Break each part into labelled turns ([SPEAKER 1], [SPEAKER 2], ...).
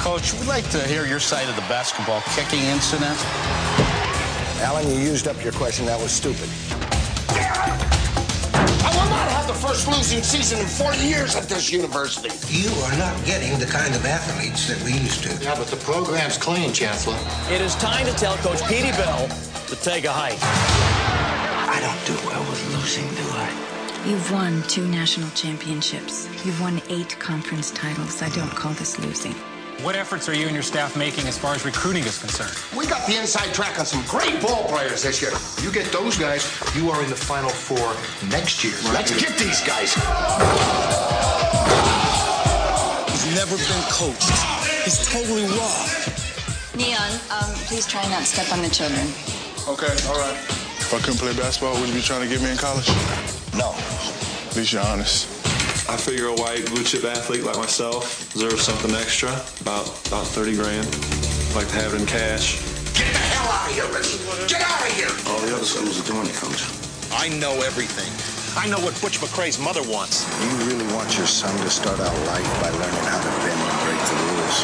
[SPEAKER 1] Coach, we'd like to hear your side of the basketball kicking incident.
[SPEAKER 2] Alan, you used up your question. That was stupid.
[SPEAKER 3] I will not have the first losing season in 40 years at this university.
[SPEAKER 4] You are not getting the kind of athletes that we used to.
[SPEAKER 5] Yeah, but the program's clean, Chancellor.
[SPEAKER 6] It is time to tell Coach Petey Bell to take a hike.
[SPEAKER 4] I don't do well with losing, do I?
[SPEAKER 7] You've won two national championships. You've won eight conference titles. I don't call this losing.
[SPEAKER 8] What efforts are you and your staff making as far as recruiting is concerned?
[SPEAKER 3] We got the inside track on some great ball players this year.
[SPEAKER 5] You get those guys, you are in the Final Four next year.
[SPEAKER 3] Right? Let's get these guys.
[SPEAKER 9] He's never been coached. He's totally raw.
[SPEAKER 7] Neon, um, please try not to step on the children.
[SPEAKER 10] Okay, all right. If I couldn't play basketball, would you be trying to get me in college?
[SPEAKER 2] No.
[SPEAKER 10] At least you're honest.
[SPEAKER 11] I figure a white blue chip athlete like myself deserves something extra, about about 30 grand. I'd like to have it in cash.
[SPEAKER 3] Get the hell out of here, Ricky. Get out of here.
[SPEAKER 4] All the other schools are doing it, coach.
[SPEAKER 12] I know everything. I know what Butch McCray's mother wants.
[SPEAKER 4] You really want your son to start out light by learning how to bend and break the rules.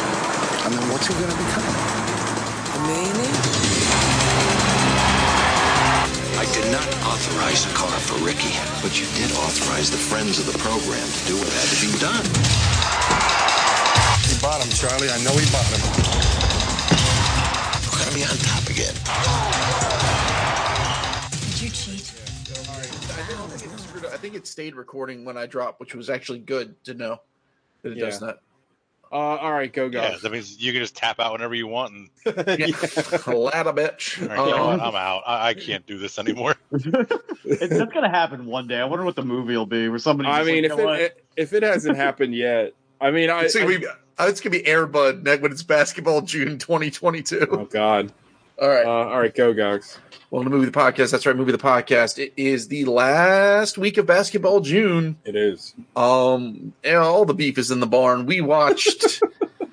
[SPEAKER 4] I mean, what's he going to become?
[SPEAKER 9] A millionaire?
[SPEAKER 4] I did not authorize a car for Ricky, but you did authorize the friends of the program to do what had to be done.
[SPEAKER 10] He bought him, Charlie. I know he bought him.
[SPEAKER 4] We're gonna be on top again.
[SPEAKER 7] Did you cheat?
[SPEAKER 13] All right. I, think it screwed up. I think it stayed recording when I dropped, which was actually good to know that it yeah. does not. Uh, all right, go guys.
[SPEAKER 14] Yeah, that means you can just tap out whenever you want. And...
[SPEAKER 13] yeah. Lada bitch.
[SPEAKER 14] Right, um... you know I'm out. I-, I, can't do this anymore.
[SPEAKER 15] it, that's gonna happen one day. I wonder what the movie will be where somebody.
[SPEAKER 16] I mean,
[SPEAKER 15] like, if,
[SPEAKER 16] it, it, if it hasn't happened yet, I mean, I,
[SPEAKER 13] it's, gonna be, I, it's gonna be Airbud when it's basketball June 2022.
[SPEAKER 16] Oh God!
[SPEAKER 13] All right,
[SPEAKER 16] uh, all right, go Gox.
[SPEAKER 13] Well, the movie the podcast. That's right, movie the podcast. It is the last week of basketball June.
[SPEAKER 16] It is.
[SPEAKER 13] Um, all the beef is in the barn. We watched,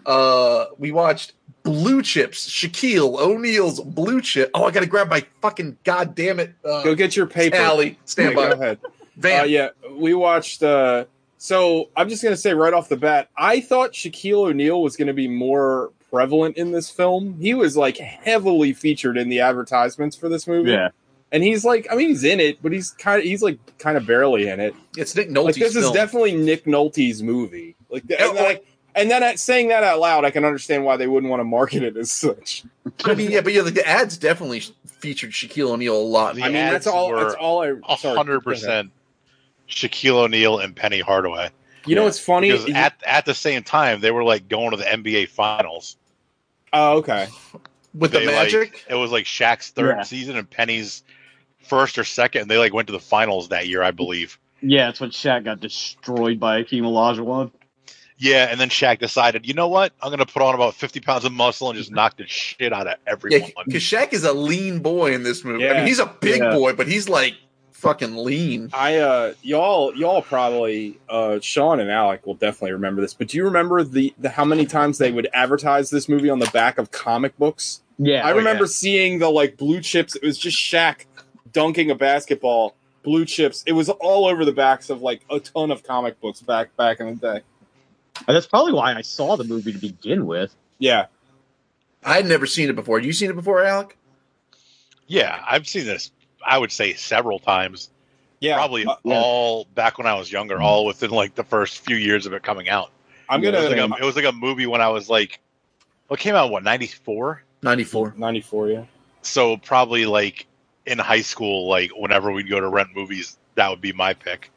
[SPEAKER 13] uh, we watched Blue Chips. Shaquille O'Neal's Blue Chip. Oh, I gotta grab my fucking goddamn it.
[SPEAKER 16] Uh, go get your paper.
[SPEAKER 13] Allie, stand
[SPEAKER 16] yeah, by. Go ahead. Van. Uh, yeah, we watched. Uh, so I'm just gonna say right off the bat, I thought Shaquille O'Neal was gonna be more prevalent in this film. He was like heavily featured in the advertisements for this movie.
[SPEAKER 15] Yeah.
[SPEAKER 16] And he's like, I mean, he's in it, but he's kind of, he's like, kind of barely in it.
[SPEAKER 13] It's Nick Nolte.
[SPEAKER 16] Like, this
[SPEAKER 13] film. Oh,
[SPEAKER 16] is definitely Nick Nolte's movie. Like,
[SPEAKER 15] oh,
[SPEAKER 16] and, like, and then at, saying that out loud, I can understand why they wouldn't want to market it as such.
[SPEAKER 13] I mean, yeah, but yeah, like, the ads definitely featured Shaquille O'Neal a lot.
[SPEAKER 16] The I mean, that's all. That's all. I
[SPEAKER 14] hundred percent Shaquille O'Neal and Penny Hardaway.
[SPEAKER 16] You yeah. know what's funny?
[SPEAKER 14] Because at at the same time, they were like going to the NBA Finals.
[SPEAKER 16] Oh, okay.
[SPEAKER 13] With they, the Magic,
[SPEAKER 14] like, it was like Shaq's third yeah. season and Penny's first or second, and they like went to the finals that year, I believe.
[SPEAKER 15] Yeah, that's when Shaq got destroyed by Akeem Olajuwon.
[SPEAKER 14] Yeah, and then Shaq decided, you know what? I'm going to put on about 50 pounds of muscle and just knock the shit out of everyone.
[SPEAKER 13] Because yeah, Shaq is a lean boy in this movie. I mean, he's a big boy, but he's like fucking lean.
[SPEAKER 16] I uh y'all y'all probably uh Sean and Alec will definitely remember this, but do you remember the, the how many times they would advertise this movie on the back of comic books?
[SPEAKER 15] Yeah.
[SPEAKER 16] I
[SPEAKER 15] oh,
[SPEAKER 16] remember
[SPEAKER 15] yeah.
[SPEAKER 16] seeing the like blue chips, it was just Shaq dunking a basketball, blue chips. It was all over the backs of like a ton of comic books back back in the day.
[SPEAKER 15] And that's probably why I saw the movie to begin with.
[SPEAKER 16] Yeah.
[SPEAKER 13] I had never seen it before. You seen it before, Alec?
[SPEAKER 14] Yeah, I've seen this I would say several times.
[SPEAKER 16] Yeah,
[SPEAKER 14] probably uh, yeah. all back when I was younger, all within like the first few years of it coming out.
[SPEAKER 16] I'm gonna.
[SPEAKER 14] It was like a, it was like a movie when I was like, what came out? What 94?
[SPEAKER 13] 94.
[SPEAKER 16] 94, Yeah.
[SPEAKER 14] So probably like in high school, like whenever we'd go to rent movies, that would be my pick.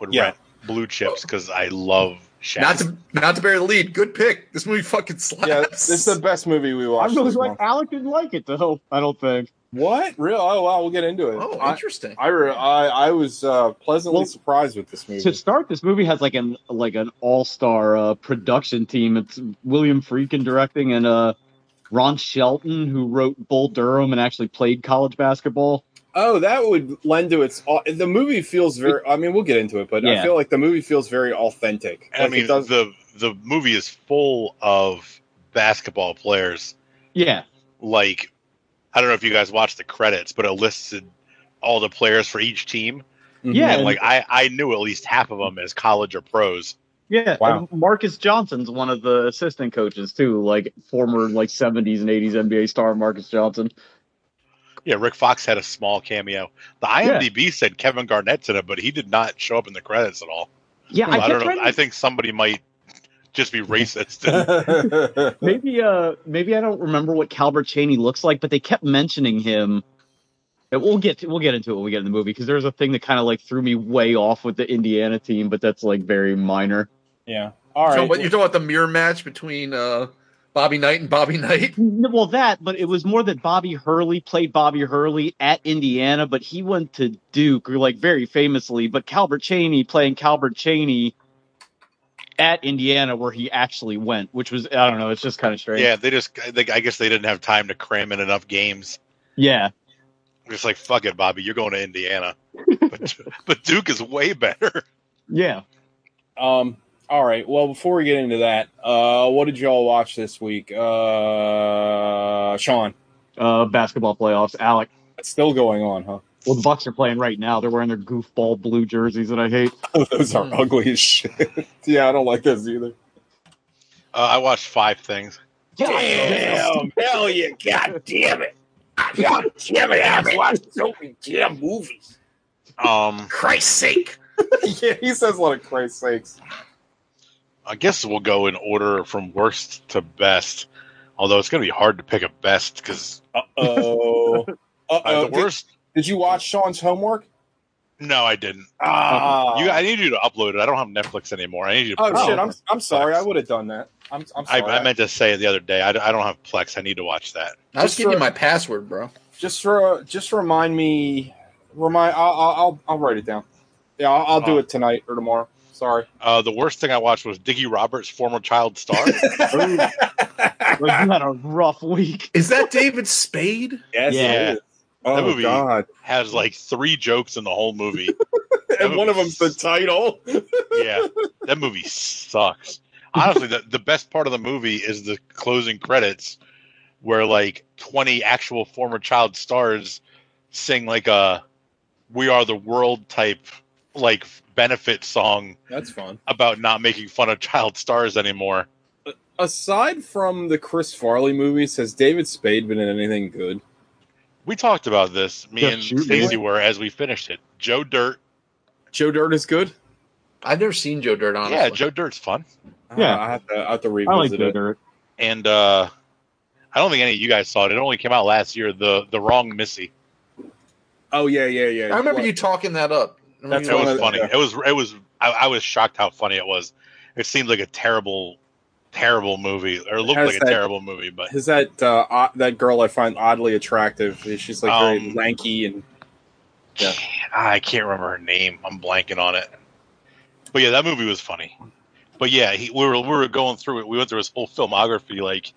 [SPEAKER 14] Would yeah. rent Blue Chips because I love. Shaq.
[SPEAKER 13] Not to not to bear the lead. Good pick. This movie fucking slaps. Yeah,
[SPEAKER 16] this is the best movie we watched.
[SPEAKER 15] I was like, month. Alec didn't like it though. I don't think.
[SPEAKER 16] What? Real? Oh wow, we'll get into it.
[SPEAKER 13] Oh, interesting.
[SPEAKER 16] I I, I was uh, pleasantly well, surprised with this movie.
[SPEAKER 15] To start, this movie has like an like an all star uh, production team. It's William Freakin directing and uh, Ron Shelton, who wrote Bull Durham and actually played college basketball.
[SPEAKER 16] Oh, that would lend to its. The movie feels very. I mean, we'll get into it, but yeah. I feel like the movie feels very authentic.
[SPEAKER 14] Like I mean, the the movie is full of basketball players.
[SPEAKER 15] Yeah,
[SPEAKER 14] like I don't know if you guys watched the credits, but it listed all the players for each team.
[SPEAKER 16] Mm-hmm.
[SPEAKER 15] Yeah,
[SPEAKER 14] and like I, I knew at least half of them as college or pros.
[SPEAKER 10] Yeah, wow. Marcus Johnson's one of the assistant coaches too, like former like 70s and 80s NBA star Marcus Johnson.
[SPEAKER 14] Yeah, Rick Fox had a small cameo. The IMDb yeah. said Kevin Garnett's in it, but he did not show up in the credits at all.
[SPEAKER 10] Yeah, so I,
[SPEAKER 14] I don't know. To... I think somebody might just be racist.
[SPEAKER 10] And... maybe, uh, maybe I don't remember what Calbert Cheney looks like, but they kept mentioning him. And we'll get to, we'll get into it when we get in the movie because there's a thing that kind of like threw me way off with the Indiana team, but that's like very minor.
[SPEAKER 11] Yeah.
[SPEAKER 13] All right. So what, you're talking about the mirror match between uh, Bobby Knight and Bobby Knight?
[SPEAKER 10] Well, that, but it was more that Bobby Hurley played Bobby Hurley at Indiana, but he went to Duke, like very famously. But Calbert Cheney playing Calbert Cheney at Indiana, where he actually went, which was I don't know, it's just kind of strange.
[SPEAKER 14] Yeah, they just, they, I guess they didn't have time to cram in enough games.
[SPEAKER 10] Yeah.
[SPEAKER 14] It's like fuck it, Bobby, you're going to Indiana, but but Duke is way better.
[SPEAKER 10] Yeah.
[SPEAKER 11] Um. All right. Well, before we get into that, uh, what did y'all watch this week? Uh, Sean.
[SPEAKER 10] Uh, basketball playoffs. Alec.
[SPEAKER 11] It's still going on, huh?
[SPEAKER 10] Well, the Bucks are playing right now. They're wearing their goofball blue jerseys that I hate.
[SPEAKER 11] Oh, those are ugly as shit. yeah, I don't like those either.
[SPEAKER 14] Uh, I watched five things.
[SPEAKER 3] Damn! hell yeah! God damn it! God damn it! I've watched so many damn movies.
[SPEAKER 14] Um,
[SPEAKER 3] Christ's sake!
[SPEAKER 11] yeah, he says a lot of Christ's sakes.
[SPEAKER 14] I guess we'll go in order from worst to best. Although it's going to be hard to pick a best because
[SPEAKER 11] oh,
[SPEAKER 14] uh, the worst.
[SPEAKER 11] Did, did, you watch Sean's homework?
[SPEAKER 14] No, I didn't.
[SPEAKER 11] Ah,
[SPEAKER 14] Um, you, I need you to upload it. I don't have Netflix anymore. I need you. To
[SPEAKER 11] oh shit! I'm I'm sorry. I would have done that. I'm, I'm sorry.
[SPEAKER 14] I, I, meant to say it the other day. I, I don't have Plex. I need to watch that.
[SPEAKER 13] I was just giving you my password, bro.
[SPEAKER 11] Just for, just remind me. Remind. I'll I'll I'll write it down. Yeah, I'll, I'll do it tonight or tomorrow. Sorry.
[SPEAKER 14] Uh, the worst thing I watched was Diggy Roberts, former child star.
[SPEAKER 10] like, you had a rough week.
[SPEAKER 13] Is that David Spade?
[SPEAKER 11] Yes.
[SPEAKER 14] Yeah.
[SPEAKER 11] Oh,
[SPEAKER 14] that movie
[SPEAKER 11] God.
[SPEAKER 14] has like three jokes in the whole movie.
[SPEAKER 11] and one of them's the title.
[SPEAKER 14] yeah. That movie sucks. Honestly, the, the best part of the movie is the closing credits where like 20 actual former child stars sing like a We Are the World type like benefit song.
[SPEAKER 11] That's fun.
[SPEAKER 14] About not making fun of child stars anymore.
[SPEAKER 11] Aside from the Chris Farley movies, has David Spade been in anything good?
[SPEAKER 14] We talked about this. Me yeah, and Stacy were as we finished it. Joe Dirt.
[SPEAKER 11] Joe Dirt is good.
[SPEAKER 13] I've never seen Joe Dirt. Honestly,
[SPEAKER 14] yeah, Joe Dirt's fun.
[SPEAKER 11] Yeah, uh, I, have to, I have to revisit
[SPEAKER 10] I
[SPEAKER 11] like it.
[SPEAKER 14] And uh, I don't think any of you guys saw it. It only came out last year. The the wrong Missy.
[SPEAKER 11] Oh yeah, yeah, yeah.
[SPEAKER 13] I remember what? you talking that up.
[SPEAKER 14] That's it was funny. It was it was I, I, was shocked how funny it was. It seemed like a terrible, terrible movie, or it looked it like that, a terrible movie. But
[SPEAKER 11] is that uh, uh, that girl I find oddly attractive? She's like um, very lanky and
[SPEAKER 14] yeah. I can't remember her name. I'm blanking on it. But yeah, that movie was funny. But yeah, he, we were we were going through it. We went through his whole filmography. Like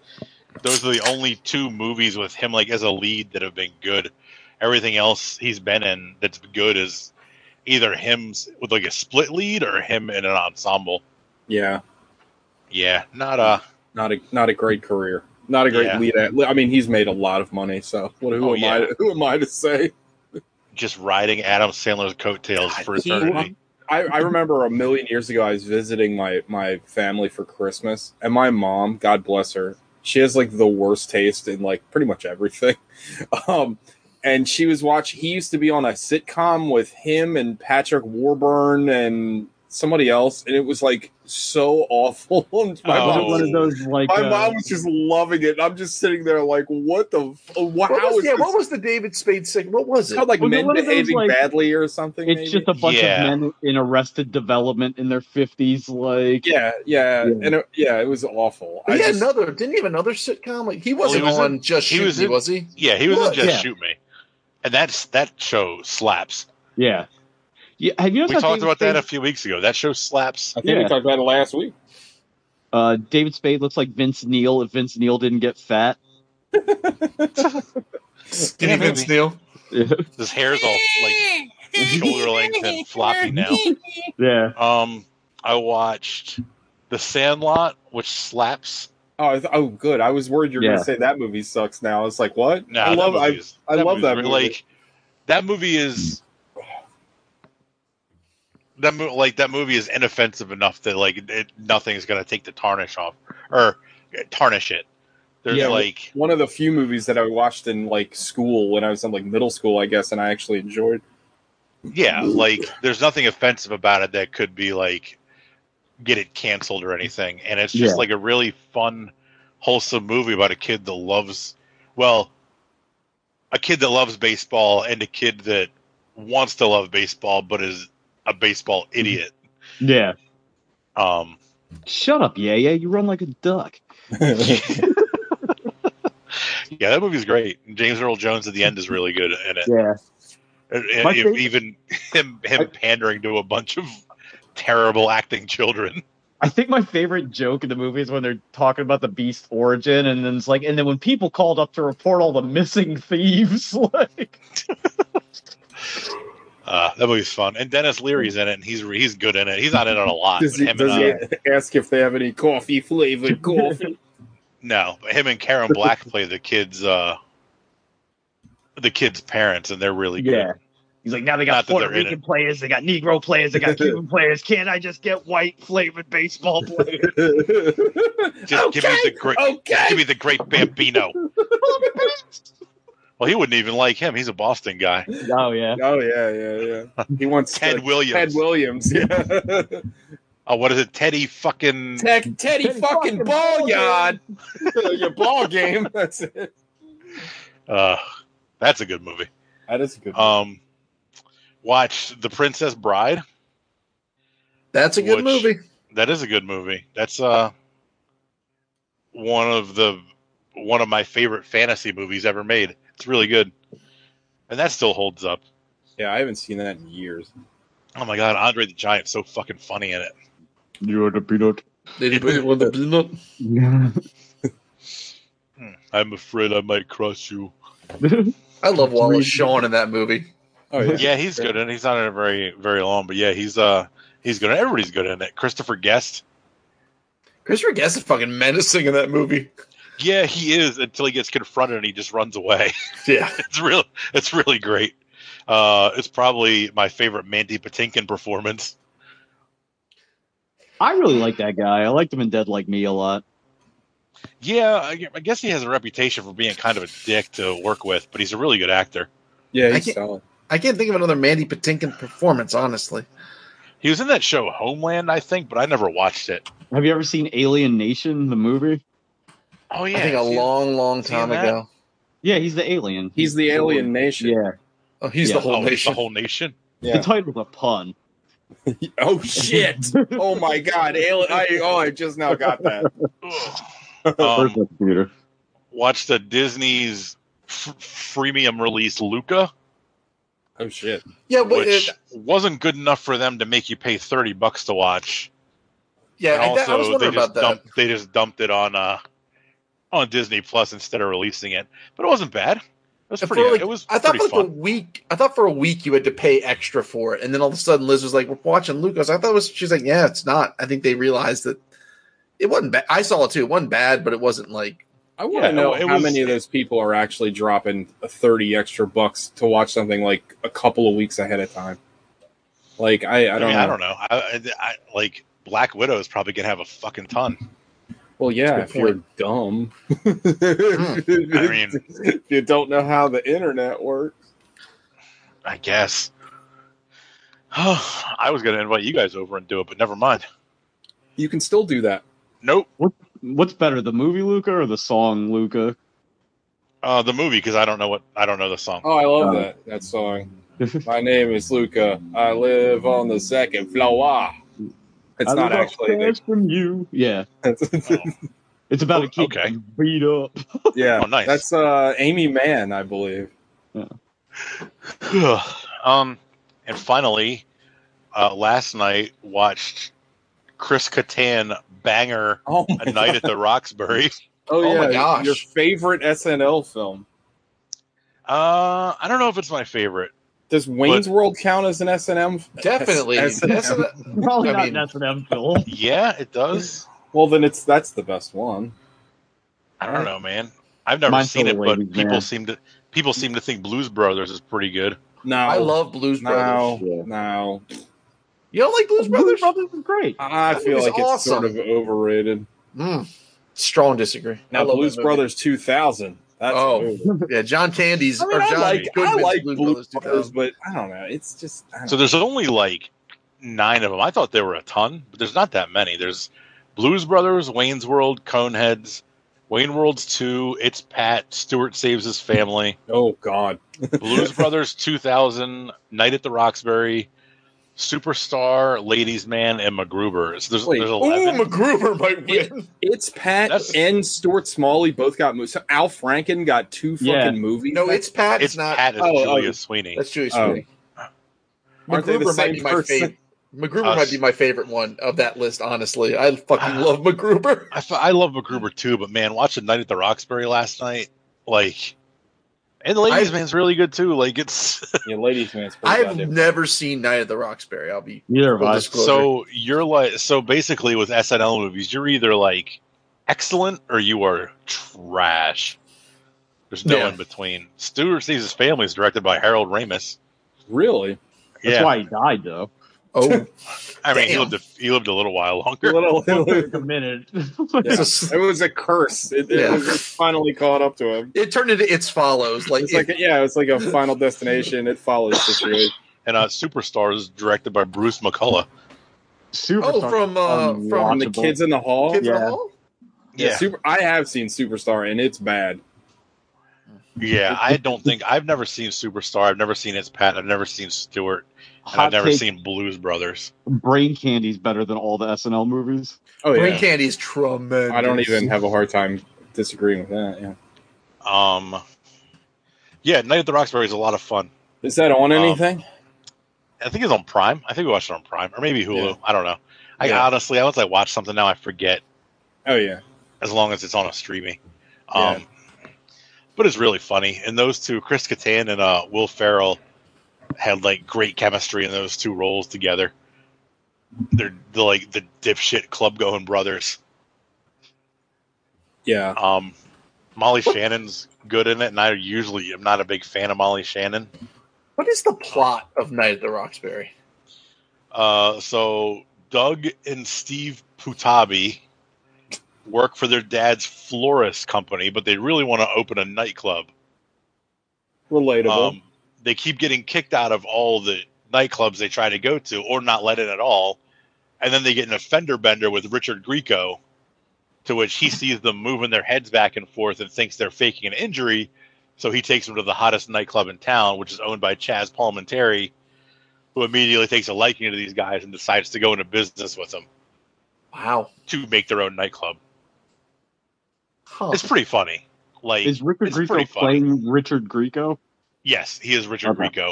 [SPEAKER 14] those are the only two movies with him like as a lead that have been good. Everything else he's been in that's good is either him with like a split lead or him in an ensemble.
[SPEAKER 11] Yeah,
[SPEAKER 14] yeah, not uh, a
[SPEAKER 11] not a not a great career, not a great yeah. lead. At, I mean, he's made a lot of money, so what, who oh, am yeah. I? Who am I to say?
[SPEAKER 14] Just riding Adam Sandler's coattails God, for eternity. He,
[SPEAKER 11] I, I remember a million years ago, I was visiting my my family for Christmas, and my mom, God bless her, she has like the worst taste in like pretty much everything. Um, and she was watching. He used to be on a sitcom with him and Patrick Warburn and somebody else, and it was like so awful.
[SPEAKER 10] my oh. mom, one of those like
[SPEAKER 11] my uh, mom was just loving it. I'm just sitting there like, what the f- wow?
[SPEAKER 13] What was, yeah, this? what was the David Spade thing? What was it?
[SPEAKER 11] Called, like was men it behaving those, like, badly or something?
[SPEAKER 10] It's
[SPEAKER 11] maybe?
[SPEAKER 10] just a bunch yeah. of men in Arrested Development in their fifties. Like
[SPEAKER 11] yeah, yeah, yeah. and it, yeah, it was awful.
[SPEAKER 13] He I had just, another. Didn't he have another sitcom? Like he wasn't well, he was on in, Just Shoot
[SPEAKER 14] was
[SPEAKER 13] Me, in, was he?
[SPEAKER 14] Yeah, he was what? in Just Shoot Me and that's that show slaps.
[SPEAKER 10] Yeah, yeah. Have you
[SPEAKER 14] we talked David about Spade? that a few weeks ago? That show slaps.
[SPEAKER 11] I think yeah. we talked about it last week.
[SPEAKER 10] Uh, David Spade looks like Vince Neil if Vince Neil didn't get fat.
[SPEAKER 13] Skinny Vince Neil.
[SPEAKER 14] Yeah. His hair's all like shoulder length and floppy now.
[SPEAKER 10] Yeah.
[SPEAKER 14] Um, I watched The Sandlot, which slaps.
[SPEAKER 11] Oh, th- oh, good. I was worried you were yeah. going to say that movie sucks. Now it's like, what?
[SPEAKER 14] Nah,
[SPEAKER 11] I love, I,
[SPEAKER 14] is,
[SPEAKER 11] I, I love that movie.
[SPEAKER 14] Like that movie is that mo- like that movie is inoffensive enough that like it, nothing is gonna take the tarnish off or uh, tarnish it. There's like
[SPEAKER 11] one of the few movies that I watched in like school when I was in like middle school, I guess, and I actually enjoyed.
[SPEAKER 14] yeah, like there's nothing offensive about it that could be like get it canceled or anything. And it's just
[SPEAKER 11] Yeah.
[SPEAKER 14] like a really fun, wholesome movie about a kid that loves well, a kid that loves baseball and a kid that wants to love baseball but is a baseball idiot.
[SPEAKER 10] Mm-hmm. Yeah.
[SPEAKER 14] Um
[SPEAKER 10] Shut up, yeah, yeah. You run like a duck.
[SPEAKER 14] Yeah, that movie's great. James Earl Jones at the end is really good in it.
[SPEAKER 10] Yeah.
[SPEAKER 14] And-
[SPEAKER 10] My
[SPEAKER 14] and
[SPEAKER 10] favorite-
[SPEAKER 14] even him him pandering to a bunch of terrible acting children.
[SPEAKER 10] I think my favorite joke in the movie is when they're talking about the beast's origin, and then it's like, and then when people called up to report all the missing thieves, like,
[SPEAKER 14] Uh, that movie's fun, and Dennis Leary's in it, and he's he's good in it. He's not in it a lot.
[SPEAKER 11] Does
[SPEAKER 14] But
[SPEAKER 11] he,
[SPEAKER 14] him and,
[SPEAKER 11] does
[SPEAKER 14] uh,
[SPEAKER 11] he ask if they have any coffee flavored coffee?
[SPEAKER 14] no, but him and Karen Black play the kids, uh, the kids' parents, and they're really good.
[SPEAKER 10] Yeah. he's like, now they got
[SPEAKER 14] Not that
[SPEAKER 10] Puerto
[SPEAKER 14] they're in
[SPEAKER 10] Rican players, they got Negro players, they got Cuban players. Can't I just get white flavored baseball players?
[SPEAKER 14] Just give me the great, just give me the great Bambino. well, he wouldn't even like him. He's a Boston guy.
[SPEAKER 10] Oh yeah.
[SPEAKER 11] Oh yeah, yeah, yeah. He wants
[SPEAKER 14] Ted Williams.
[SPEAKER 11] Ted Williams. Yeah.
[SPEAKER 14] Oh, what is it, Teddy? Fucking
[SPEAKER 11] Tech, Teddy, fucking, ball yard. Your ball game. That's it.
[SPEAKER 14] Uh, that's a good movie.
[SPEAKER 11] That is a good.
[SPEAKER 14] Um, watch The Princess Bride.
[SPEAKER 13] That's a good
[SPEAKER 14] Which-
[SPEAKER 13] movie.
[SPEAKER 14] That is a good movie. That's uh one of the one of my favorite fantasy movies ever made. It's really good, and that still holds up.
[SPEAKER 11] Yeah, I haven't seen that in years.
[SPEAKER 14] Oh my god, Andre the Giant's so fucking funny in it.
[SPEAKER 10] You are the peanut.
[SPEAKER 13] Did he put it with the peanut?
[SPEAKER 14] I'm afraid I might crush you.
[SPEAKER 13] I love Wallace Shawn in that movie.
[SPEAKER 11] Oh
[SPEAKER 14] yeah, he's good, and he's not in it very very long, but yeah, he's uh he's good. Everybody's good in it. Christopher Guest.
[SPEAKER 13] Christopher Guest is fucking menacing in that movie.
[SPEAKER 14] Yeah, he is until he gets confronted and he just runs away.
[SPEAKER 13] Yeah.
[SPEAKER 14] it's real. It's really great. Uh, it's probably my favorite Mandy Patinkin performance.
[SPEAKER 10] I really like that guy. I liked him in Dead Like Me a lot.
[SPEAKER 14] Yeah, I gue- I guess he has a reputation for being kind of a dick to work with, but he's a really good actor.
[SPEAKER 11] Yeah,
[SPEAKER 13] I can't- I can't think of another Mandy Patinkin performance, honestly.
[SPEAKER 14] He was in that show Homeland, I think, but I never watched it.
[SPEAKER 10] Have you ever seen Alien Nation, the movie?
[SPEAKER 14] Oh
[SPEAKER 13] I think a long, long time
[SPEAKER 14] that?
[SPEAKER 13] ago.
[SPEAKER 10] Yeah, he's the alien.
[SPEAKER 11] He's the alien nation.
[SPEAKER 10] Yeah.
[SPEAKER 13] Oh, he's
[SPEAKER 10] Yeah.
[SPEAKER 13] the whole
[SPEAKER 14] oh, he's
[SPEAKER 13] nation.
[SPEAKER 14] the whole nation.
[SPEAKER 11] Yeah.
[SPEAKER 10] The title's a pun.
[SPEAKER 11] Oh shit! oh my god! Ali- I, oh, I just now got that.
[SPEAKER 14] Um,
[SPEAKER 10] computer.
[SPEAKER 14] watched the Disney's f- freemium release Luca,
[SPEAKER 11] Oh shit!
[SPEAKER 13] yeah, but uh,
[SPEAKER 14] which
[SPEAKER 13] it,
[SPEAKER 14] wasn't good enough for them to make you pay thirty bucks to watch.
[SPEAKER 13] yeah,
[SPEAKER 14] And
[SPEAKER 13] I, that- I was
[SPEAKER 14] they
[SPEAKER 13] wondering
[SPEAKER 14] just
[SPEAKER 13] about that.
[SPEAKER 14] dumped they just dumped it on uh on Disney Plus instead of releasing it. But it wasn't bad. It was
[SPEAKER 13] And
[SPEAKER 14] pretty.
[SPEAKER 13] for, like,
[SPEAKER 14] it was
[SPEAKER 13] I thought
[SPEAKER 14] pretty
[SPEAKER 13] for like
[SPEAKER 14] fun.
[SPEAKER 13] a week. I thought for a week you had to pay extra for it, and then all of a sudden Liz was like, "We're watching Lucas." I thought it was she's like, "Yeah, it's not." I think they realized that it wasn't bad. I saw it too. It wasn't bad, but it wasn't like
[SPEAKER 11] I want to
[SPEAKER 14] Yeah,
[SPEAKER 11] know
[SPEAKER 14] it
[SPEAKER 11] how
[SPEAKER 14] was-
[SPEAKER 11] many of those people are actually dropping thirty extra bucks to watch something like a couple of weeks ahead of time. Like I, I
[SPEAKER 14] I,
[SPEAKER 11] don't,
[SPEAKER 14] mean,
[SPEAKER 11] know.
[SPEAKER 14] I don't know. I, I, I like Black Widow is probably gonna have a fucking ton.
[SPEAKER 11] Well, yeah,
[SPEAKER 13] That's
[SPEAKER 11] if
[SPEAKER 13] a
[SPEAKER 11] you're
[SPEAKER 13] good
[SPEAKER 11] dumb,
[SPEAKER 14] I mean,
[SPEAKER 11] if you don't know how the internet works.
[SPEAKER 14] I guess. I was gonna invite you guys over and do it, but never mind.
[SPEAKER 11] You can still do that.
[SPEAKER 14] Nope.
[SPEAKER 10] What what's better, the movie Luca or the song Luca?
[SPEAKER 14] Uh, the movie because I don't know what I don't know the song.
[SPEAKER 11] Oh, I love
[SPEAKER 10] Uh,
[SPEAKER 11] that that song. My name is Luca. I live on the second floor. It's
[SPEAKER 10] I
[SPEAKER 11] not
[SPEAKER 10] live
[SPEAKER 11] actually.
[SPEAKER 10] upstairs from you. Yeah,
[SPEAKER 11] the-
[SPEAKER 10] it's about a kid
[SPEAKER 14] okay.
[SPEAKER 10] getting beat up.
[SPEAKER 11] yeah,
[SPEAKER 14] Oh, nice.
[SPEAKER 11] that's uh, Amy Mann, I believe.
[SPEAKER 14] um, and finally, uh, last night watched Chris Kattan banger
[SPEAKER 11] Oh,
[SPEAKER 14] A Night at the Roxbury.
[SPEAKER 11] Oh,
[SPEAKER 13] Oh
[SPEAKER 11] yeah,
[SPEAKER 13] my gosh.
[SPEAKER 11] your favorite SNL film.
[SPEAKER 14] Uh, I don't know if it's my favorite.
[SPEAKER 11] Does Wayne's World count as an SNM?
[SPEAKER 13] definitely.
[SPEAKER 11] S-
[SPEAKER 13] That's
[SPEAKER 11] SNM.
[SPEAKER 13] a-
[SPEAKER 10] Probably
[SPEAKER 13] I
[SPEAKER 10] not
[SPEAKER 13] mean-
[SPEAKER 10] an S and M film.
[SPEAKER 14] Yeah, it does.
[SPEAKER 11] Well, then it's that's the best one.
[SPEAKER 14] I don't know, man. I've never
[SPEAKER 10] Mine's
[SPEAKER 14] seen it,
[SPEAKER 10] still
[SPEAKER 14] but
[SPEAKER 10] waiting,
[SPEAKER 14] people
[SPEAKER 10] man.
[SPEAKER 14] seem to people seem to think Blues Brothers is pretty good.
[SPEAKER 11] No,
[SPEAKER 13] I love Blues
[SPEAKER 11] no,
[SPEAKER 13] Brothers.
[SPEAKER 10] Yeah.
[SPEAKER 11] no.
[SPEAKER 13] You don't like Blues Brothers? Blues
[SPEAKER 11] Brothers is great.
[SPEAKER 10] I
[SPEAKER 13] That
[SPEAKER 10] feel
[SPEAKER 13] movie's
[SPEAKER 10] like it's sort
[SPEAKER 13] awesome.
[SPEAKER 10] of overrated.
[SPEAKER 13] Mm. Strong disagree. I
[SPEAKER 10] Now,
[SPEAKER 13] love
[SPEAKER 10] Blues
[SPEAKER 13] that movie.
[SPEAKER 10] Brothers 2000. That's
[SPEAKER 13] Oh, yeah. John Candy's.
[SPEAKER 10] I, mean,
[SPEAKER 13] or
[SPEAKER 10] I
[SPEAKER 13] John
[SPEAKER 10] like, I
[SPEAKER 13] Goodman's
[SPEAKER 10] like
[SPEAKER 13] Blues
[SPEAKER 10] Blues
[SPEAKER 13] Brothers
[SPEAKER 10] Brothers,
[SPEAKER 13] 2000.
[SPEAKER 10] but I don't know. It's just. I don't
[SPEAKER 14] So there's only like nine of them. I thought there were a ton, but there's not that many. There's Blues Brothers, Wayne's World, Coneheads, Wayne World's Two, It's Pat, Stewart Saves His Family,
[SPEAKER 10] Oh God.
[SPEAKER 14] Blues Brothers 2000, Night at the Roxbury, Superstar, Ladies Man, and MacGruber. So there's,
[SPEAKER 10] Wait,
[SPEAKER 14] there's
[SPEAKER 10] ooh,
[SPEAKER 14] 11.
[SPEAKER 13] MacGruber might win.
[SPEAKER 10] It's Pat and Stuart Smalley both got movies. So Al Franken got two fucking
[SPEAKER 14] Yeah.
[SPEAKER 10] movies.
[SPEAKER 13] No, it's Pat.
[SPEAKER 14] it's
[SPEAKER 13] not.
[SPEAKER 14] Pat and
[SPEAKER 10] Oh, oh.
[SPEAKER 14] Julia Sweeney.
[SPEAKER 13] That's Julie
[SPEAKER 10] Oh.
[SPEAKER 13] Sweeney.
[SPEAKER 10] Aren't they the
[SPEAKER 13] MacGruber might
[SPEAKER 10] same
[SPEAKER 13] be my
[SPEAKER 10] person?
[SPEAKER 13] favorite. MacGruber
[SPEAKER 14] Us.
[SPEAKER 13] might be my favorite one of that list. Honestly, I fucking love MacGruber.
[SPEAKER 14] I, f- I love MacGruber too, but man, watching Night at the Roxbury last night, like, and the Ladies
[SPEAKER 13] I-
[SPEAKER 14] Man's really good too. Like, it's
[SPEAKER 10] Yeah, ladies man's pretty
[SPEAKER 13] I've
[SPEAKER 10] goddamn-
[SPEAKER 13] never seen Night at the Roxbury. I'll be
[SPEAKER 11] Neither
[SPEAKER 13] full
[SPEAKER 11] have I.
[SPEAKER 13] disclosure.
[SPEAKER 14] so you're like so basically with SNL movies, you're either like excellent or you are trash. There's no
[SPEAKER 13] Yeah.
[SPEAKER 14] in between. Stuart sees his family is directed by Harold Ramis.
[SPEAKER 10] Really?
[SPEAKER 11] That's
[SPEAKER 14] yeah,
[SPEAKER 11] why he died, though.
[SPEAKER 13] oh,
[SPEAKER 14] I mean he
[SPEAKER 13] damn.
[SPEAKER 14] lived a, he lived a little while
[SPEAKER 10] A
[SPEAKER 14] longer.
[SPEAKER 10] little,
[SPEAKER 11] Took a minute.
[SPEAKER 10] yeah. It was a curse. It, it
[SPEAKER 13] Yeah.
[SPEAKER 10] was it finally caught up to him.
[SPEAKER 13] it turned into It's Follows. Like,
[SPEAKER 10] It's like a- yeah, it's like a final destination. It follows situation.
[SPEAKER 14] And uh, Superstar is directed by Bruce McCullough.
[SPEAKER 11] Super
[SPEAKER 13] oh, from uh,
[SPEAKER 10] On
[SPEAKER 13] from
[SPEAKER 10] the kids in the hall.
[SPEAKER 13] Kids in the
[SPEAKER 11] Yeah.
[SPEAKER 13] Hall?
[SPEAKER 10] Yeah, super. I have seen Superstar, and it's bad.
[SPEAKER 14] Yeah, I don't think I've never seen Superstar. I've never seen its Pat. I've never seen Stewart. And
[SPEAKER 11] Hot
[SPEAKER 14] I've never
[SPEAKER 11] take.
[SPEAKER 14] seen Blues Brothers.
[SPEAKER 11] Brain Candy's better than all the SNL movies.
[SPEAKER 10] Oh
[SPEAKER 13] Brain
[SPEAKER 10] yeah,
[SPEAKER 13] Candy is tremendous.
[SPEAKER 10] I don't even have a hard time disagreeing with that. Yeah,
[SPEAKER 14] Um, yeah, Night at the Roxbury is a lot of fun.
[SPEAKER 10] is that
[SPEAKER 14] Um,
[SPEAKER 10] on anything?
[SPEAKER 14] I think it's on Prime. I think we watched it on Prime or maybe Hulu.
[SPEAKER 10] Yeah.
[SPEAKER 14] I don't know. I
[SPEAKER 10] Yeah.
[SPEAKER 14] honestly, once I watch something now, I forget
[SPEAKER 10] oh yeah,
[SPEAKER 14] as long as it's on a streaming. Um,
[SPEAKER 10] Yeah.
[SPEAKER 14] But it's really funny. And those two, Chris Kattan and uh, Will Ferrell, had like great chemistry in those two roles together. They're, they're like the dipshit club going brothers.
[SPEAKER 10] yeah.
[SPEAKER 14] Um, Molly Shannon's good in it, and I usually am not a big fan of Molly Shannon.
[SPEAKER 13] What is the plot of Night at the Roxbury?
[SPEAKER 14] Uh, so Doug and Steve Putabi work for their dad's florist company, but they really want to open a nightclub.
[SPEAKER 10] Relatable.
[SPEAKER 14] Um, they keep getting kicked out of all the nightclubs they try to go to, or not let in at all. And then they get in a fender bender with Richard Grieco, to which he sees them moving their heads back and forth and thinks they're faking an injury. So he takes them to the hottest nightclub in town, which is owned by Chaz Palminteri, who immediately takes a liking to these guys and decides to go into business with them
[SPEAKER 13] Wow.
[SPEAKER 14] to make their own nightclub.
[SPEAKER 13] Huh.
[SPEAKER 14] It's pretty funny. Like,
[SPEAKER 11] Is Richard
[SPEAKER 14] it's pretty
[SPEAKER 11] Grieco
[SPEAKER 14] fun.
[SPEAKER 11] playing Richard Grieco?
[SPEAKER 14] yes, he is Richard
[SPEAKER 11] Okay.
[SPEAKER 14] Grieco.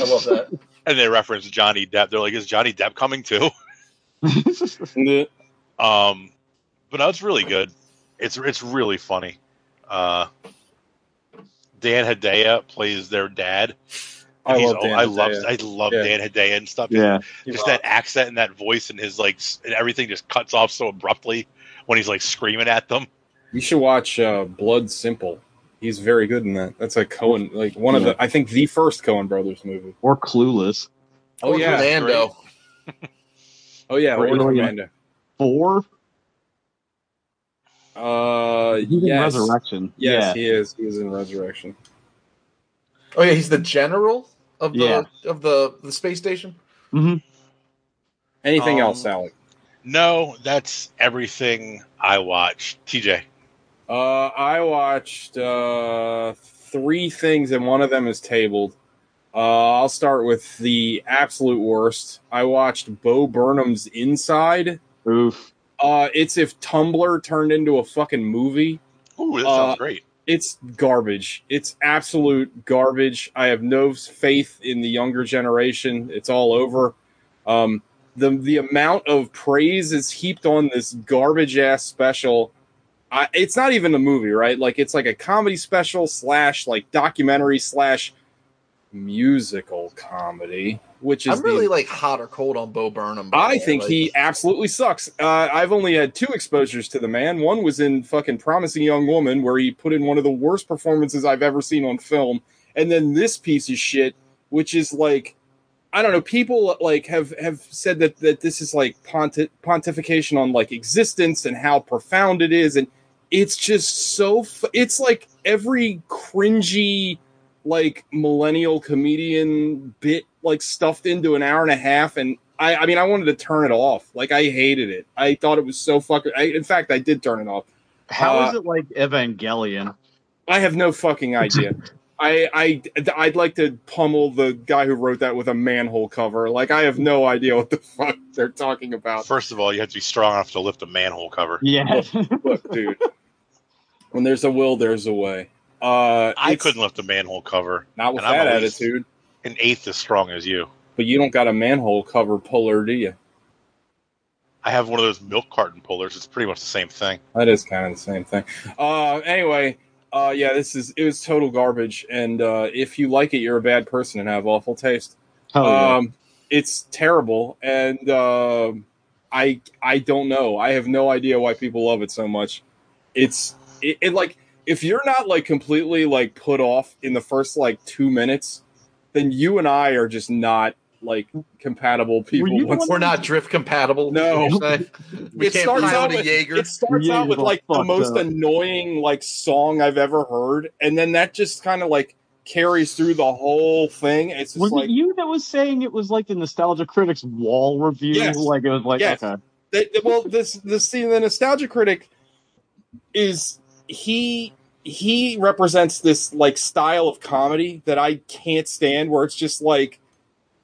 [SPEAKER 13] I love that.
[SPEAKER 14] and they reference Johnny Depp. They're like, "Is Johnny Depp coming too?"
[SPEAKER 10] N-
[SPEAKER 14] Um, but no, it's really good. It's it's really funny. Uh, Dan Hedaya plays their dad.
[SPEAKER 10] I
[SPEAKER 14] He's-
[SPEAKER 10] love Dan
[SPEAKER 14] I love
[SPEAKER 10] Hedaya.
[SPEAKER 14] I love
[SPEAKER 10] Yeah.
[SPEAKER 14] Dan Hedaya and stuff.
[SPEAKER 11] Yeah.
[SPEAKER 10] He
[SPEAKER 14] just
[SPEAKER 10] rocks.
[SPEAKER 14] that accent and that voice and his like s- and everything just cuts off so abruptly when he's like screaming at them.
[SPEAKER 10] You should watch uh, Blood Simple. He's very good in that. That's a Cohen, like one of
[SPEAKER 11] Yeah.
[SPEAKER 10] the, I think the first Cohen brothers movie.
[SPEAKER 11] Or Clueless.
[SPEAKER 10] Oh, yeah,
[SPEAKER 13] Orlando.
[SPEAKER 10] Oh yeah,
[SPEAKER 11] Or
[SPEAKER 10] Orange
[SPEAKER 11] Alien.
[SPEAKER 10] Commando.
[SPEAKER 11] Four?
[SPEAKER 10] Uh,
[SPEAKER 11] He's in
[SPEAKER 10] yes,
[SPEAKER 11] Resurrection.
[SPEAKER 10] yes,
[SPEAKER 11] yeah.
[SPEAKER 10] he is. He is in Resurrection.
[SPEAKER 13] Oh yeah, he's the general of the
[SPEAKER 11] Yeah.
[SPEAKER 13] of the the space station.
[SPEAKER 11] Mhm.
[SPEAKER 10] Anything
[SPEAKER 14] Um,
[SPEAKER 10] else, Alec?
[SPEAKER 14] No, that's everything I watch. TJ,
[SPEAKER 10] Uh, I watched uh, three things, and one of them is tabled. Uh, I'll start with the absolute worst. I watched Bo Burnham's Inside.
[SPEAKER 11] Oof.
[SPEAKER 10] Uh, it's if Tumblr turned into a fucking movie.
[SPEAKER 14] ooh, that
[SPEAKER 10] Uh,
[SPEAKER 14] sounds great.
[SPEAKER 10] It's garbage. It's absolute garbage. I have no faith in the younger generation. It's all over. Um, the the amount of praise is heaped on this garbage ass special. I, it's not even a movie, right? Like it's like a comedy special slash like documentary slash musical comedy, which is
[SPEAKER 13] I'm
[SPEAKER 10] the
[SPEAKER 13] really like hot or cold on Bo Burnham. by
[SPEAKER 10] I
[SPEAKER 13] the way,
[SPEAKER 10] think
[SPEAKER 13] like-
[SPEAKER 10] he absolutely sucks. Uh, I've only had two exposures to the man. One was in fucking Promising Young Woman, where he put in one of the worst performances I've ever seen on film. And then this piece of shit, which is like, I don't know. People like have have said that that this is like ponti- pontification on like existence and how profound it is, and it's just so. F- it's like every cringy like millennial comedian bit like stuffed into an hour and a half, and I I mean I wanted to turn it off. Like I hated it. I thought it was so fucking. I, in fact, I did turn it off.
[SPEAKER 11] How is
[SPEAKER 10] Uh,
[SPEAKER 11] it like Evangelion?
[SPEAKER 10] I have no fucking idea. I, I I'd like to pummel the guy who wrote that with a manhole cover. Like I have no idea what the fuck they're talking about.
[SPEAKER 14] First of all, you have to be strong enough to lift a manhole cover.
[SPEAKER 11] Yeah.
[SPEAKER 10] Look, look, dude. When there's a will, there's a way. Uh,
[SPEAKER 14] I couldn't lift a manhole cover.
[SPEAKER 10] Not with
[SPEAKER 14] And I'm
[SPEAKER 10] that
[SPEAKER 14] at least
[SPEAKER 10] attitude.
[SPEAKER 14] An eighth as strong as you.
[SPEAKER 10] But you don't got a manhole cover puller, do you?
[SPEAKER 14] I have one of those milk carton pullers. It's pretty much the same thing.
[SPEAKER 10] That is kind of the same thing. Uh, anyway, uh, yeah, this is it was total garbage. And uh, if you like it, you're a bad person and have awful taste.
[SPEAKER 11] Oh, yeah.
[SPEAKER 10] um, it's terrible, and um I I don't know. I have no idea why people love it so much. It's it, it like if you're not like completely like put off in the first like two minutes, then you and I are just not like compatible people. Once-
[SPEAKER 13] We're not drift compatible.
[SPEAKER 10] No.
[SPEAKER 13] You say? we
[SPEAKER 10] it
[SPEAKER 13] can't
[SPEAKER 10] starts
[SPEAKER 13] rely
[SPEAKER 10] out
[SPEAKER 13] on a
[SPEAKER 10] with,
[SPEAKER 13] Jaeger.
[SPEAKER 10] It starts out with like the most annoying like song I've ever heard, and then that just kind of like carries through the whole thing. It's just
[SPEAKER 11] Was
[SPEAKER 10] like
[SPEAKER 11] it you that was saying it was like the Nostalgia Critics wall review?
[SPEAKER 10] Yes.
[SPEAKER 11] Like it was like
[SPEAKER 10] Yes.
[SPEAKER 11] okay.
[SPEAKER 10] They- they- well, this this see the nostalgia critic is he he represents this like style of comedy that I can't stand, where it's just like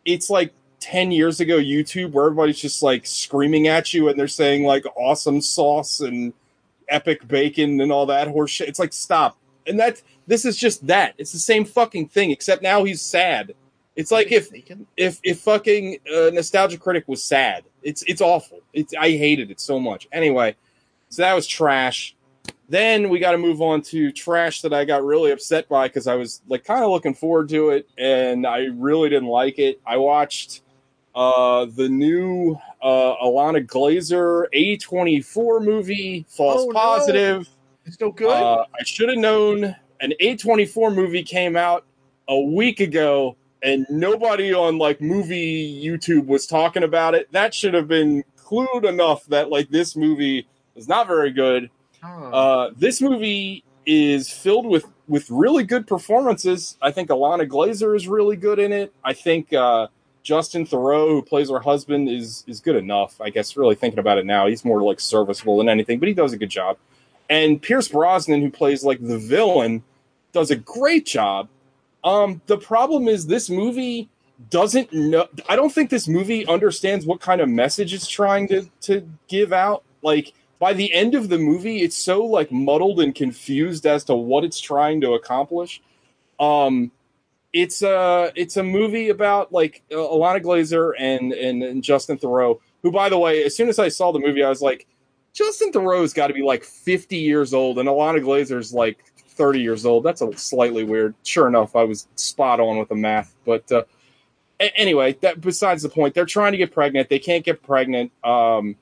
[SPEAKER 10] it's like ten years ago YouTube, where everybody's just like screaming at you and they're saying like awesome sauce and epic bacon and all that horse shit. It's like stop. And that this is just that. It's the same fucking thing, except now he's sad. It's like if if if fucking uh, nostalgia critic was sad. It's it's awful. It's I hated it so much. Anyway, so that was trash. Then we got to move on to trash that I got really upset by because I was like kind of looking forward to it and I really didn't like it. I watched uh, the new uh, Alana Glazer A24 movie, False
[SPEAKER 13] Oh, no.
[SPEAKER 10] Positive.
[SPEAKER 13] It's no good.
[SPEAKER 10] Uh, I should have known an A24 movie came out a week ago and nobody on like movie YouTube was talking about it. That should have been clued enough that like this movie is not very good.
[SPEAKER 13] Oh.
[SPEAKER 10] Uh, this movie is filled with with really good performances. I think Alana Glazer is really good in it. I think uh, Justin Thoreau, who plays her husband, is is good enough. I guess really thinking about it now, he's more like serviceable than anything, but he does a good job. And Pierce Brosnan, who plays like the villain, does a great job. Um, the problem is this movie doesn't know. I don't think this movie understands what kind of message it's trying to to give out. Like by the end of the movie, it's so like muddled and confused as to what it's trying to accomplish. Um, it's a it's a movie about like uh, Alana Glazer and, and and Justin Thoreau. Who, by the way, as soon as I saw the movie, I was like, Justin Thoreau's got to be like 50 years old, and Alana Glazer's like 30 years old. That's a slightly weird. Sure enough, I was spot on with the math. But uh, a- anyway, that besides the point, they're trying to get pregnant. They can't get pregnant. Um,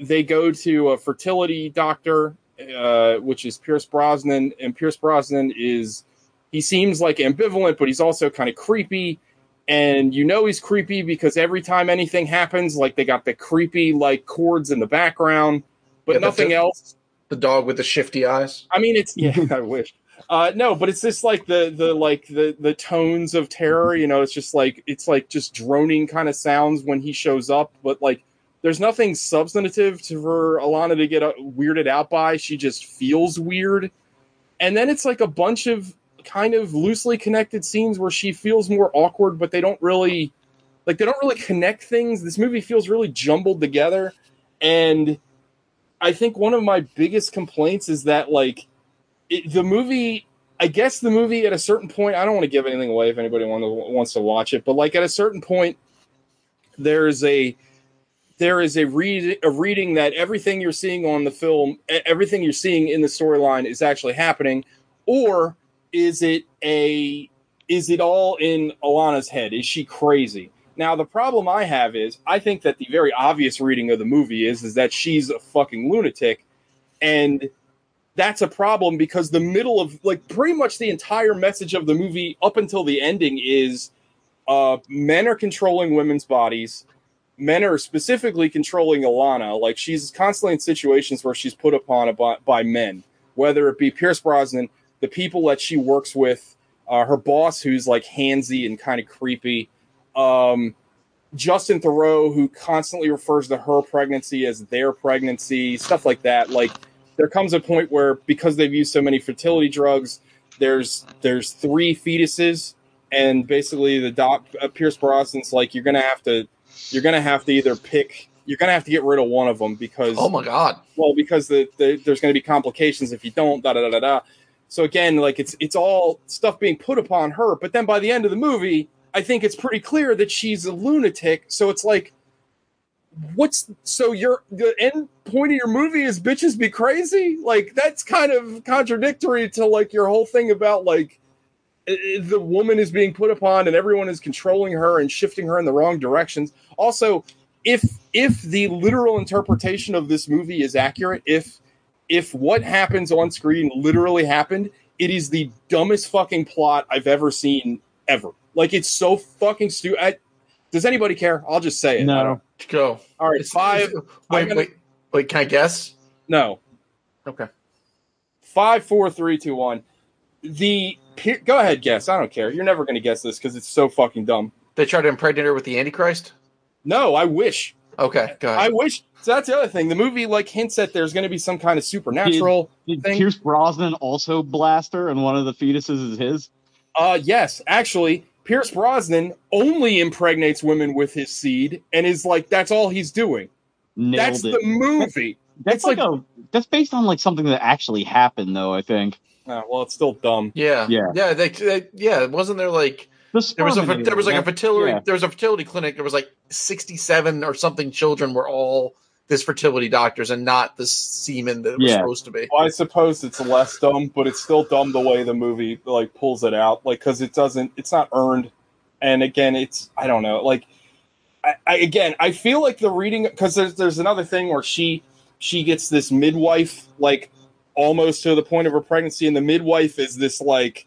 [SPEAKER 10] they go to a fertility doctor, uh, which is Pierce Brosnan, and Pierce Brosnan is he seems like ambivalent, but he's also kind of creepy. And you know he's creepy because every time anything happens, like they got the creepy like chords in the background, but
[SPEAKER 13] Yeah, but
[SPEAKER 10] nothing
[SPEAKER 13] the-
[SPEAKER 10] else.
[SPEAKER 13] The dog with the shifty eyes.
[SPEAKER 10] I mean, it's yeah, I wish. Uh, no, but it's just like the the like the the tones of terror. You know, it's just like it's like just droning kind of sounds when he shows up. But like, there's nothing substantive to for Alana to get uh, weirded out by. She just feels weird. And then it's like a bunch of kind of loosely connected scenes where she feels more awkward, but they don't really like they don't really connect things. This movie feels really jumbled together, and I think one of my biggest complaints is that like it, the movie. I guess the movie at a certain point. I don't want to give anything away if anybody want to, wants to watch it, but like at a certain point, there is a there is a read a reading that everything you're seeing on the film, e- everything you're seeing in the storyline is actually happening, or is it a is it all in Alana's head? Is she crazy? Now the problem I have is I think that the very obvious reading of the movie is is that she's a fucking lunatic, and that's a problem because the middle of like pretty much the entire message of the movie up until the ending is
[SPEAKER 11] uh, men are controlling women's bodies. Men are specifically controlling Alana. Like she's constantly in situations where she's put upon by, by men, whether it be Pierce Brosnan, the people that she works with, uh, her boss who's like handsy and kind of creepy, um, Justin Thoreau who constantly refers to her pregnancy as their pregnancy, stuff like that. Like there comes a point where because they've used so many fertility drugs, there's there's three fetuses and basically the doc uh, Pierce Brosnan's like you're gonna have to you're gonna have to either pick you're gonna have to get rid of one of them because
[SPEAKER 13] oh my god
[SPEAKER 11] well because the, the there's gonna be complications if you don't da da da da da so again like it's it's all stuff being put upon her but then by the end of the movie I think it's pretty clear that she's a lunatic so it's like what's so your the end point of your movie is bitches be crazy like that's kind of contradictory to like your whole thing about like the woman is being put upon and everyone is controlling her and shifting her in the wrong directions also if if the literal interpretation of this movie is accurate if if what happens on screen literally happened it is the dumbest fucking plot i've ever seen ever like it's so fucking stupid does anybody care i'll just say it
[SPEAKER 10] no
[SPEAKER 13] go
[SPEAKER 11] all right five
[SPEAKER 13] wait
[SPEAKER 11] I'm gonna-
[SPEAKER 13] wait wait can i guess
[SPEAKER 11] no
[SPEAKER 13] okay
[SPEAKER 11] five four three two one the Pier- go ahead guess i don't care you're never going to guess this because it's so fucking dumb
[SPEAKER 13] they tried to impregnate her with the antichrist
[SPEAKER 11] no i wish
[SPEAKER 13] okay go ahead
[SPEAKER 11] i wish so that's the other thing the movie like hints that there's going to be some kind of supernatural
[SPEAKER 10] Did
[SPEAKER 11] thing
[SPEAKER 10] Pierce Brosnan also blaster and one of the fetuses is his?
[SPEAKER 11] uh yes actually pierce brosnan only impregnates women with his seed and is like that's all he's doing
[SPEAKER 10] Nailed
[SPEAKER 11] that's
[SPEAKER 10] it.
[SPEAKER 11] the movie
[SPEAKER 10] That's like, a that's based on like something that actually happened though, I think.
[SPEAKER 11] oh, well it's still dumb
[SPEAKER 13] yeah
[SPEAKER 10] Yeah.
[SPEAKER 13] yeah they, they, yeah wasn't there like
[SPEAKER 10] The
[SPEAKER 13] there was a
[SPEAKER 10] sperminator,
[SPEAKER 13] there was like a
[SPEAKER 10] right?
[SPEAKER 13] fertility
[SPEAKER 10] Yeah.
[SPEAKER 13] there was a fertility clinic there was like 67 or something children were all this fertility doctors and not the semen that it was
[SPEAKER 10] Yeah.
[SPEAKER 13] supposed to be
[SPEAKER 11] Well, I suppose it's less dumb, but it's still dumb the way the movie like pulls it out, like because it doesn't, it's not earned, and again, it's I don't know, like I, I again, I feel like the reading because there's there's another thing where she she gets this midwife like almost to the point of her pregnancy, and the midwife is this like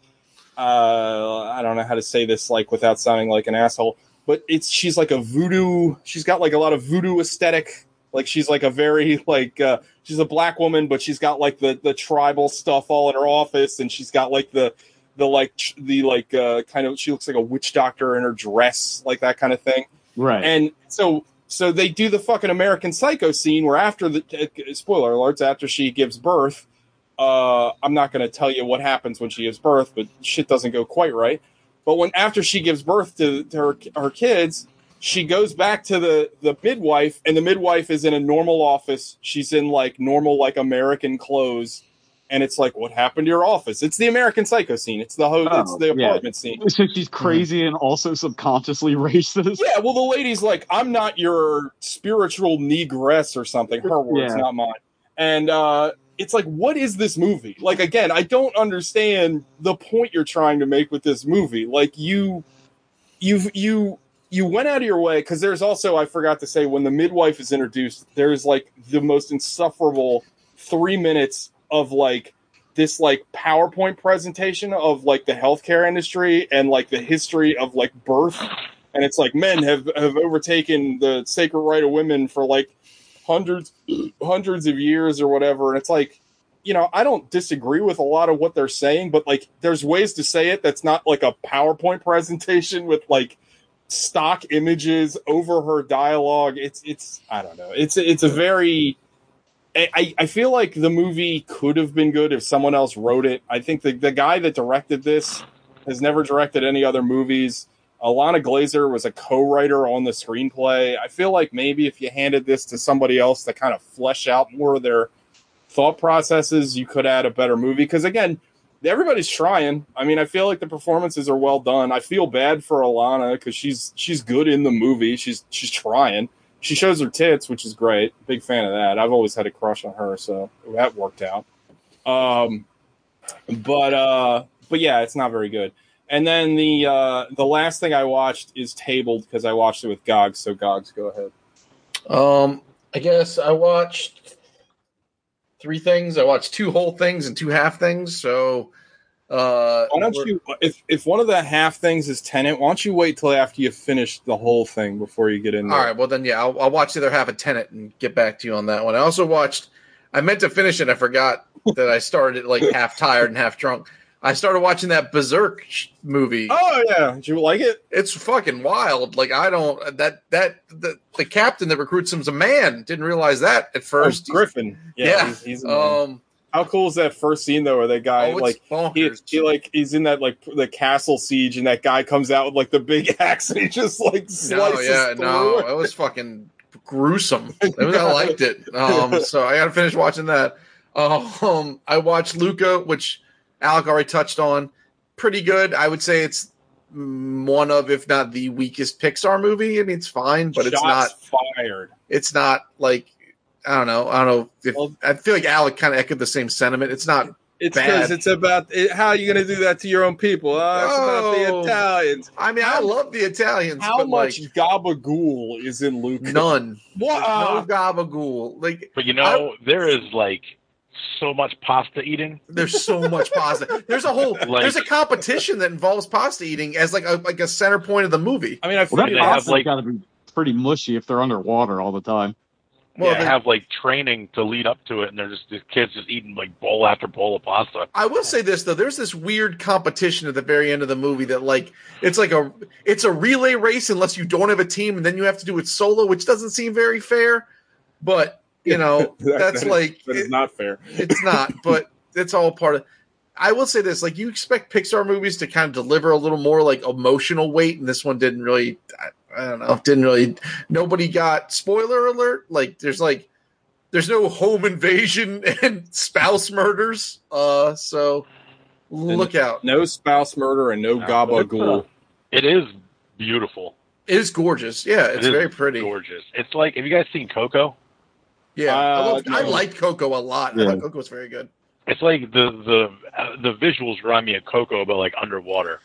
[SPEAKER 11] uh, I don't know how to say this like without sounding like an asshole, but it's she's like a voodoo. She's got like a lot of voodoo aesthetic. Like she's like a very like uh, she's a black woman, but she's got like the the tribal stuff all in her office, and she's got like the the like ch- the like uh, kind of she looks like a witch doctor in her dress, like that kind of thing.
[SPEAKER 10] Right.
[SPEAKER 11] And so so they do the fucking American Psycho scene where after the uh, spoiler alerts after she gives birth, uh, I'm not going to tell you what happens when she gives birth, but shit doesn't go quite right. But when after she gives birth to, to her her kids, she goes back to the the midwife, and the midwife is in a normal office. She's in like normal like American clothes, and it's like, what happened to your office? It's the American Psycho scene. It's the ho- it's
[SPEAKER 10] Oh,
[SPEAKER 11] the
[SPEAKER 10] yeah.
[SPEAKER 11] apartment scene. Mm-hmm.
[SPEAKER 10] So she's crazy and also subconsciously racist.
[SPEAKER 11] Yeah, well, the lady's like, I'm not your spiritual negress or something. Her words,
[SPEAKER 10] Yeah.
[SPEAKER 11] not mine. And uh, it's like, what is this movie? Like, again, I don't understand the point you're trying to make with this movie. Like, you, you, you, you went out of your way because there's also I forgot to say when the midwife is introduced, there's like the most insufferable three minutes of like this like PowerPoint presentation of like the healthcare industry and like the history of like birth and it's like men have have overtaken the sacred right of women for like hundreds hundreds of years or whatever and it's like you know i don't disagree with a lot of what they're saying but like there's ways to say it that's not like a powerpoint presentation with like stock images over her dialogue it's it's i don't know it's it's a very I- I, I feel like the movie could have been good if someone else wrote it. I think the, the guy that directed this has never directed any other movies. Alana Glazer was a co writer on the screenplay. I feel like maybe if you handed this to somebody else to kind of flesh out more of their thought processes, you could add a better movie. Because again, everybody's trying. I mean, I feel like the performances are well done. I feel bad for Alana because she's she's good in the movie. She's she's trying. She shows her tits, which is great. Big fan of that. I've always had a crush on her, so that worked out. Um, but uh, but yeah, it's not very good. And then the uh, the last thing I watched is Tabled because I watched it with Gogs. So Gogs, go ahead.
[SPEAKER 13] Um, I guess I watched three things. I watched two whole things and two half things. So Uh,
[SPEAKER 11] why don't you? If if one of the half things is Tenant, why don't you wait till after you finish the whole thing before you get in? There?
[SPEAKER 13] All right. Well, then, yeah, I'll, I'll watch the other half of Tenet and get back to you on that one. I also watched. I meant to finish it. I forgot that I started like half tired and half drunk. I started watching that Berserk sh- movie.
[SPEAKER 11] Oh yeah, did you like it?
[SPEAKER 13] It's fucking wild. Like I don't that that the, the captain that recruits him's a man. Didn't realize that at first.
[SPEAKER 11] Oh, Griffin.
[SPEAKER 13] Yeah. yeah. He's, he's um.
[SPEAKER 11] How cool is that first scene though, where that guy
[SPEAKER 13] Oh, it's
[SPEAKER 11] like he,
[SPEAKER 13] bonkers.
[SPEAKER 11] he like he's in that like the castle siege, and that guy comes out with like the big axe, and he just like
[SPEAKER 13] No,
[SPEAKER 11] slices
[SPEAKER 13] yeah,
[SPEAKER 11] through.
[SPEAKER 13] no, it was fucking gruesome. It was- I liked it. Um, so I got to finish watching that. Um, I watched Luca, which Alec already touched on. Pretty good. I would say it's mm, one of, if not the weakest Pixar movie. I mean, it's fine, but it's not.
[SPEAKER 11] Shots fired.
[SPEAKER 13] It's not like I don't know. I don't know. If, I feel like Alec kind of echoed the same sentiment. It's not.
[SPEAKER 11] It's
[SPEAKER 13] bad.
[SPEAKER 11] because it's about it, how are you going to do that to your own people. Uh, it's
[SPEAKER 13] Oh.
[SPEAKER 11] about the Italians.
[SPEAKER 13] I mean, I love the Italians.
[SPEAKER 11] How
[SPEAKER 13] but
[SPEAKER 11] much
[SPEAKER 13] Like,
[SPEAKER 11] gabagool is in uh, Luke?
[SPEAKER 13] none.
[SPEAKER 11] What?
[SPEAKER 13] No gabagool. Like,
[SPEAKER 17] But you know, there is like so much pasta eating.
[SPEAKER 13] There's so much pasta. There's a whole
[SPEAKER 17] Like-
[SPEAKER 13] there's a competition that involves pasta eating as like a like a center point of the movie.
[SPEAKER 11] I mean, I
[SPEAKER 10] Well, that
[SPEAKER 17] they have,
[SPEAKER 10] pasta's
[SPEAKER 17] like-
[SPEAKER 10] got to be pretty mushy if they're underwater all the time.
[SPEAKER 13] Well,
[SPEAKER 17] yeah,
[SPEAKER 13] they-
[SPEAKER 17] have like training to lead up to it, and they're just the kids just eating like bowl after bowl of pasta.
[SPEAKER 13] I will say this though, there's this weird competition at the very end of the movie that like it's like a it's a relay race unless you don't have a team and then you have to do it solo, which doesn't seem very fair. But you know,
[SPEAKER 11] That-
[SPEAKER 13] that's
[SPEAKER 11] that is-
[SPEAKER 13] like
[SPEAKER 11] that is not fair.
[SPEAKER 13] it's not, but it's all part of. I will say this: like you expect Pixar movies to kind of deliver a little more like emotional weight, and this one didn't really. I, I don't know. Didn't really. Nobody got spoiler alert. Like there's like there's no home invasion and spouse murders. Uh, so look out.
[SPEAKER 11] No spouse murder and no
[SPEAKER 13] uh,
[SPEAKER 11] gabagool.
[SPEAKER 17] It is beautiful.
[SPEAKER 13] It is gorgeous. Yeah,
[SPEAKER 17] It
[SPEAKER 13] it's
[SPEAKER 17] is
[SPEAKER 13] very pretty.
[SPEAKER 17] Gorgeous. It's like have you guys seen Coco?
[SPEAKER 13] Yeah, I,
[SPEAKER 17] Uh,
[SPEAKER 13] love, I
[SPEAKER 17] no.
[SPEAKER 13] liked Coco a lot. I
[SPEAKER 17] Yeah.
[SPEAKER 13] thought Coco was very good.
[SPEAKER 17] It's like the the uh, the visuals remind me of Coco, but like underwater.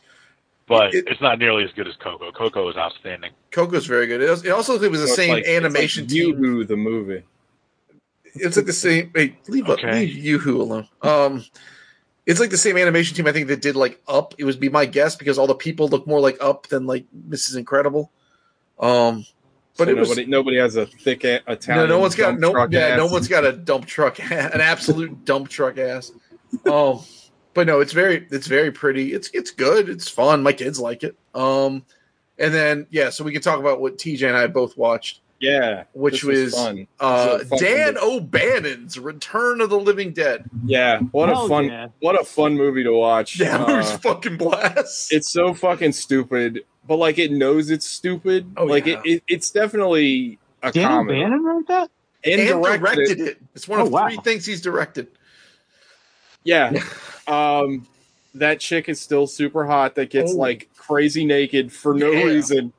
[SPEAKER 17] But it's not nearly as good as Coco. Coco is outstanding.
[SPEAKER 13] Coco's very good. It, was, it also it was the
[SPEAKER 17] So it's
[SPEAKER 13] same
[SPEAKER 17] like- it's like
[SPEAKER 13] animation team
[SPEAKER 11] Yoo-hoo, the movie.
[SPEAKER 13] it's like the same. Wait, leave up, leave Yoo-Hoo alone. Um, it's like the same animation team I think that did like Up. It would be my guess because all the people look more like Up than like Mrs. Incredible. Um, but
[SPEAKER 11] So
[SPEAKER 13] it was
[SPEAKER 11] nobody, nobody has a thick a-
[SPEAKER 13] no,
[SPEAKER 11] Italian.
[SPEAKER 13] no one's got
[SPEAKER 11] dump
[SPEAKER 13] no,
[SPEAKER 11] truck
[SPEAKER 13] yeah,
[SPEAKER 11] ass.
[SPEAKER 13] no one's got a dump truck, ass, an absolute dump truck ass. Um, but no, it's very, it's very pretty. It's it's good. It's fun. My kids like it. Um, and then yeah, so we can talk about what TJ and I both watched
[SPEAKER 11] Yeah,
[SPEAKER 13] which
[SPEAKER 11] this
[SPEAKER 13] was,
[SPEAKER 11] fun.
[SPEAKER 13] uh,
[SPEAKER 11] This was fun.
[SPEAKER 13] Dan O'Bannon's Return of the Living Dead.
[SPEAKER 11] Yeah, what
[SPEAKER 13] Hell
[SPEAKER 11] a fun,
[SPEAKER 13] yeah.
[SPEAKER 11] what a fun movie to watch.
[SPEAKER 13] Yeah, it was
[SPEAKER 11] Uh,
[SPEAKER 13] fucking blast.
[SPEAKER 11] it's so fucking stupid, but like it knows it's stupid. like
[SPEAKER 13] Oh, yeah.
[SPEAKER 11] it, it, it's definitely a
[SPEAKER 10] Dan
[SPEAKER 11] comedy.
[SPEAKER 10] O'Bannon wrote that?
[SPEAKER 11] And directed
[SPEAKER 13] directed
[SPEAKER 11] it.
[SPEAKER 13] it. It's one of
[SPEAKER 11] Oh, wow.
[SPEAKER 13] three things he's directed.
[SPEAKER 11] Yeah, um, that chick is still super hot. That gets
[SPEAKER 13] Oh.
[SPEAKER 11] like crazy naked for no
[SPEAKER 13] Yeah.
[SPEAKER 11] reason.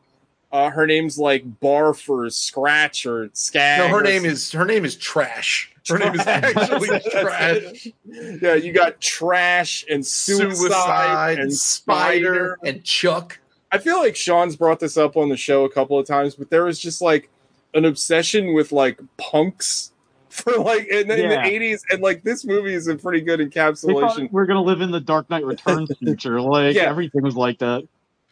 [SPEAKER 11] Uh, her name's like Barf or Scratch or Scag.
[SPEAKER 13] No, her
[SPEAKER 11] or
[SPEAKER 13] name is her name is Trash. Her name is actually Trash.
[SPEAKER 11] Yeah, you got trash and suicide,
[SPEAKER 13] Suicide,
[SPEAKER 11] and
[SPEAKER 13] Spider,
[SPEAKER 11] spider
[SPEAKER 13] and Chuck.
[SPEAKER 11] I feel like Sean's brought this up on the show a couple of times, but there was just like an obsession with like punks for like in, in
[SPEAKER 10] Yeah.
[SPEAKER 11] the eighties, and like this movie is a pretty good
[SPEAKER 10] They thought
[SPEAKER 11] encapsulation.
[SPEAKER 10] we're gonna live in the Dark Knight Returns future. Like
[SPEAKER 11] Yeah.
[SPEAKER 10] everything was like that.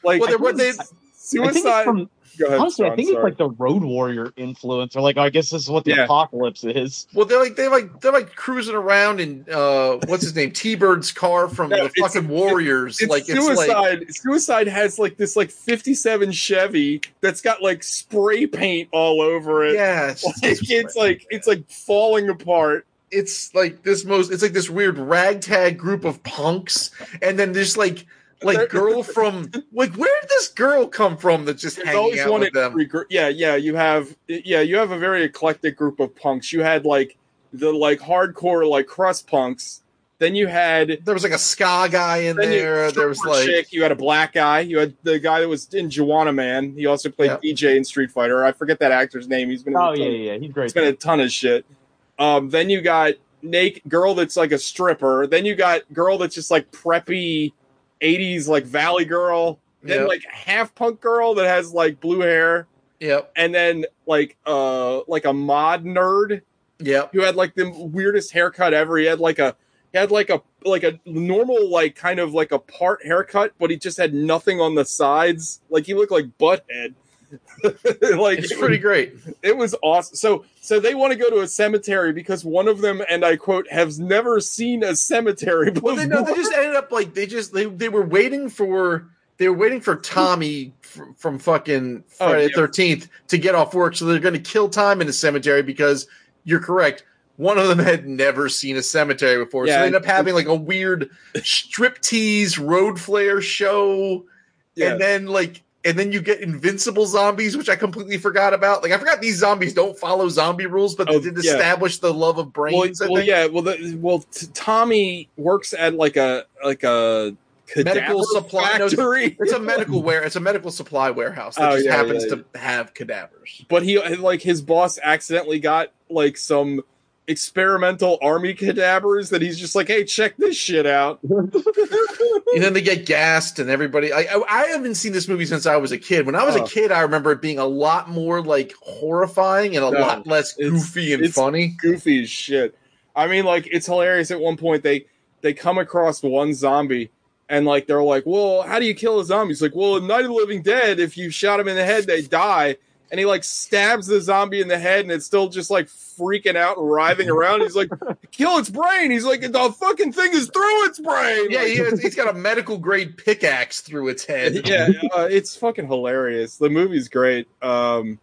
[SPEAKER 11] Like
[SPEAKER 13] Well, there were- they-
[SPEAKER 10] I think
[SPEAKER 11] suicide.
[SPEAKER 10] it's from,
[SPEAKER 11] Go ahead,
[SPEAKER 10] honestly,
[SPEAKER 11] Sean,
[SPEAKER 10] I think
[SPEAKER 11] sorry.
[SPEAKER 10] it's like the Road Warrior influence, or like I guess this is what the
[SPEAKER 11] Yeah.
[SPEAKER 10] apocalypse is.
[SPEAKER 13] Well, they're like they're like they're like cruising around in uh, what's his name T Bird's car from
[SPEAKER 11] Yeah,
[SPEAKER 13] the
[SPEAKER 11] it's-
[SPEAKER 13] fucking Warriors.
[SPEAKER 11] it's
[SPEAKER 13] like it's like
[SPEAKER 11] suicide. suicide has like this like '57 Chevy that's got like spray paint all over it.
[SPEAKER 13] Yeah, it's-
[SPEAKER 11] like, it's, like it's like falling apart.
[SPEAKER 13] it's like this most it's like this weird ragtag group of punks and then there's like like girl from like where did this girl come from that's just
[SPEAKER 11] There's
[SPEAKER 13] hanging
[SPEAKER 11] always
[SPEAKER 13] out
[SPEAKER 11] one
[SPEAKER 13] with
[SPEAKER 11] in
[SPEAKER 13] them
[SPEAKER 11] every group. Yeah, yeah. You have yeah, you have a very eclectic group of punks. You had like the like hardcore like crust punks. Then you had
[SPEAKER 13] there was like a ska guy in
[SPEAKER 11] then you-
[SPEAKER 13] there there was
[SPEAKER 11] short
[SPEAKER 13] like
[SPEAKER 11] chick, you had a black guy. You had the guy that was in Juana Man. He also played DJ in Street Fighter. I forget that actor's name. He's been in a
[SPEAKER 10] Oh
[SPEAKER 11] ton-
[SPEAKER 10] yeah, yeah, yeah, he's great.
[SPEAKER 11] It's been a ton of shit. Um, then you got naked girl that's like a stripper. Then you got girl that's just like preppy '80s like Valley girl. Then
[SPEAKER 13] Yep.
[SPEAKER 11] like half punk girl that has like blue hair.
[SPEAKER 13] Yep.
[SPEAKER 11] And then like uh like a mod nerd
[SPEAKER 13] yep
[SPEAKER 11] who had like the weirdest haircut ever. He had like a he had like a like a normal like kind of like a part haircut, but he just had nothing on the sides. Like he looked like Butthead. like
[SPEAKER 13] it's pretty great.
[SPEAKER 11] It was awesome. So so they want to go to a cemetery because one of them and I quote has never seen a cemetery before.
[SPEAKER 13] Well, they, no, they just ended up like they just they they were waiting for they were waiting for Tommy fr- from fucking Friday the
[SPEAKER 11] Oh, yeah.
[SPEAKER 13] Thirteenth to get off work, so they're going to kill time in the cemetery because you're correct. One of them had never seen a cemetery before, so
[SPEAKER 11] Yeah,
[SPEAKER 13] they end up
[SPEAKER 11] and-
[SPEAKER 13] having like a weird striptease road flare show,
[SPEAKER 11] Yeah.
[SPEAKER 13] and then like and then you get invincible zombies, which I completely forgot about. Like I forgot these zombies don't follow zombie rules, but they
[SPEAKER 11] Oh,
[SPEAKER 13] did
[SPEAKER 11] yeah.
[SPEAKER 13] establish the love of
[SPEAKER 11] well,
[SPEAKER 13] brains. I
[SPEAKER 11] well
[SPEAKER 13] think.
[SPEAKER 11] yeah, well the, well t- Tommy works at like a like a cadaver
[SPEAKER 13] medical supply no,
[SPEAKER 11] factory.
[SPEAKER 13] it's a medical ware. It's a medical supply warehouse that
[SPEAKER 11] Oh,
[SPEAKER 13] just
[SPEAKER 11] yeah,
[SPEAKER 13] happens
[SPEAKER 11] yeah,
[SPEAKER 13] to have cadavers.
[SPEAKER 11] but he like his boss accidentally got like some experimental army cadavers that he's just like, hey, check this shit out.
[SPEAKER 13] And then they get gassed, and everybody. I, I, I haven't seen this movie since I was a kid. When I was
[SPEAKER 11] Oh.
[SPEAKER 13] a kid, I remember it being a lot more like horrifying and a
[SPEAKER 11] No,
[SPEAKER 13] lot less goofy and
[SPEAKER 11] it's
[SPEAKER 13] funny.
[SPEAKER 11] goofy as shit. I mean, like it's hilarious. At one point, they they come across one zombie, and like they're like, "Well, how do you kill a zombie?" He's like, "Well, in Night of the Living Dead, if you shot him in the head, they die." And he like stabs the zombie in the head, and it's still just like freaking out and writhing around. He's like, "Kill its brain." He's like, "The fucking thing is through its brain."
[SPEAKER 13] Yeah,
[SPEAKER 11] Like,
[SPEAKER 13] he has, he's got a medical grade pickaxe through its head.
[SPEAKER 11] yeah, uh, it's fucking hilarious. The movie's great. Um,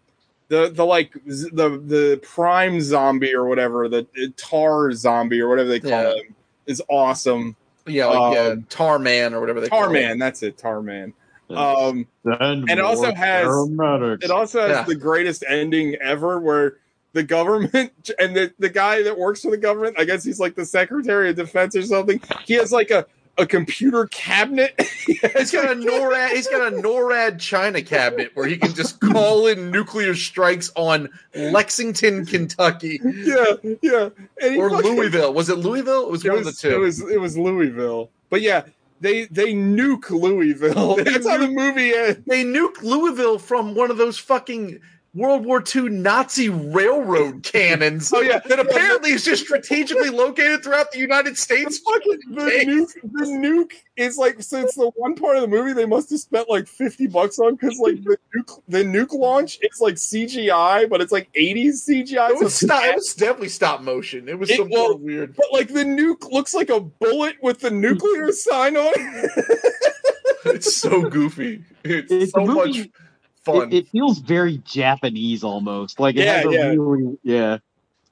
[SPEAKER 11] the the like z- the the prime zombie or whatever, the uh, tar zombie or whatever they call
[SPEAKER 13] Yeah.
[SPEAKER 11] him, is awesome.
[SPEAKER 13] yeah, like uh,
[SPEAKER 11] Um,
[SPEAKER 13] Tar Man or whatever they
[SPEAKER 11] Tar
[SPEAKER 13] call it.
[SPEAKER 11] man, that's it, tar man. Um,
[SPEAKER 16] Then
[SPEAKER 11] and it also
[SPEAKER 16] more
[SPEAKER 11] has-
[SPEAKER 16] paramedics.
[SPEAKER 11] it also has
[SPEAKER 13] Yeah.
[SPEAKER 11] the greatest ending ever, where the government and the the guy that works for the government, I guess he's like the Secretary of Defense or something. He has like a a computer cabinet.
[SPEAKER 13] He's got a NORAD. He's got a NORAD China cabinet where he can just call in nuclear strikes on Lexington, Kentucky,
[SPEAKER 11] yeah, yeah. And he
[SPEAKER 13] or
[SPEAKER 11] fucking-
[SPEAKER 13] Louisville. Was it Louisville? It was
[SPEAKER 11] It
[SPEAKER 13] one
[SPEAKER 11] was,
[SPEAKER 13] of the two.
[SPEAKER 11] It was it was Louisville. But yeah, they they nuke Louisville.
[SPEAKER 13] They
[SPEAKER 11] That's how the movie ends.
[SPEAKER 13] They nuked Louisville from one of those fucking World War II Nazi railroad cannons.
[SPEAKER 11] Oh, yeah.
[SPEAKER 13] that apparently is just strategically located throughout the United States.
[SPEAKER 11] Fucking the nuke, the nuke is like since the one part of the movie they must have spent like fifty bucks on because like the nuke the nuke launch is like CGI, but it's like eighties CGI.
[SPEAKER 13] It
[SPEAKER 11] so
[SPEAKER 13] was, stop, it was definitely stop motion. It was
[SPEAKER 11] It
[SPEAKER 13] some sort
[SPEAKER 11] was-
[SPEAKER 13] of weird.
[SPEAKER 11] But like the nuke looks like a bullet with the nuclear sign on. it.
[SPEAKER 13] It's so goofy. It's,
[SPEAKER 10] It's
[SPEAKER 13] so
[SPEAKER 10] a movie-
[SPEAKER 13] much fun.
[SPEAKER 10] It, it feels very Japanese almost. Like it
[SPEAKER 11] Yeah,
[SPEAKER 10] has a
[SPEAKER 11] yeah.
[SPEAKER 10] really yeah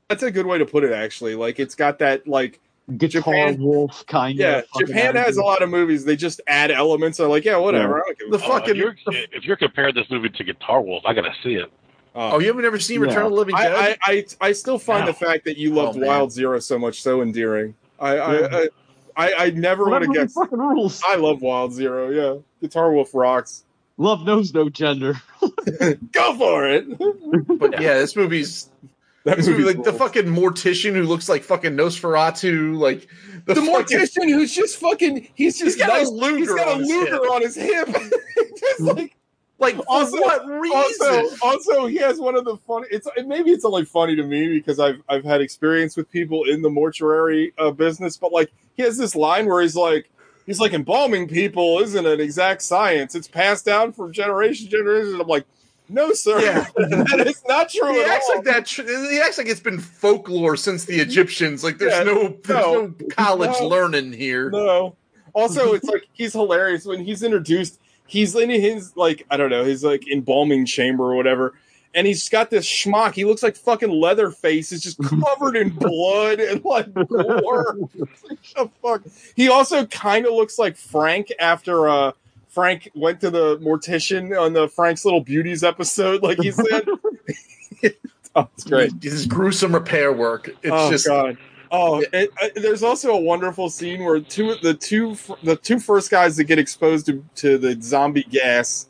[SPEAKER 11] That's a good way to put it. Actually, like it's got that like
[SPEAKER 10] guitar
[SPEAKER 11] Japan-
[SPEAKER 10] wolf kind
[SPEAKER 11] yeah.
[SPEAKER 10] of. fucking
[SPEAKER 11] Japan has a
[SPEAKER 10] attitude.
[SPEAKER 11] lot of movies. They just add elements. They're like, yeah, whatever.
[SPEAKER 10] Yeah.
[SPEAKER 11] I don't give a
[SPEAKER 13] the
[SPEAKER 11] fuck.
[SPEAKER 17] Oh, if,
[SPEAKER 13] fucking.
[SPEAKER 17] you're, if you're comparing this movie to Guitar Wolf, I gotta see it.
[SPEAKER 13] oh, you haven't ever seen Return
[SPEAKER 10] Yeah.
[SPEAKER 13] of the Living Dead?
[SPEAKER 11] I, I, I, I still find
[SPEAKER 17] No.
[SPEAKER 11] the fact that you
[SPEAKER 13] Oh,
[SPEAKER 11] loved
[SPEAKER 13] man.
[SPEAKER 11] Wild Zero so much so endearing. I I, I, I, I never
[SPEAKER 10] Well,
[SPEAKER 11] would
[SPEAKER 10] that
[SPEAKER 11] have
[SPEAKER 10] movie
[SPEAKER 11] guessed.
[SPEAKER 10] fucking rules.
[SPEAKER 11] I love Wild Zero. Yeah, Guitar Wolf rocks.
[SPEAKER 10] Love knows no gender.
[SPEAKER 11] Go for it.
[SPEAKER 13] but yeah, this movie's
[SPEAKER 11] That
[SPEAKER 13] this movie,
[SPEAKER 11] movie,
[SPEAKER 13] like the fucking mortician who looks like fucking Nosferatu, like
[SPEAKER 11] the
[SPEAKER 13] fucking-
[SPEAKER 11] mortician who's just fucking. He's just
[SPEAKER 13] got a
[SPEAKER 11] nice-
[SPEAKER 13] Luger
[SPEAKER 11] He's got a
[SPEAKER 13] on his
[SPEAKER 11] Luger
[SPEAKER 13] hip.
[SPEAKER 11] on his hip. just like
[SPEAKER 13] Like for
[SPEAKER 11] Also-
[SPEAKER 13] what reason?
[SPEAKER 11] also, also he has one of the funny. It's and maybe it's only funny to me because I've I've had experience with people in the mortuary uh, business, but like he has this line where he's like, he's like embalming people isn't an exact science. It's passed down from generation to generation. I'm like, no, sir,
[SPEAKER 13] Yeah.
[SPEAKER 11] that is not true.
[SPEAKER 13] he
[SPEAKER 11] at
[SPEAKER 13] acts
[SPEAKER 11] all.
[SPEAKER 13] like that. tr- He acts like it's been folklore since the Egyptians. Like there's
[SPEAKER 11] Yeah,
[SPEAKER 13] no there's no,
[SPEAKER 11] no.
[SPEAKER 13] college
[SPEAKER 11] No.
[SPEAKER 13] learning here.
[SPEAKER 11] No. Also, it's like he's hilarious when he's introduced. He's in his like I don't know his like embalming chamber or whatever, and he's got this schmuck. He looks like fucking Leatherface. He's just covered in blood and like gore. It's like, the fuck. He also kind of looks like Frank after uh Frank went to the mortician on the Frank's Little Beauties episode. Like he's in. oh, it's great.
[SPEAKER 13] This is gruesome repair work. It's
[SPEAKER 11] oh
[SPEAKER 13] just
[SPEAKER 11] god. Oh, it, uh, there's also a wonderful scene where two the two fir- the two first guys that get exposed to, to the zombie gas,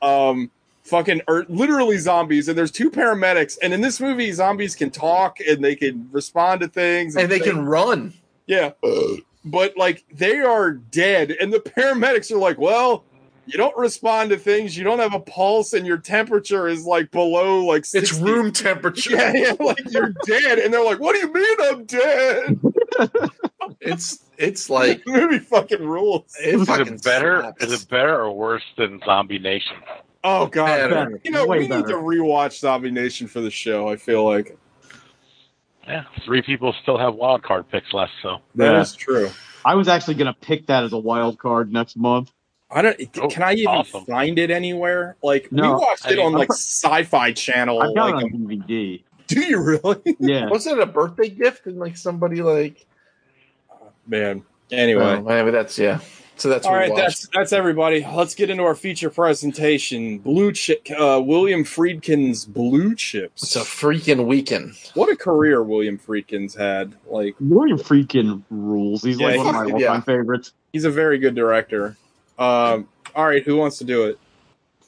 [SPEAKER 11] um, fucking are literally zombies, and there's two paramedics, and in this movie, zombies can talk and they can respond to things,
[SPEAKER 13] and they can run.
[SPEAKER 11] yeah, but like they are dead, and the paramedics are like, well. You don't respond to things. You don't have a pulse, and your temperature is like below like 60.
[SPEAKER 13] It's room temperature.
[SPEAKER 11] Yeah, yeah, like you're dead, and they're like, "What do you mean I'm dead?"
[SPEAKER 13] It's It's like
[SPEAKER 11] the movie fucking rules.
[SPEAKER 13] It
[SPEAKER 17] is
[SPEAKER 13] fucking
[SPEAKER 17] it better?
[SPEAKER 13] slaps.
[SPEAKER 17] Is it better or worse than Zombie Nation?
[SPEAKER 11] Oh god,
[SPEAKER 13] Better.
[SPEAKER 11] you know
[SPEAKER 13] Way
[SPEAKER 11] we need
[SPEAKER 13] better.
[SPEAKER 11] to rewatch Zombie Nation for the show. I feel like
[SPEAKER 17] Yeah, three people still have wild card picks left, so
[SPEAKER 11] that is true.
[SPEAKER 10] I was actually going to pick that as a wild card next month.
[SPEAKER 11] I don't. Can I even
[SPEAKER 17] Oh, awesome.
[SPEAKER 11] find it anywhere? Like
[SPEAKER 10] No,
[SPEAKER 11] we watched it
[SPEAKER 10] I-
[SPEAKER 11] on like Sci-Fi Channel.
[SPEAKER 10] I've got
[SPEAKER 11] like,
[SPEAKER 10] it on DVD.
[SPEAKER 11] Do you really?
[SPEAKER 10] Yeah.
[SPEAKER 13] Wasn't it a birthday gift and like somebody like
[SPEAKER 11] Man. Anyway.
[SPEAKER 13] Oh, maybe that's yeah. So that's
[SPEAKER 11] All
[SPEAKER 13] what we
[SPEAKER 11] right,
[SPEAKER 13] watched.
[SPEAKER 11] that's that's everybody. Let's get into our feature presentation. Blue chip, uh, William Friedkin's blue chips.
[SPEAKER 13] It's a freaking weekend.
[SPEAKER 11] What a career William Friedkin's had! Like
[SPEAKER 10] William Friedkin rules. He's like
[SPEAKER 11] Yeah,
[SPEAKER 10] one of my
[SPEAKER 11] he-
[SPEAKER 10] all-time
[SPEAKER 11] yeah.
[SPEAKER 10] favorites.
[SPEAKER 11] he's a very good director. Um, all right, who wants to do it?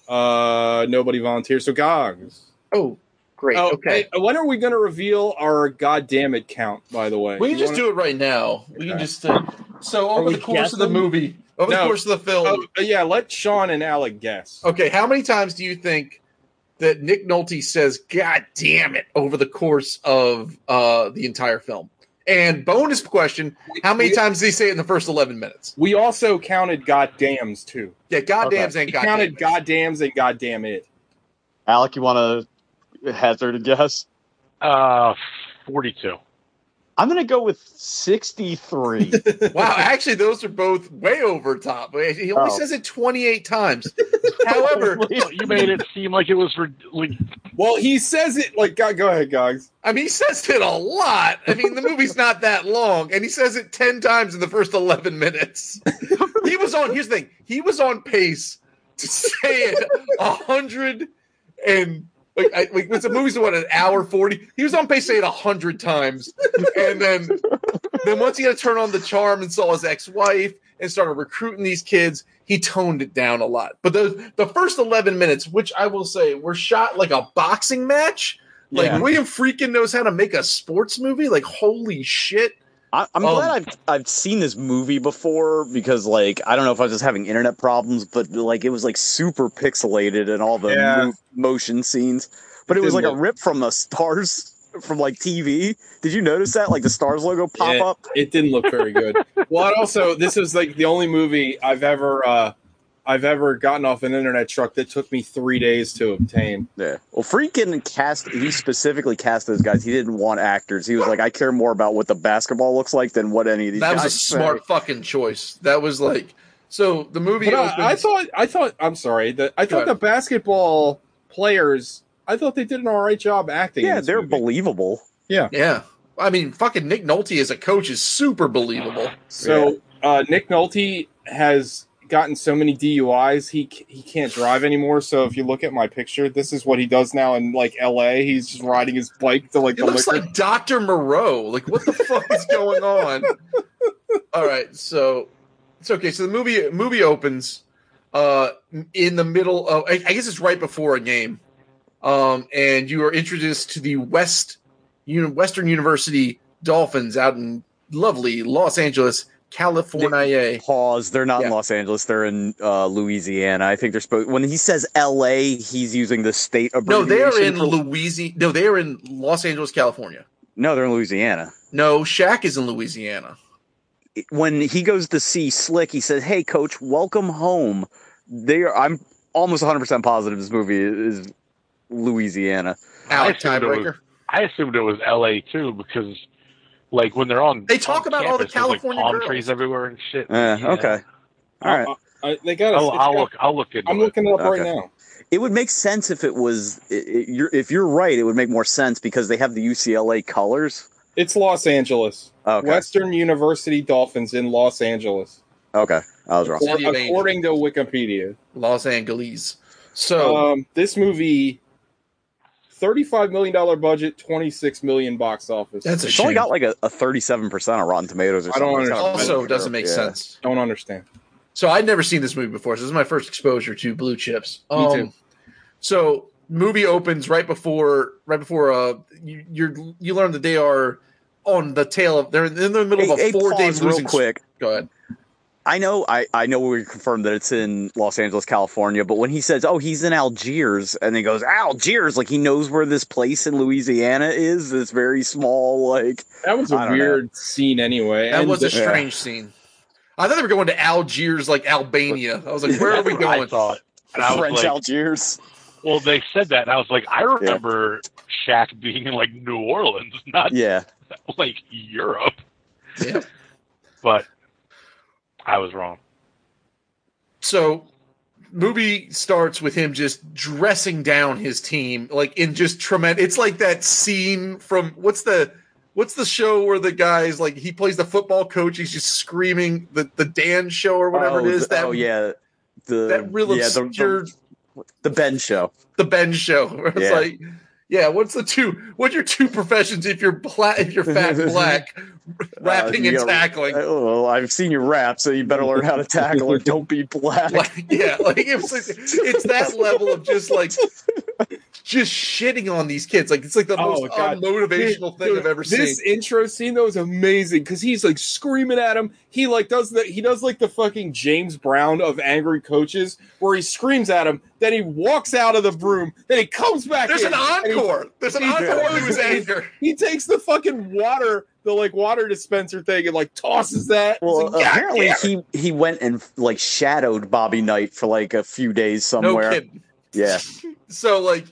[SPEAKER 11] Uh, nobody volunteers. So Gogs.
[SPEAKER 13] Oh, great.
[SPEAKER 11] Oh,
[SPEAKER 13] okay.
[SPEAKER 11] hey, when are we going to reveal our goddamn it count? By the way,
[SPEAKER 13] we
[SPEAKER 11] You
[SPEAKER 13] can just
[SPEAKER 11] wanna-
[SPEAKER 13] do it right now. We can
[SPEAKER 11] Okay.
[SPEAKER 13] just uh, so over
[SPEAKER 11] we
[SPEAKER 13] the course of the
[SPEAKER 11] guessing?
[SPEAKER 13] movie, over the
[SPEAKER 11] No.
[SPEAKER 13] course of the film.
[SPEAKER 11] Oh, yeah, let Sean and Alec guess.
[SPEAKER 13] Okay, how many times do you think that Nick Nolte says "God damn it" over the course of uh, the entire film? And bonus question: How many
[SPEAKER 11] we-
[SPEAKER 13] times does he say it in the first eleven minutes?
[SPEAKER 11] We also counted goddams too.
[SPEAKER 13] Yeah, goddams
[SPEAKER 11] We
[SPEAKER 13] and goddamn.
[SPEAKER 11] counted goddams and goddamn it.
[SPEAKER 10] Alec, you want to hazard a guess?
[SPEAKER 17] uh, forty-two.
[SPEAKER 10] I'm going to go with 63.
[SPEAKER 13] wow, actually, those are both way over top. He only
[SPEAKER 10] Oh.
[SPEAKER 13] says it twenty eight times. However,
[SPEAKER 17] You made it seem like it was rid- like,
[SPEAKER 11] Well, he says it like go, go ahead, Gogs.
[SPEAKER 13] I mean, he says it a lot. I mean, the movie's not that long, and he says it 10 times in the first 11 minutes. He was on, here's the thing, he was on pace to say it a 100 and, like, I, like what's the movie's what, an hour 40? He was on pace to say it a 100 times. And then, then once he had to turn on the charm and saw his ex wife and started recruiting these kids, he toned it down a lot. But those, the first 11 minutes, which I will say were shot like a boxing match. Like
[SPEAKER 10] Yeah.
[SPEAKER 13] William freaking knows how to make a sports movie. Like holy shit!
[SPEAKER 16] I, I'm
[SPEAKER 13] Um,
[SPEAKER 16] glad I've I've seen this movie before because like I don't know if I was just having internet problems, but like it was like super pixelated and all the
[SPEAKER 11] Yeah.
[SPEAKER 16] mo- motion scenes. But
[SPEAKER 11] It
[SPEAKER 16] it was like
[SPEAKER 11] didn't
[SPEAKER 16] a rip from the stars from like TV. Did you notice that? Like the stars logo pop
[SPEAKER 11] it,
[SPEAKER 16] up.
[SPEAKER 11] it didn't look very good. well, and also this is like the only movie I've ever uh I've ever gotten off an internet truck that took me three days to obtain.
[SPEAKER 16] Yeah. Well, freaking cast. He specifically cast those guys. He didn't want actors. He was like, I care more about what the basketball looks like than what any of these.
[SPEAKER 13] That was
[SPEAKER 16] guys
[SPEAKER 13] a smart
[SPEAKER 16] Say.
[SPEAKER 13] fucking choice. That was like so the movie.
[SPEAKER 11] But
[SPEAKER 13] opens-
[SPEAKER 11] I, I thought I thought I'm sorry. The, I
[SPEAKER 13] Go
[SPEAKER 11] thought the
[SPEAKER 13] ahead.
[SPEAKER 11] basketball players. I thought they did an all right job acting. in
[SPEAKER 16] Yeah,
[SPEAKER 11] this
[SPEAKER 16] they're
[SPEAKER 11] movie.
[SPEAKER 16] believable.
[SPEAKER 11] yeah.
[SPEAKER 13] yeah. I mean, fucking Nick Nolte as a coach is super believable.
[SPEAKER 11] So uh, Nick Nolte has gotten so many DUIs he c- he can't drive anymore. So if you look at my picture, this is what he does now in like L.A. He's just riding his bike to like
[SPEAKER 13] It
[SPEAKER 11] the
[SPEAKER 13] looks
[SPEAKER 11] liquor.
[SPEAKER 13] like Doctor Moreau. Like what the fuck is going on? All right, so it's okay. So the movie movie opens uh in the middle of I, I guess it's right before a game. Um and you are introduced to the West Uni- Western University Dolphins out in lovely Los Angeles, California.
[SPEAKER 16] Pause. They're not in
[SPEAKER 13] Yeah.
[SPEAKER 16] Los Angeles. They're in uh, Louisiana. I think they're supposed. When he says L.A., he's using the state
[SPEAKER 13] No,
[SPEAKER 16] abbreviation.
[SPEAKER 13] they are in
[SPEAKER 16] for-
[SPEAKER 13] Louisiana. No, they are in Los Angeles, California.
[SPEAKER 16] no, they're in Louisiana.
[SPEAKER 13] No, Shaq is in Louisiana.
[SPEAKER 16] When he goes to see Slick, he says, "Hey, coach, welcome home." They are. I'm almost 100 percent positive this movie is Louisiana.
[SPEAKER 13] Alec
[SPEAKER 17] I assumed it was-
[SPEAKER 13] tiebreaker.
[SPEAKER 17] I assumed it was L.A. too because, like, when they're on,
[SPEAKER 13] They talk
[SPEAKER 17] on
[SPEAKER 13] about all the
[SPEAKER 17] campus, there's, like,
[SPEAKER 13] California
[SPEAKER 17] palm
[SPEAKER 13] girls.
[SPEAKER 17] trees everywhere and shit.
[SPEAKER 16] Uh, Okay. All right.
[SPEAKER 11] Uh, uh, they got.
[SPEAKER 17] I'll, I'll look. I'll look into
[SPEAKER 11] I'm
[SPEAKER 17] it.
[SPEAKER 11] looking it up right
[SPEAKER 16] Okay.
[SPEAKER 11] now.
[SPEAKER 16] It would make sense if it was i i- you're, if you're right. It would make more sense because they have the UCLA colors.
[SPEAKER 11] It's Los Angeles.
[SPEAKER 16] Okay.
[SPEAKER 11] Western University Dolphins in Los Angeles,
[SPEAKER 16] Okay, I was wrong.
[SPEAKER 13] City of Angels.
[SPEAKER 11] according to Wikipedia.
[SPEAKER 13] Los Angeles. So
[SPEAKER 16] Uh,
[SPEAKER 11] Um, this movie, thirty-five million dollar budget, twenty-six million box office.
[SPEAKER 13] that's a
[SPEAKER 16] It's only
[SPEAKER 13] shame.
[SPEAKER 16] got like a, a 37% on Rotten Tomatoes or
[SPEAKER 11] I
[SPEAKER 16] something.
[SPEAKER 11] don't
[SPEAKER 16] It's not
[SPEAKER 11] understand.
[SPEAKER 16] really
[SPEAKER 13] also
[SPEAKER 16] sure.
[SPEAKER 13] doesn't make
[SPEAKER 16] Yeah.
[SPEAKER 13] sense.
[SPEAKER 11] Don't understand.
[SPEAKER 13] So I'd never seen this movie before. So this is my first exposure to blue chips. Um,
[SPEAKER 11] Me too.
[SPEAKER 13] So movie opens right before right before uh you you're, you learn that they are on the tail of they're in the middle of a
[SPEAKER 16] Hey, hey,
[SPEAKER 13] four day
[SPEAKER 16] pause real
[SPEAKER 13] losing
[SPEAKER 16] quick.
[SPEAKER 13] Go ahead.
[SPEAKER 16] I know, I, I know we confirmed that it's in Los Angeles, California, but when he says, oh, he's in Algiers, and he goes, Algiers, like he knows where this place in Louisiana is, this very small, like.
[SPEAKER 11] That was a weird know. scene anyway.
[SPEAKER 13] That and was a strange yeah. scene. I thought they were going to Algiers, like Albania. I was like, where are we going? I
[SPEAKER 14] thought.
[SPEAKER 16] And I French like, Algiers.
[SPEAKER 17] Well, they said that, and I was like, I remember yeah. Shaq being in like New Orleans, not
[SPEAKER 16] yeah,
[SPEAKER 17] like Europe.
[SPEAKER 13] Yeah.
[SPEAKER 17] but I was wrong.
[SPEAKER 13] So movie starts with him just dressing down his team like in just tremendous it's like that scene from what's the what's the show where the guys like he plays the football coach he's just screaming the the dan show or whatever
[SPEAKER 16] oh,
[SPEAKER 13] it is
[SPEAKER 16] the, that oh yeah the
[SPEAKER 13] that real yeah, obscure
[SPEAKER 16] the, the ben show Uh,
[SPEAKER 13] the ben show where it's yeah. like yeah, what's the two? What's your two professions if you're black? If you're fat black, rapping uh, and tackling.
[SPEAKER 16] Oh, I've seen you rap, so you better learn how to tackle or don't be black.
[SPEAKER 13] Like, yeah, like it's, it's that level of just like just shitting on these kids. Like it's like the oh, most God. unmotivational thing dude, I've ever
[SPEAKER 11] this seen. This intro scene though is amazing because he's like screaming at him. He like does that. He does like the fucking James Brown of angry coaches, where he screams at him, then he walks out of the room, then he comes back.
[SPEAKER 13] There's
[SPEAKER 11] in,
[SPEAKER 13] an encore. He, There's an encore to his anger.
[SPEAKER 11] He takes the fucking water the like water dispenser thing and like tosses that.
[SPEAKER 16] Well, like, apparently he he went and like shadowed Bobby Knight for like a few days somewhere. No kidding. Yeah.
[SPEAKER 13] so like,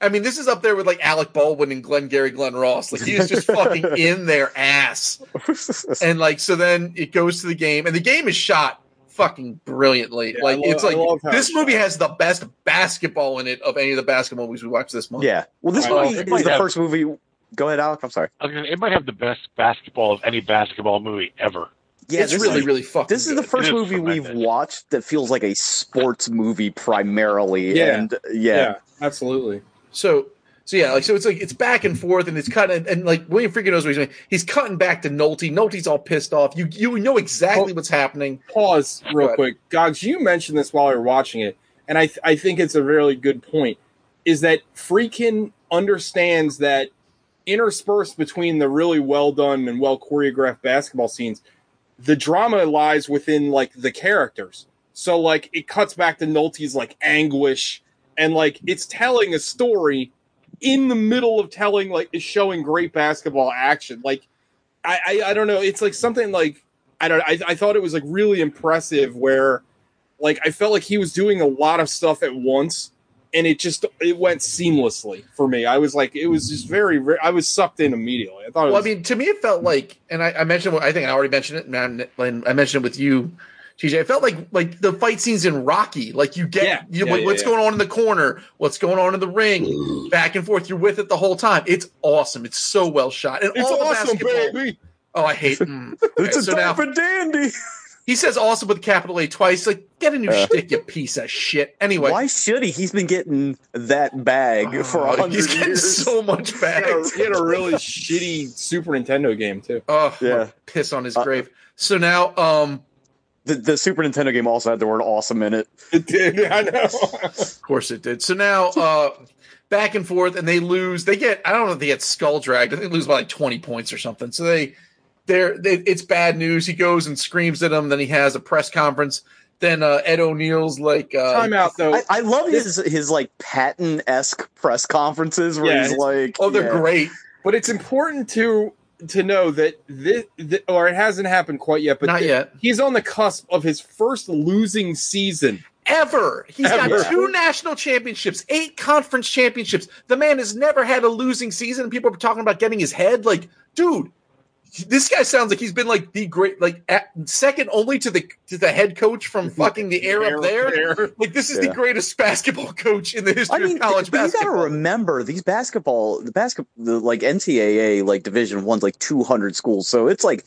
[SPEAKER 13] I mean, this is up there with like Alec Baldwin and Glenn Gary, Glenn Ross. Like he is just fucking in their ass. And like, so then it goes to the game, and the game is shot fucking brilliantly. Yeah, like love, it's like this movie has the best basketball in it of any of the basketball movies we watched this month.
[SPEAKER 16] Yeah. Well, this movie is have, the first movie. Go ahead, Alec. I'm sorry.
[SPEAKER 17] I mean, it might have the best basketball of any basketball movie ever.
[SPEAKER 13] Yeah, it's really, is, really fucking.
[SPEAKER 16] This is
[SPEAKER 13] good.
[SPEAKER 16] the first is movie tremendous. we've watched that feels like a sports movie primarily. Yeah. And yeah. yeah,
[SPEAKER 11] absolutely.
[SPEAKER 13] So so yeah, like so it's like it's back and forth and it's cutting and, and like William freaking knows what he's doing. He's cutting back to Nolte. Nolte's all pissed off. You you know exactly what's happening.
[SPEAKER 11] Pause real but, quick. Gogs, you mentioned this while we were watching it, and I th- I think it's a really good point. Is that freaking understands that interspersed between the really well done and well choreographed basketball scenes, the drama lies within like the characters. So like it cuts back to Nolte's like anguish and like it's telling a story in the middle of telling like is showing great basketball action. Like I, I, I don't know, it's like something like I don't I I thought it was like really impressive where like I felt like he was doing a lot of stuff at once and it just it went seamlessly for me. I was like it was just very I was sucked in immediately. I thought
[SPEAKER 13] Well,
[SPEAKER 11] was,
[SPEAKER 13] I mean, to me it felt like and I, I mentioned I think I already mentioned it and I, and I mentioned it with you TJ. I felt like like the fight scenes in Rocky. Like you get yeah, you, yeah, what, what's yeah, going on in the corner, what's going on in the ring, back and forth. You're with it the whole time. It's awesome. It's so well shot. And
[SPEAKER 11] it's
[SPEAKER 13] all
[SPEAKER 11] awesome, baby.
[SPEAKER 13] Oh, I hate. Mm.
[SPEAKER 16] it's right, a so now, dandy.
[SPEAKER 13] He says awesome with capital A twice. Like, get a new uh, shtick, you piece of shit. Anyway,
[SPEAKER 16] why should he? He's been getting that bag oh, for hundred years. He's
[SPEAKER 13] getting so much bag.
[SPEAKER 11] He had a, really shitty Super Nintendo game too.
[SPEAKER 13] Oh, yeah, piss on his uh, grave. So now, um,
[SPEAKER 16] the, the, Super Nintendo game also had the word awesome in it.
[SPEAKER 11] It did, I know.
[SPEAKER 13] of course it did. So now uh back and forth and they lose. They get I don't know if they get skull dragged. I think they lose by like 20 points or something. So they they're they, it's bad news. He goes and screams at them, then he has a press conference. Then uh, Ed O'Neill's like uh,
[SPEAKER 11] time out though.
[SPEAKER 16] I, I love his his like Patton esque press conferences where yeah, he's like,
[SPEAKER 13] oh, they're
[SPEAKER 16] yeah.
[SPEAKER 13] great.
[SPEAKER 11] But it's important to to know that this, th- or it hasn't happened quite yet, but
[SPEAKER 13] not
[SPEAKER 11] th-
[SPEAKER 13] yet.
[SPEAKER 11] He's on the cusp of his first losing season
[SPEAKER 13] ever. He's ever. got two national championships, eight conference championships. The man has never had a losing season. People are talking about getting his head. Like, dude, this guy sounds like he's been like the great, like at, second only to the to the head coach from fucking the air up there. there. Like this is yeah. the greatest basketball coach in the history I mean, of college
[SPEAKER 16] but
[SPEAKER 13] basketball.
[SPEAKER 16] You got to remember these basketball, the basketball, the like NCAA, like Division One's like two hundred schools, so it's like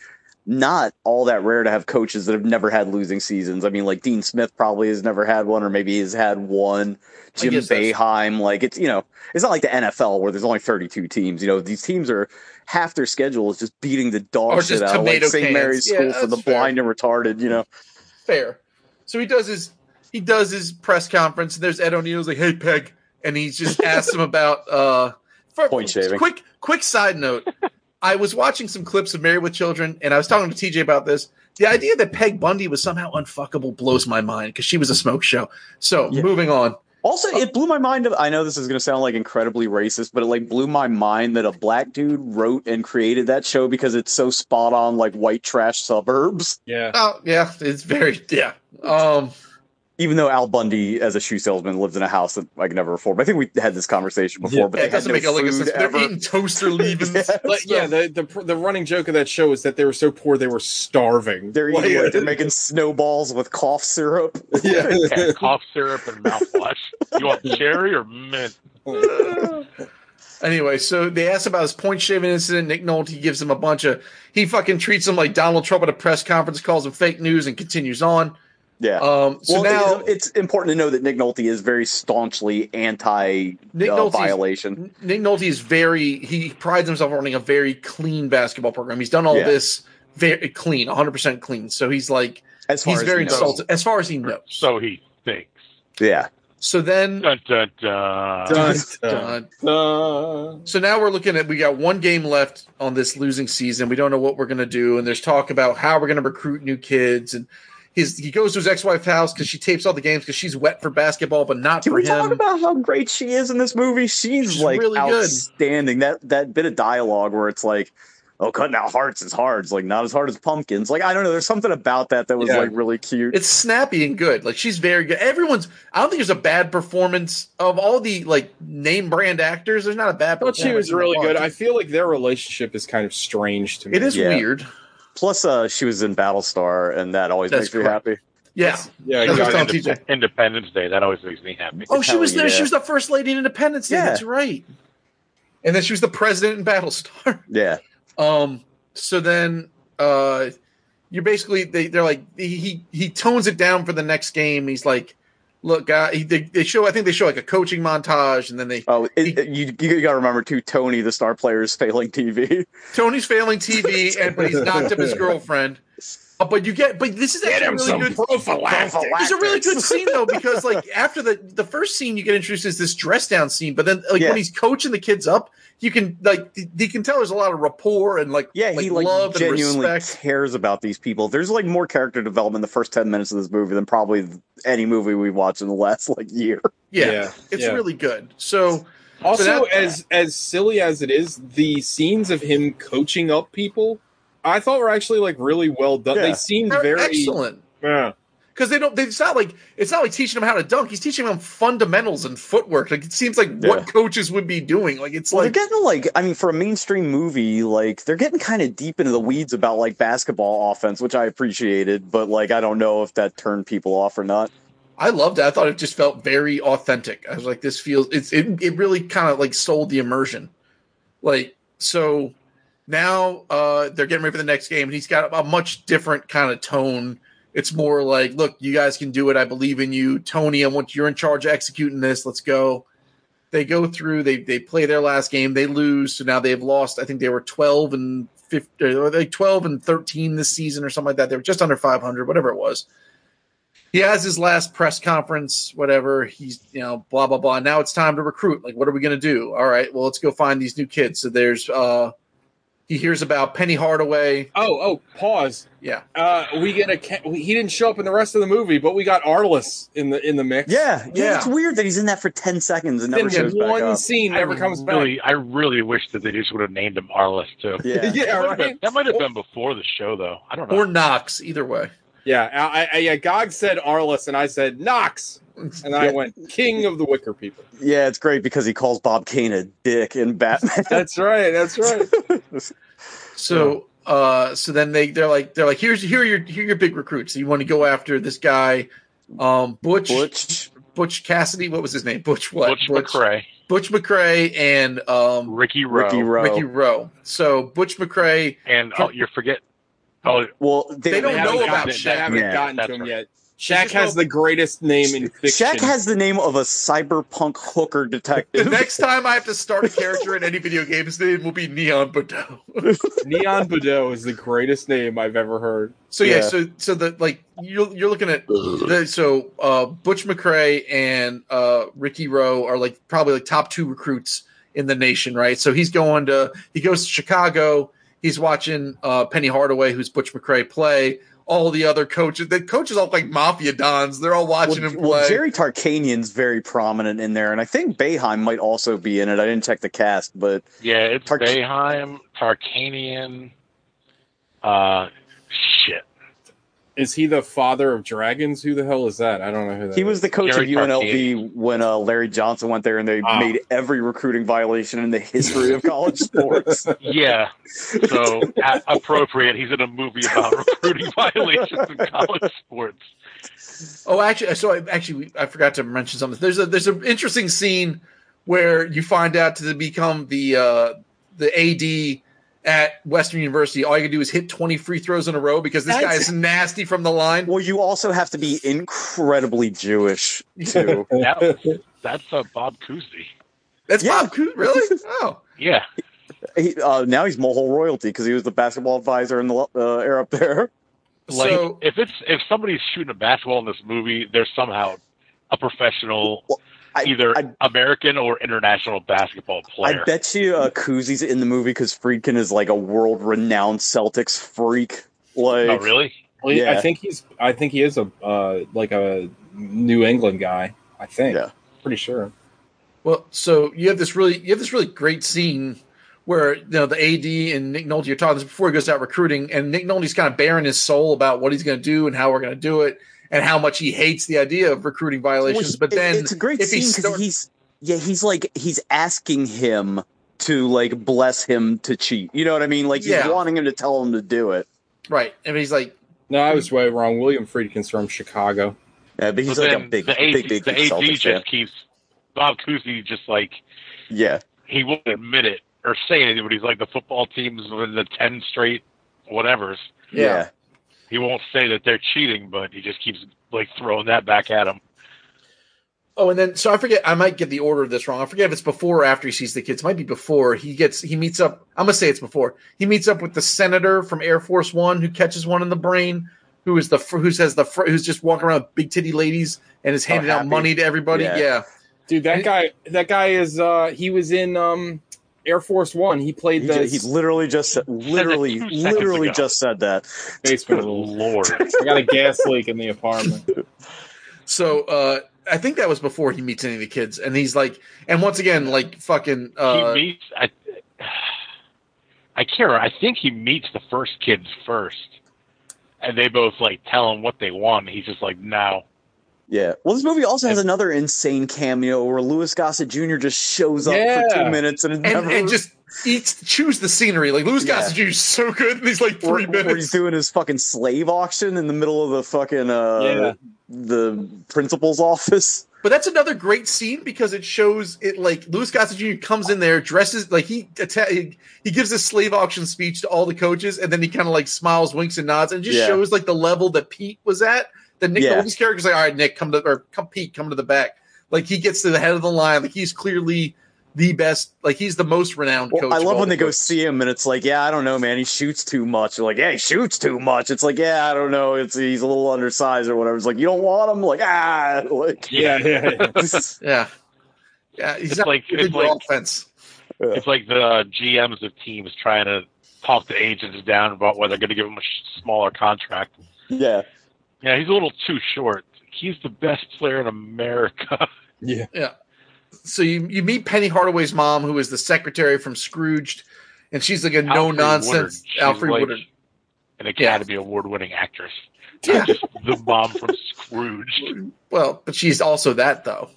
[SPEAKER 16] not all that rare to have coaches that have never had losing seasons. I mean, like Dean Smith probably has never had one, or maybe has had one. Jim Beheim, like it's you know, it's not like the NFL where there's only 32 teams. You know, these teams are half their schedule is just beating the dog shit out of like St. Mary's School yeah, for the fair. blind and retarded. You know,
[SPEAKER 13] fair. So he does his he does his press conference. And there's Ed O'Neill's like, "Hey, Peg," and he just asks him about uh,
[SPEAKER 16] for, point shaving.
[SPEAKER 13] Quick, quick side note. I was watching some clips of Married with Children, and I was talking to TJ about this. the idea that Peg Bundy was somehow unfuckable blows my mind because she was a smoke show. So yeah. moving on.
[SPEAKER 16] Also, it blew my mind. I know this is going to sound like incredibly racist, but it like blew my mind that a black dude wrote and created that show because it's so spot on, like white trash suburbs.
[SPEAKER 11] Yeah.
[SPEAKER 13] Oh, yeah. It's very yeah. Um,
[SPEAKER 16] even though Al Bundy, as a shoe salesman, lives in a house that I can never afford. But I think we had this conversation before. Yeah, but
[SPEAKER 13] it doesn't
[SPEAKER 16] no
[SPEAKER 13] make a lick of sense. They're eating toaster leavings.
[SPEAKER 11] yes. But yeah, the, the, the running joke of that show is that they were so poor they were starving.
[SPEAKER 16] They're eating, like, like, they're making snowballs with cough syrup.
[SPEAKER 11] Yeah,
[SPEAKER 17] yeah cough syrup and mouthwash. You want cherry or mint?
[SPEAKER 13] Anyway, so they asked about his point shaving incident. Nick Nolte gives him a bunch of. He fucking treats him like Donald Trump at a press conference, calls him fake news, and continues on.
[SPEAKER 16] Yeah.
[SPEAKER 13] Um, so well,
[SPEAKER 16] Uh, now it's, it's, important to know that Nick Nolte is very staunchly anti Nick uh, violation.
[SPEAKER 13] Nick Nolte is very he prides himself on running a very clean basketball program. He's done all yeah. this very clean, 100 percent clean. So he's like
[SPEAKER 16] as far
[SPEAKER 13] he's
[SPEAKER 16] as
[SPEAKER 13] very
[SPEAKER 16] he
[SPEAKER 13] insulted as far as he knows.
[SPEAKER 17] So he thinks.
[SPEAKER 16] Yeah.
[SPEAKER 13] So then,
[SPEAKER 17] dun, dun, dun.
[SPEAKER 13] Dun,
[SPEAKER 16] uh,
[SPEAKER 13] dun, dun. so now we're looking at we got one game left on this losing season. We don't know what we're gonna do, and there's talk about how we're gonna recruit new kids and. His, he goes to his ex-wife's house because she tapes all the games because she's wet for basketball, but not
[SPEAKER 16] Can
[SPEAKER 13] for
[SPEAKER 16] we
[SPEAKER 13] him.
[SPEAKER 16] talk about how great she is in this movie? She's, she's like really outstanding. Good. That that bit of dialogue where it's like, "Oh, cutting out hearts is hard. It's like not as hard as pumpkins." Like I don't know. There's something about that that was yeah. like really cute.
[SPEAKER 13] It's snappy and good. Like she's very good. Everyone's. I don't think there's a bad performance of all the like name brand actors. There's not a bad.
[SPEAKER 11] But she was really good. I feel like their relationship is kind of strange to me.
[SPEAKER 13] It is yeah. weird.
[SPEAKER 16] Plus, uh, she was in Battlestar, and that always That's makes correct. me happy.
[SPEAKER 13] Yeah,
[SPEAKER 11] That's, yeah. That's
[SPEAKER 17] Independence, Independence Day. That always makes me happy.
[SPEAKER 13] Oh, she was there. Yeah. She was the first lady in Independence Day. Yeah. That's right. And then she was the president in Battlestar.
[SPEAKER 16] Yeah.
[SPEAKER 13] Um. So then, uh, you're basically they, they're like he he tones it down for the next game. He's like, look, uh, they, they, show. I think they show like a coaching montage, and then they.
[SPEAKER 16] Oh, it, he, you you got to remember too. Tony, the star player, is failing TV.
[SPEAKER 13] Tony's failing TV, and but he's knocked up his girlfriend. Uh, but you get, but this is actually really good.
[SPEAKER 3] Prophylactic.
[SPEAKER 13] It's a really good scene though because like after the the first scene you get introduced is this dress down scene, but then like yeah. when he's coaching the kids up, you can like you can tell there's a lot of rapport and like
[SPEAKER 16] yeah, like, he like love genuinely cares about these people. There's like more character development in the first ten minutes of this movie than probably any movie we've watched in the last like year.
[SPEAKER 13] Yeah, yeah. it's yeah. really good. So
[SPEAKER 11] also so that, as as silly as it is, the scenes of him coaching up people, I thought were actually like really well done. Yeah. They seemed
[SPEAKER 13] They're
[SPEAKER 11] very
[SPEAKER 13] excellent.
[SPEAKER 11] Yeah.
[SPEAKER 13] Because they don't, they, it's not like it's not like teaching them how to dunk. He's teaching them fundamentals and footwork. Like it seems like yeah. what coaches would be doing. Like it's
[SPEAKER 16] well,
[SPEAKER 13] like
[SPEAKER 16] they're getting like I mean, for a mainstream movie, like they're getting kind of deep into the weeds about like basketball offense, which I appreciated, but like I don't know if that turned people off or not.
[SPEAKER 13] I loved it. I thought it just felt very authentic. I was like, this feels it's it, it really kind of like sold the immersion. Like so now uh, they're getting ready for the next game, and he's got a much different kind of tone. It's more like, look, you guys can do it. I believe in you, Tony. I want you're in charge of executing this. Let's go. They go through. They they play their last game. They lose. So now they've lost. I think they were twelve and fifty, or they twelve and thirteen this season, or something like that. They were just under five hundred, whatever it was. He has his last press conference, whatever. He's you know blah blah blah. Now it's time to recruit. Like, what are we gonna do? All right, well, let's go find these new kids. So there's uh he hears about Penny Hardaway.
[SPEAKER 11] Oh, oh, pause.
[SPEAKER 13] Yeah,
[SPEAKER 11] uh, we get a. He didn't show up in the rest of the movie, but we got Arliss in the in the mix.
[SPEAKER 16] Yeah, yeah. yeah it's weird that he's in that for ten seconds and never shows
[SPEAKER 11] one
[SPEAKER 16] back up.
[SPEAKER 11] scene never
[SPEAKER 17] I
[SPEAKER 11] comes
[SPEAKER 17] really,
[SPEAKER 11] back.
[SPEAKER 17] I really wish that they just would have named him Arliss too.
[SPEAKER 16] Yeah,
[SPEAKER 11] yeah,
[SPEAKER 17] right. Been, that might have been before the show though. I don't know.
[SPEAKER 13] Or Knox, either way.
[SPEAKER 11] Yeah, I, I, yeah. Gog said Arliss, and I said Knox and I went King of the Wicker People.
[SPEAKER 16] Yeah, it's great because he calls Bob Kane a dick in Batman.
[SPEAKER 11] that's right. That's right.
[SPEAKER 13] so, uh, so then they they're like they're like here's here your here your big recruits. You want to go after this guy, um, Butch,
[SPEAKER 16] Butch
[SPEAKER 13] Butch Cassidy. What was his name? Butch what?
[SPEAKER 17] Butch, Butch McRae.
[SPEAKER 13] Butch McRae and um,
[SPEAKER 17] Ricky Rowe.
[SPEAKER 16] Ricky Rowe.
[SPEAKER 13] Ricky Rowe. So Butch McRae
[SPEAKER 17] and oh, you forget. Oh,
[SPEAKER 16] well,
[SPEAKER 13] they, they don't know about
[SPEAKER 11] it. They haven't yeah, gotten to him right. yet. Shaq has the greatest name in fiction.
[SPEAKER 16] Shaq has the name of a cyberpunk hooker detective.
[SPEAKER 13] the next time I have to start a character in any video game, his name will be Neon Bordeaux.
[SPEAKER 11] Neon Bordeaux is the greatest name I've ever heard.
[SPEAKER 13] So yeah, yeah so so the like you're you're looking at the, so uh, Butch McRae and uh, Ricky Rowe are like probably like top two recruits in the nation, right? So he's going to he goes to Chicago. He's watching uh, Penny Hardaway, who's Butch McRae, play all the other coaches. The coaches all like mafia dons. They're all watching
[SPEAKER 16] well,
[SPEAKER 13] him play.
[SPEAKER 16] Well, Jerry Tarkanian's very prominent in there, and I think Bayheim might also be in it. I didn't check the cast, but
[SPEAKER 14] yeah, it's Tark- Bayheim, Tarkanian. Uh, shit.
[SPEAKER 11] Is he the father of dragons? Who the hell is that? I don't know who that
[SPEAKER 16] he was
[SPEAKER 11] is.
[SPEAKER 16] the coach
[SPEAKER 14] Gary
[SPEAKER 16] of UNLV when uh, Larry Johnson went there, and they
[SPEAKER 11] Ah.
[SPEAKER 16] made every recruiting violation in the history of college sports.
[SPEAKER 14] Yeah. So a- appropriate. He's in a movie about recruiting violations in college sports.
[SPEAKER 13] Oh, actually, so I, actually, we- I forgot to mention something. There's a there's an interesting scene where you find out to become the uh, the AD at Western University. All you can do is hit 20 free throws in a row because this guy
[SPEAKER 16] That's-
[SPEAKER 13] is nasty from the line.
[SPEAKER 16] Well, you also have to be incredibly Jewish too.
[SPEAKER 14] That was, that's uh, Bob Cousy.
[SPEAKER 13] That's Bob Cousy, really? Oh,
[SPEAKER 14] Yeah.
[SPEAKER 16] He, uh, now he's Mohol royalty because he was the basketball advisor in the uh, air up there.
[SPEAKER 14] Like
[SPEAKER 13] So-
[SPEAKER 14] if it's if somebody's shooting a basketball in this movie, they're somehow a professional, either American or international basketball player.
[SPEAKER 16] I bet you uh, Kuzi's in the movie because Friedkin is like a world renowned Celtics freak. Like,
[SPEAKER 14] oh, really?
[SPEAKER 11] Well,
[SPEAKER 16] Yeah.
[SPEAKER 11] I think he's. I think he is a uh, like a New England guy. I think.
[SPEAKER 16] Yeah.
[SPEAKER 11] Pretty sure.
[SPEAKER 13] Well, so you have this really you have this really great scene where you know the AD and Nick Nolte are talking this is before he goes out recruiting, and Nick Nolte's kind of bearing his soul about what he's going to do and how we're going to do it, and how much he hates the idea of recruiting violations.
[SPEAKER 16] Which-
[SPEAKER 13] but
[SPEAKER 16] it-
[SPEAKER 13] then
[SPEAKER 16] it's a great
[SPEAKER 13] if he
[SPEAKER 16] scene because
[SPEAKER 13] starts-
[SPEAKER 16] he's yeah, he's like he's asking him to like bless him to cheat. You know what I mean? Like he's
[SPEAKER 13] Yeah.
[SPEAKER 16] wanting him to tell him to do it.
[SPEAKER 13] right, and he's like,
[SPEAKER 11] No, I was way wrong. William Friedkin's from Chicago.
[SPEAKER 16] Yeah, but he's
[SPEAKER 14] But
[SPEAKER 16] like a
[SPEAKER 14] then
[SPEAKER 16] big,
[SPEAKER 14] the AD,
[SPEAKER 16] big, big,
[SPEAKER 14] the
[SPEAKER 16] big
[SPEAKER 14] AD
[SPEAKER 16] Celtics
[SPEAKER 14] just
[SPEAKER 16] fan.
[SPEAKER 14] keeps Bob Cousy just like
[SPEAKER 16] Yeah,
[SPEAKER 14] he won't admit it or say anything, but he's like the football teams within the ten straight whatever's.
[SPEAKER 16] yeah.
[SPEAKER 14] He won't say that they're cheating, but he just keeps like throwing that back at him.
[SPEAKER 13] oh, and then so I forget I might get the order of this wrong. I forget if it's before or after he sees the kids. It might be before he gets he meets up. I'm gonna say it's before he meets up with the senator from Air Force One who catches one in the brain. Who is the fr- who says the fr- who's just walking around with big titty ladies and is handing out
[SPEAKER 16] Oh, happy.
[SPEAKER 13] money to everybody?
[SPEAKER 16] Yeah.
[SPEAKER 13] yeah.
[SPEAKER 11] Dude, that guy. That guy is. uh He was in um Air Force One. He played
[SPEAKER 16] He,
[SPEAKER 11] the
[SPEAKER 16] ju- he literally just said- literally
[SPEAKER 14] two seconds
[SPEAKER 16] literally
[SPEAKER 14] ago.
[SPEAKER 16] just said that.
[SPEAKER 11] basement rules.
[SPEAKER 14] Lord,
[SPEAKER 11] I got a gas leak in the apartment.
[SPEAKER 13] So uh I think that was before he meets any of the kids, and he's like, and once again, like fucking, uh,
[SPEAKER 14] he meets. I, I can't. Remember. I think he meets the first kids first, and they both like tell him what they want. and He's just like, no.
[SPEAKER 16] Yeah. Well, this movie also has
[SPEAKER 14] And-
[SPEAKER 16] another insane cameo where Louis Gossett Jr. just shows up for
[SPEAKER 11] Yeah.
[SPEAKER 16] two minutes and, is
[SPEAKER 13] and,
[SPEAKER 16] never,
[SPEAKER 13] and just eats, choose the scenery. Like Louis
[SPEAKER 16] Yeah.
[SPEAKER 13] Gossett Jr. is so good, and he's like
[SPEAKER 16] where,
[SPEAKER 13] three
[SPEAKER 16] where he's
[SPEAKER 13] minutes.
[SPEAKER 16] doing his fucking slave auction in the middle of the fucking uh
[SPEAKER 11] Yeah.
[SPEAKER 16] the principal's office.
[SPEAKER 13] But that's another great scene because it shows it like Louis Gossett Jr. comes in there, dresses like he atta- he, he gives a slave auction speech to all the coaches, and then he kind of like smiles, winks, and nods, and just
[SPEAKER 16] Yeah.
[SPEAKER 13] shows like the level that Pete was at. That Nick
[SPEAKER 16] Yeah.
[SPEAKER 13] Nolte's character's like, all right, Nick, come to or come Pete, come to the back. Like he gets to the head of the line. Like he's clearly the best. Like he's the most renowned
[SPEAKER 16] Well,
[SPEAKER 13] coach.
[SPEAKER 16] I
[SPEAKER 13] of
[SPEAKER 16] love
[SPEAKER 13] all
[SPEAKER 16] when
[SPEAKER 13] the
[SPEAKER 16] they go
[SPEAKER 13] coaches.
[SPEAKER 16] see him and it's like, yeah, I don't know, man. He shoots too much. They're like, yeah, he shoots too much. It's like, yeah, I don't know. It's he's a little undersized or whatever. It's like, you don't want him. Like, ah, like
[SPEAKER 11] Yeah, yeah, yeah.
[SPEAKER 13] Yeah. Yeah, he's
[SPEAKER 14] It's
[SPEAKER 13] not
[SPEAKER 14] like-
[SPEAKER 13] good
[SPEAKER 14] it's
[SPEAKER 13] in
[SPEAKER 14] like-
[SPEAKER 13] offense.
[SPEAKER 14] It's like the GMs of teams trying to talk the agents down about whether they're going to give him a sh- smaller contract.
[SPEAKER 16] yeah.
[SPEAKER 14] Yeah, he's a little too short. He's the best player in America.
[SPEAKER 11] Yeah.
[SPEAKER 13] Yeah. So you, you meet Penny Hardaway's mom, who is the secretary from Scrooged, and she's like a no nonsense
[SPEAKER 14] She's
[SPEAKER 13] Alfred
[SPEAKER 14] like
[SPEAKER 13] Woodard.
[SPEAKER 14] An Academy Award winning actress. Not just the mom from Scrooge.
[SPEAKER 13] Well, but she's also that though.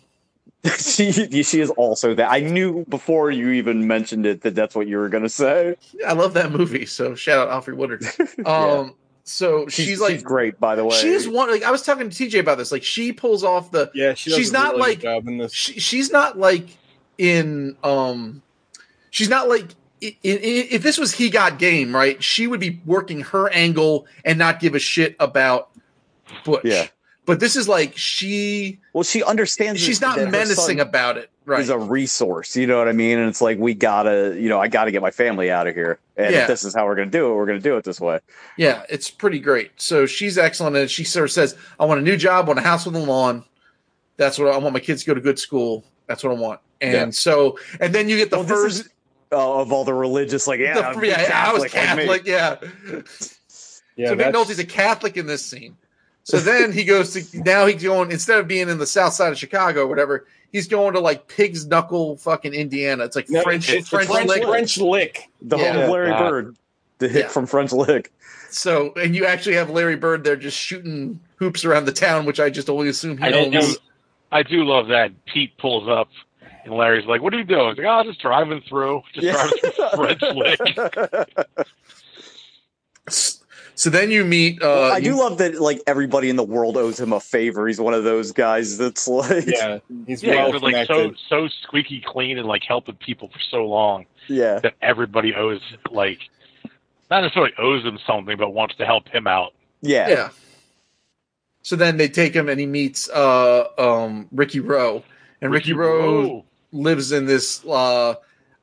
[SPEAKER 16] she she is also that. I knew before you even mentioned it that that's what you were gonna say.
[SPEAKER 13] I love that movie. So shout out Alfred Woodard. Um, so she's, like
[SPEAKER 16] she's great, by the way.
[SPEAKER 13] She is one. Like I was talking to TJ about this. Like she pulls off the.
[SPEAKER 11] Yeah, she does
[SPEAKER 13] she's
[SPEAKER 11] a
[SPEAKER 13] not
[SPEAKER 11] really good
[SPEAKER 13] like
[SPEAKER 11] job in this.
[SPEAKER 13] she, she's not like in um she's not like i i i- if this was he got game right she would be working her angle and not give a shit about butch
[SPEAKER 16] Yeah.
[SPEAKER 13] but this is like she
[SPEAKER 16] Well, she understands.
[SPEAKER 13] she's not
[SPEAKER 16] that her
[SPEAKER 13] menacing
[SPEAKER 16] son
[SPEAKER 13] about it right
[SPEAKER 16] Is a resource, you know what I mean? And it's like we gotta, you know, I gotta get my family out of here, and
[SPEAKER 13] Yeah.
[SPEAKER 16] if this is how we're gonna do it. We're gonna do it this way.
[SPEAKER 13] yeah it's pretty great so she's excellent and she sort of says i want a new job want a house with a lawn that's what i, I want my kids to go to good school that's what i want and
[SPEAKER 16] Yeah.
[SPEAKER 13] so and then you get the
[SPEAKER 16] Well, this
[SPEAKER 13] first
[SPEAKER 16] is- Uh, of all the religious, like yeah,
[SPEAKER 13] the- yeah, I was
[SPEAKER 16] like me.
[SPEAKER 13] Catholic, yeah. Yeah, so
[SPEAKER 11] that's-
[SPEAKER 13] McNulty's a Catholic in this scene. So then he goes to now he's going instead of being in the south side of Chicago or whatever, he's going to like pig's knuckle fucking Indiana. It's like
[SPEAKER 11] No,
[SPEAKER 13] French
[SPEAKER 11] it's- it's
[SPEAKER 13] French,
[SPEAKER 11] French
[SPEAKER 13] lick.
[SPEAKER 11] lick. French lick.
[SPEAKER 16] The
[SPEAKER 13] Yeah.
[SPEAKER 16] home of Larry
[SPEAKER 13] God.
[SPEAKER 16] Bird, the hit from French Lick.
[SPEAKER 13] So and you actually have Larry Bird there just shooting hoops around the town, which I just only assume he
[SPEAKER 17] I do,
[SPEAKER 13] owns.
[SPEAKER 17] I do love that Pete pulls up and Larry's like, "What are you doing?" He's like, "Oh, just driving through, just
[SPEAKER 13] Yeah.
[SPEAKER 17] driving through French Lick."
[SPEAKER 13] So then you meet. Uh,
[SPEAKER 16] I
[SPEAKER 13] you-
[SPEAKER 16] do love that like everybody in the world owes him a favor. He's one of those guys that's like,
[SPEAKER 17] yeah, he's been, like so so squeaky clean and like helping people for so long
[SPEAKER 16] yeah.
[SPEAKER 17] that everybody owes like not necessarily owes them something, but wants to help him out.
[SPEAKER 16] Yeah.
[SPEAKER 13] Yeah. So then they take him and he meets uh um Ricky Rowe. And Ricky, Rowe, lives in this uh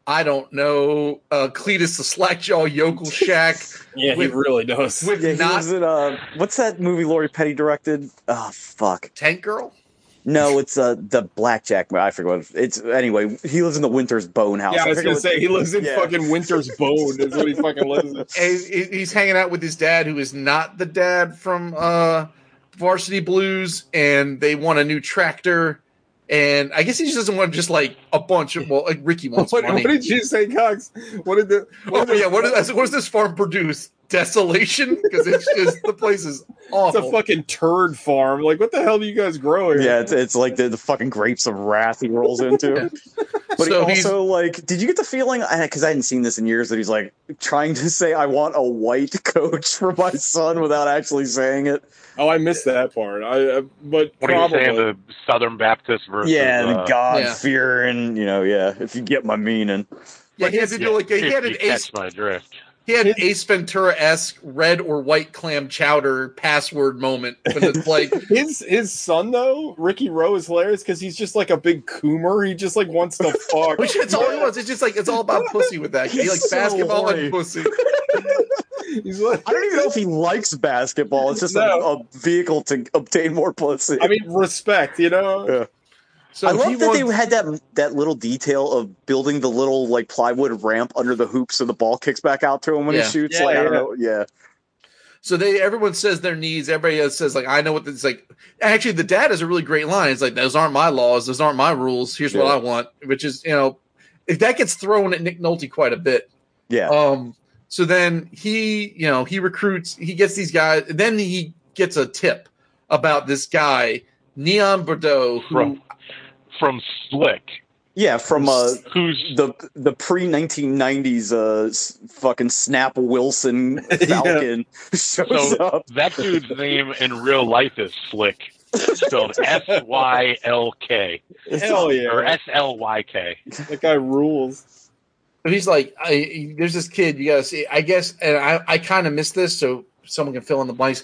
[SPEAKER 13] I don't know, uh Cletus the Slackjaw yokel shack.
[SPEAKER 11] Yeah, he really does.
[SPEAKER 13] With
[SPEAKER 16] Yeah, he
[SPEAKER 13] not
[SPEAKER 16] was in uh, what's that movie Laurie Petty directed? Oh fuck,
[SPEAKER 13] Tank Girl.
[SPEAKER 16] No, it's uh the blackjack. I forget what it- it's. Anyway, he lives in the Winter's Bone house.
[SPEAKER 11] Yeah, I was
[SPEAKER 16] forget
[SPEAKER 11] gonna
[SPEAKER 16] what-
[SPEAKER 11] say he lives in
[SPEAKER 16] Yeah.
[SPEAKER 11] fucking Winter's Bone. Is what he fucking lives in.
[SPEAKER 13] And he- he's hanging out with his dad, who is not the dad from uh, Varsity Blues, and they want a new tractor. And I guess he just doesn't want just like a bunch of well, like Ricky
[SPEAKER 11] What,
[SPEAKER 13] wants
[SPEAKER 11] what
[SPEAKER 13] money.
[SPEAKER 11] did you say, Cox? What did the?
[SPEAKER 13] oh, yeah, what, is, what does this farm produce? Desolation, because it's just the place is
[SPEAKER 11] It's
[SPEAKER 13] awful.
[SPEAKER 11] a fucking turd farm. Like, what the hell do you guys grow here?
[SPEAKER 16] Oh. Yeah, it's, it's like the, the fucking grapes of wrath he rolls into. But
[SPEAKER 11] So
[SPEAKER 16] he
[SPEAKER 11] he's-
[SPEAKER 16] also like, did you get the feeling? Because I hadn't seen this in years that he's like trying to say, "I want a white coach for my son" without actually saying it.
[SPEAKER 11] Oh, I missed that part. I uh, but
[SPEAKER 17] What
[SPEAKER 11] probably
[SPEAKER 17] are you saying? The Southern Baptist versus
[SPEAKER 16] yeah, the
[SPEAKER 17] uh,
[SPEAKER 16] God fear and you know, yeah. If you get my meaning,
[SPEAKER 13] yeah, he had to do like a, he had an
[SPEAKER 17] You
[SPEAKER 13] ace,
[SPEAKER 17] catch my drift.
[SPEAKER 13] he had an Ace Ventura esque red or white clam chowder password moment when it's like
[SPEAKER 11] his his son though, Ricky Rowe is hilarious because he's just like a big coomer. He just like wants to fuck.
[SPEAKER 13] Which it's all it was. It's just like it's all about pussy with that. He
[SPEAKER 16] He's
[SPEAKER 13] like
[SPEAKER 16] so
[SPEAKER 13] basketball
[SPEAKER 16] horny.
[SPEAKER 13] and pussy.
[SPEAKER 16] I don't even know if he likes basketball. It's just a,
[SPEAKER 11] No.
[SPEAKER 16] a vehicle to obtain more pussy.
[SPEAKER 11] I mean, respect. You know.
[SPEAKER 16] Yeah.
[SPEAKER 13] So
[SPEAKER 16] I
[SPEAKER 13] he
[SPEAKER 16] love that they
[SPEAKER 13] wants-
[SPEAKER 16] had that that little detail of building the little like plywood ramp under the hoop so the ball kicks back out to him when
[SPEAKER 13] Yeah.
[SPEAKER 16] he shoots.
[SPEAKER 13] Yeah,
[SPEAKER 16] like I don't
[SPEAKER 13] yeah.
[SPEAKER 16] know, yeah.
[SPEAKER 13] So they everyone says their needs. Everybody else says like I know what it's like. Actually, the dad is a really great line. It's like those aren't my laws. Those aren't my rules. Here's what
[SPEAKER 16] Yeah.
[SPEAKER 13] I want. Which is you know, if that gets thrown at Nick Nolte quite a bit.
[SPEAKER 16] Yeah.
[SPEAKER 13] Um. So then he you know he recruits. He gets these guys. Then he gets a tip about this guy Neon Bordeaux who
[SPEAKER 17] From- from Slick.
[SPEAKER 16] Yeah, from uh,
[SPEAKER 17] who's
[SPEAKER 16] the the pre nineteen nineties uh s- fucking Snap Wilson Falcon shows
[SPEAKER 17] So
[SPEAKER 16] up.
[SPEAKER 17] that dude's name in real life is Slick, spelled S Y L K.
[SPEAKER 11] Hell yeah.
[SPEAKER 17] Or S L Y K.
[SPEAKER 11] That guy rules.
[SPEAKER 13] But he's like, I, he- there's this kid you gotta see. I guess, and I, I kind of missed this, so someone can fill in the blanks.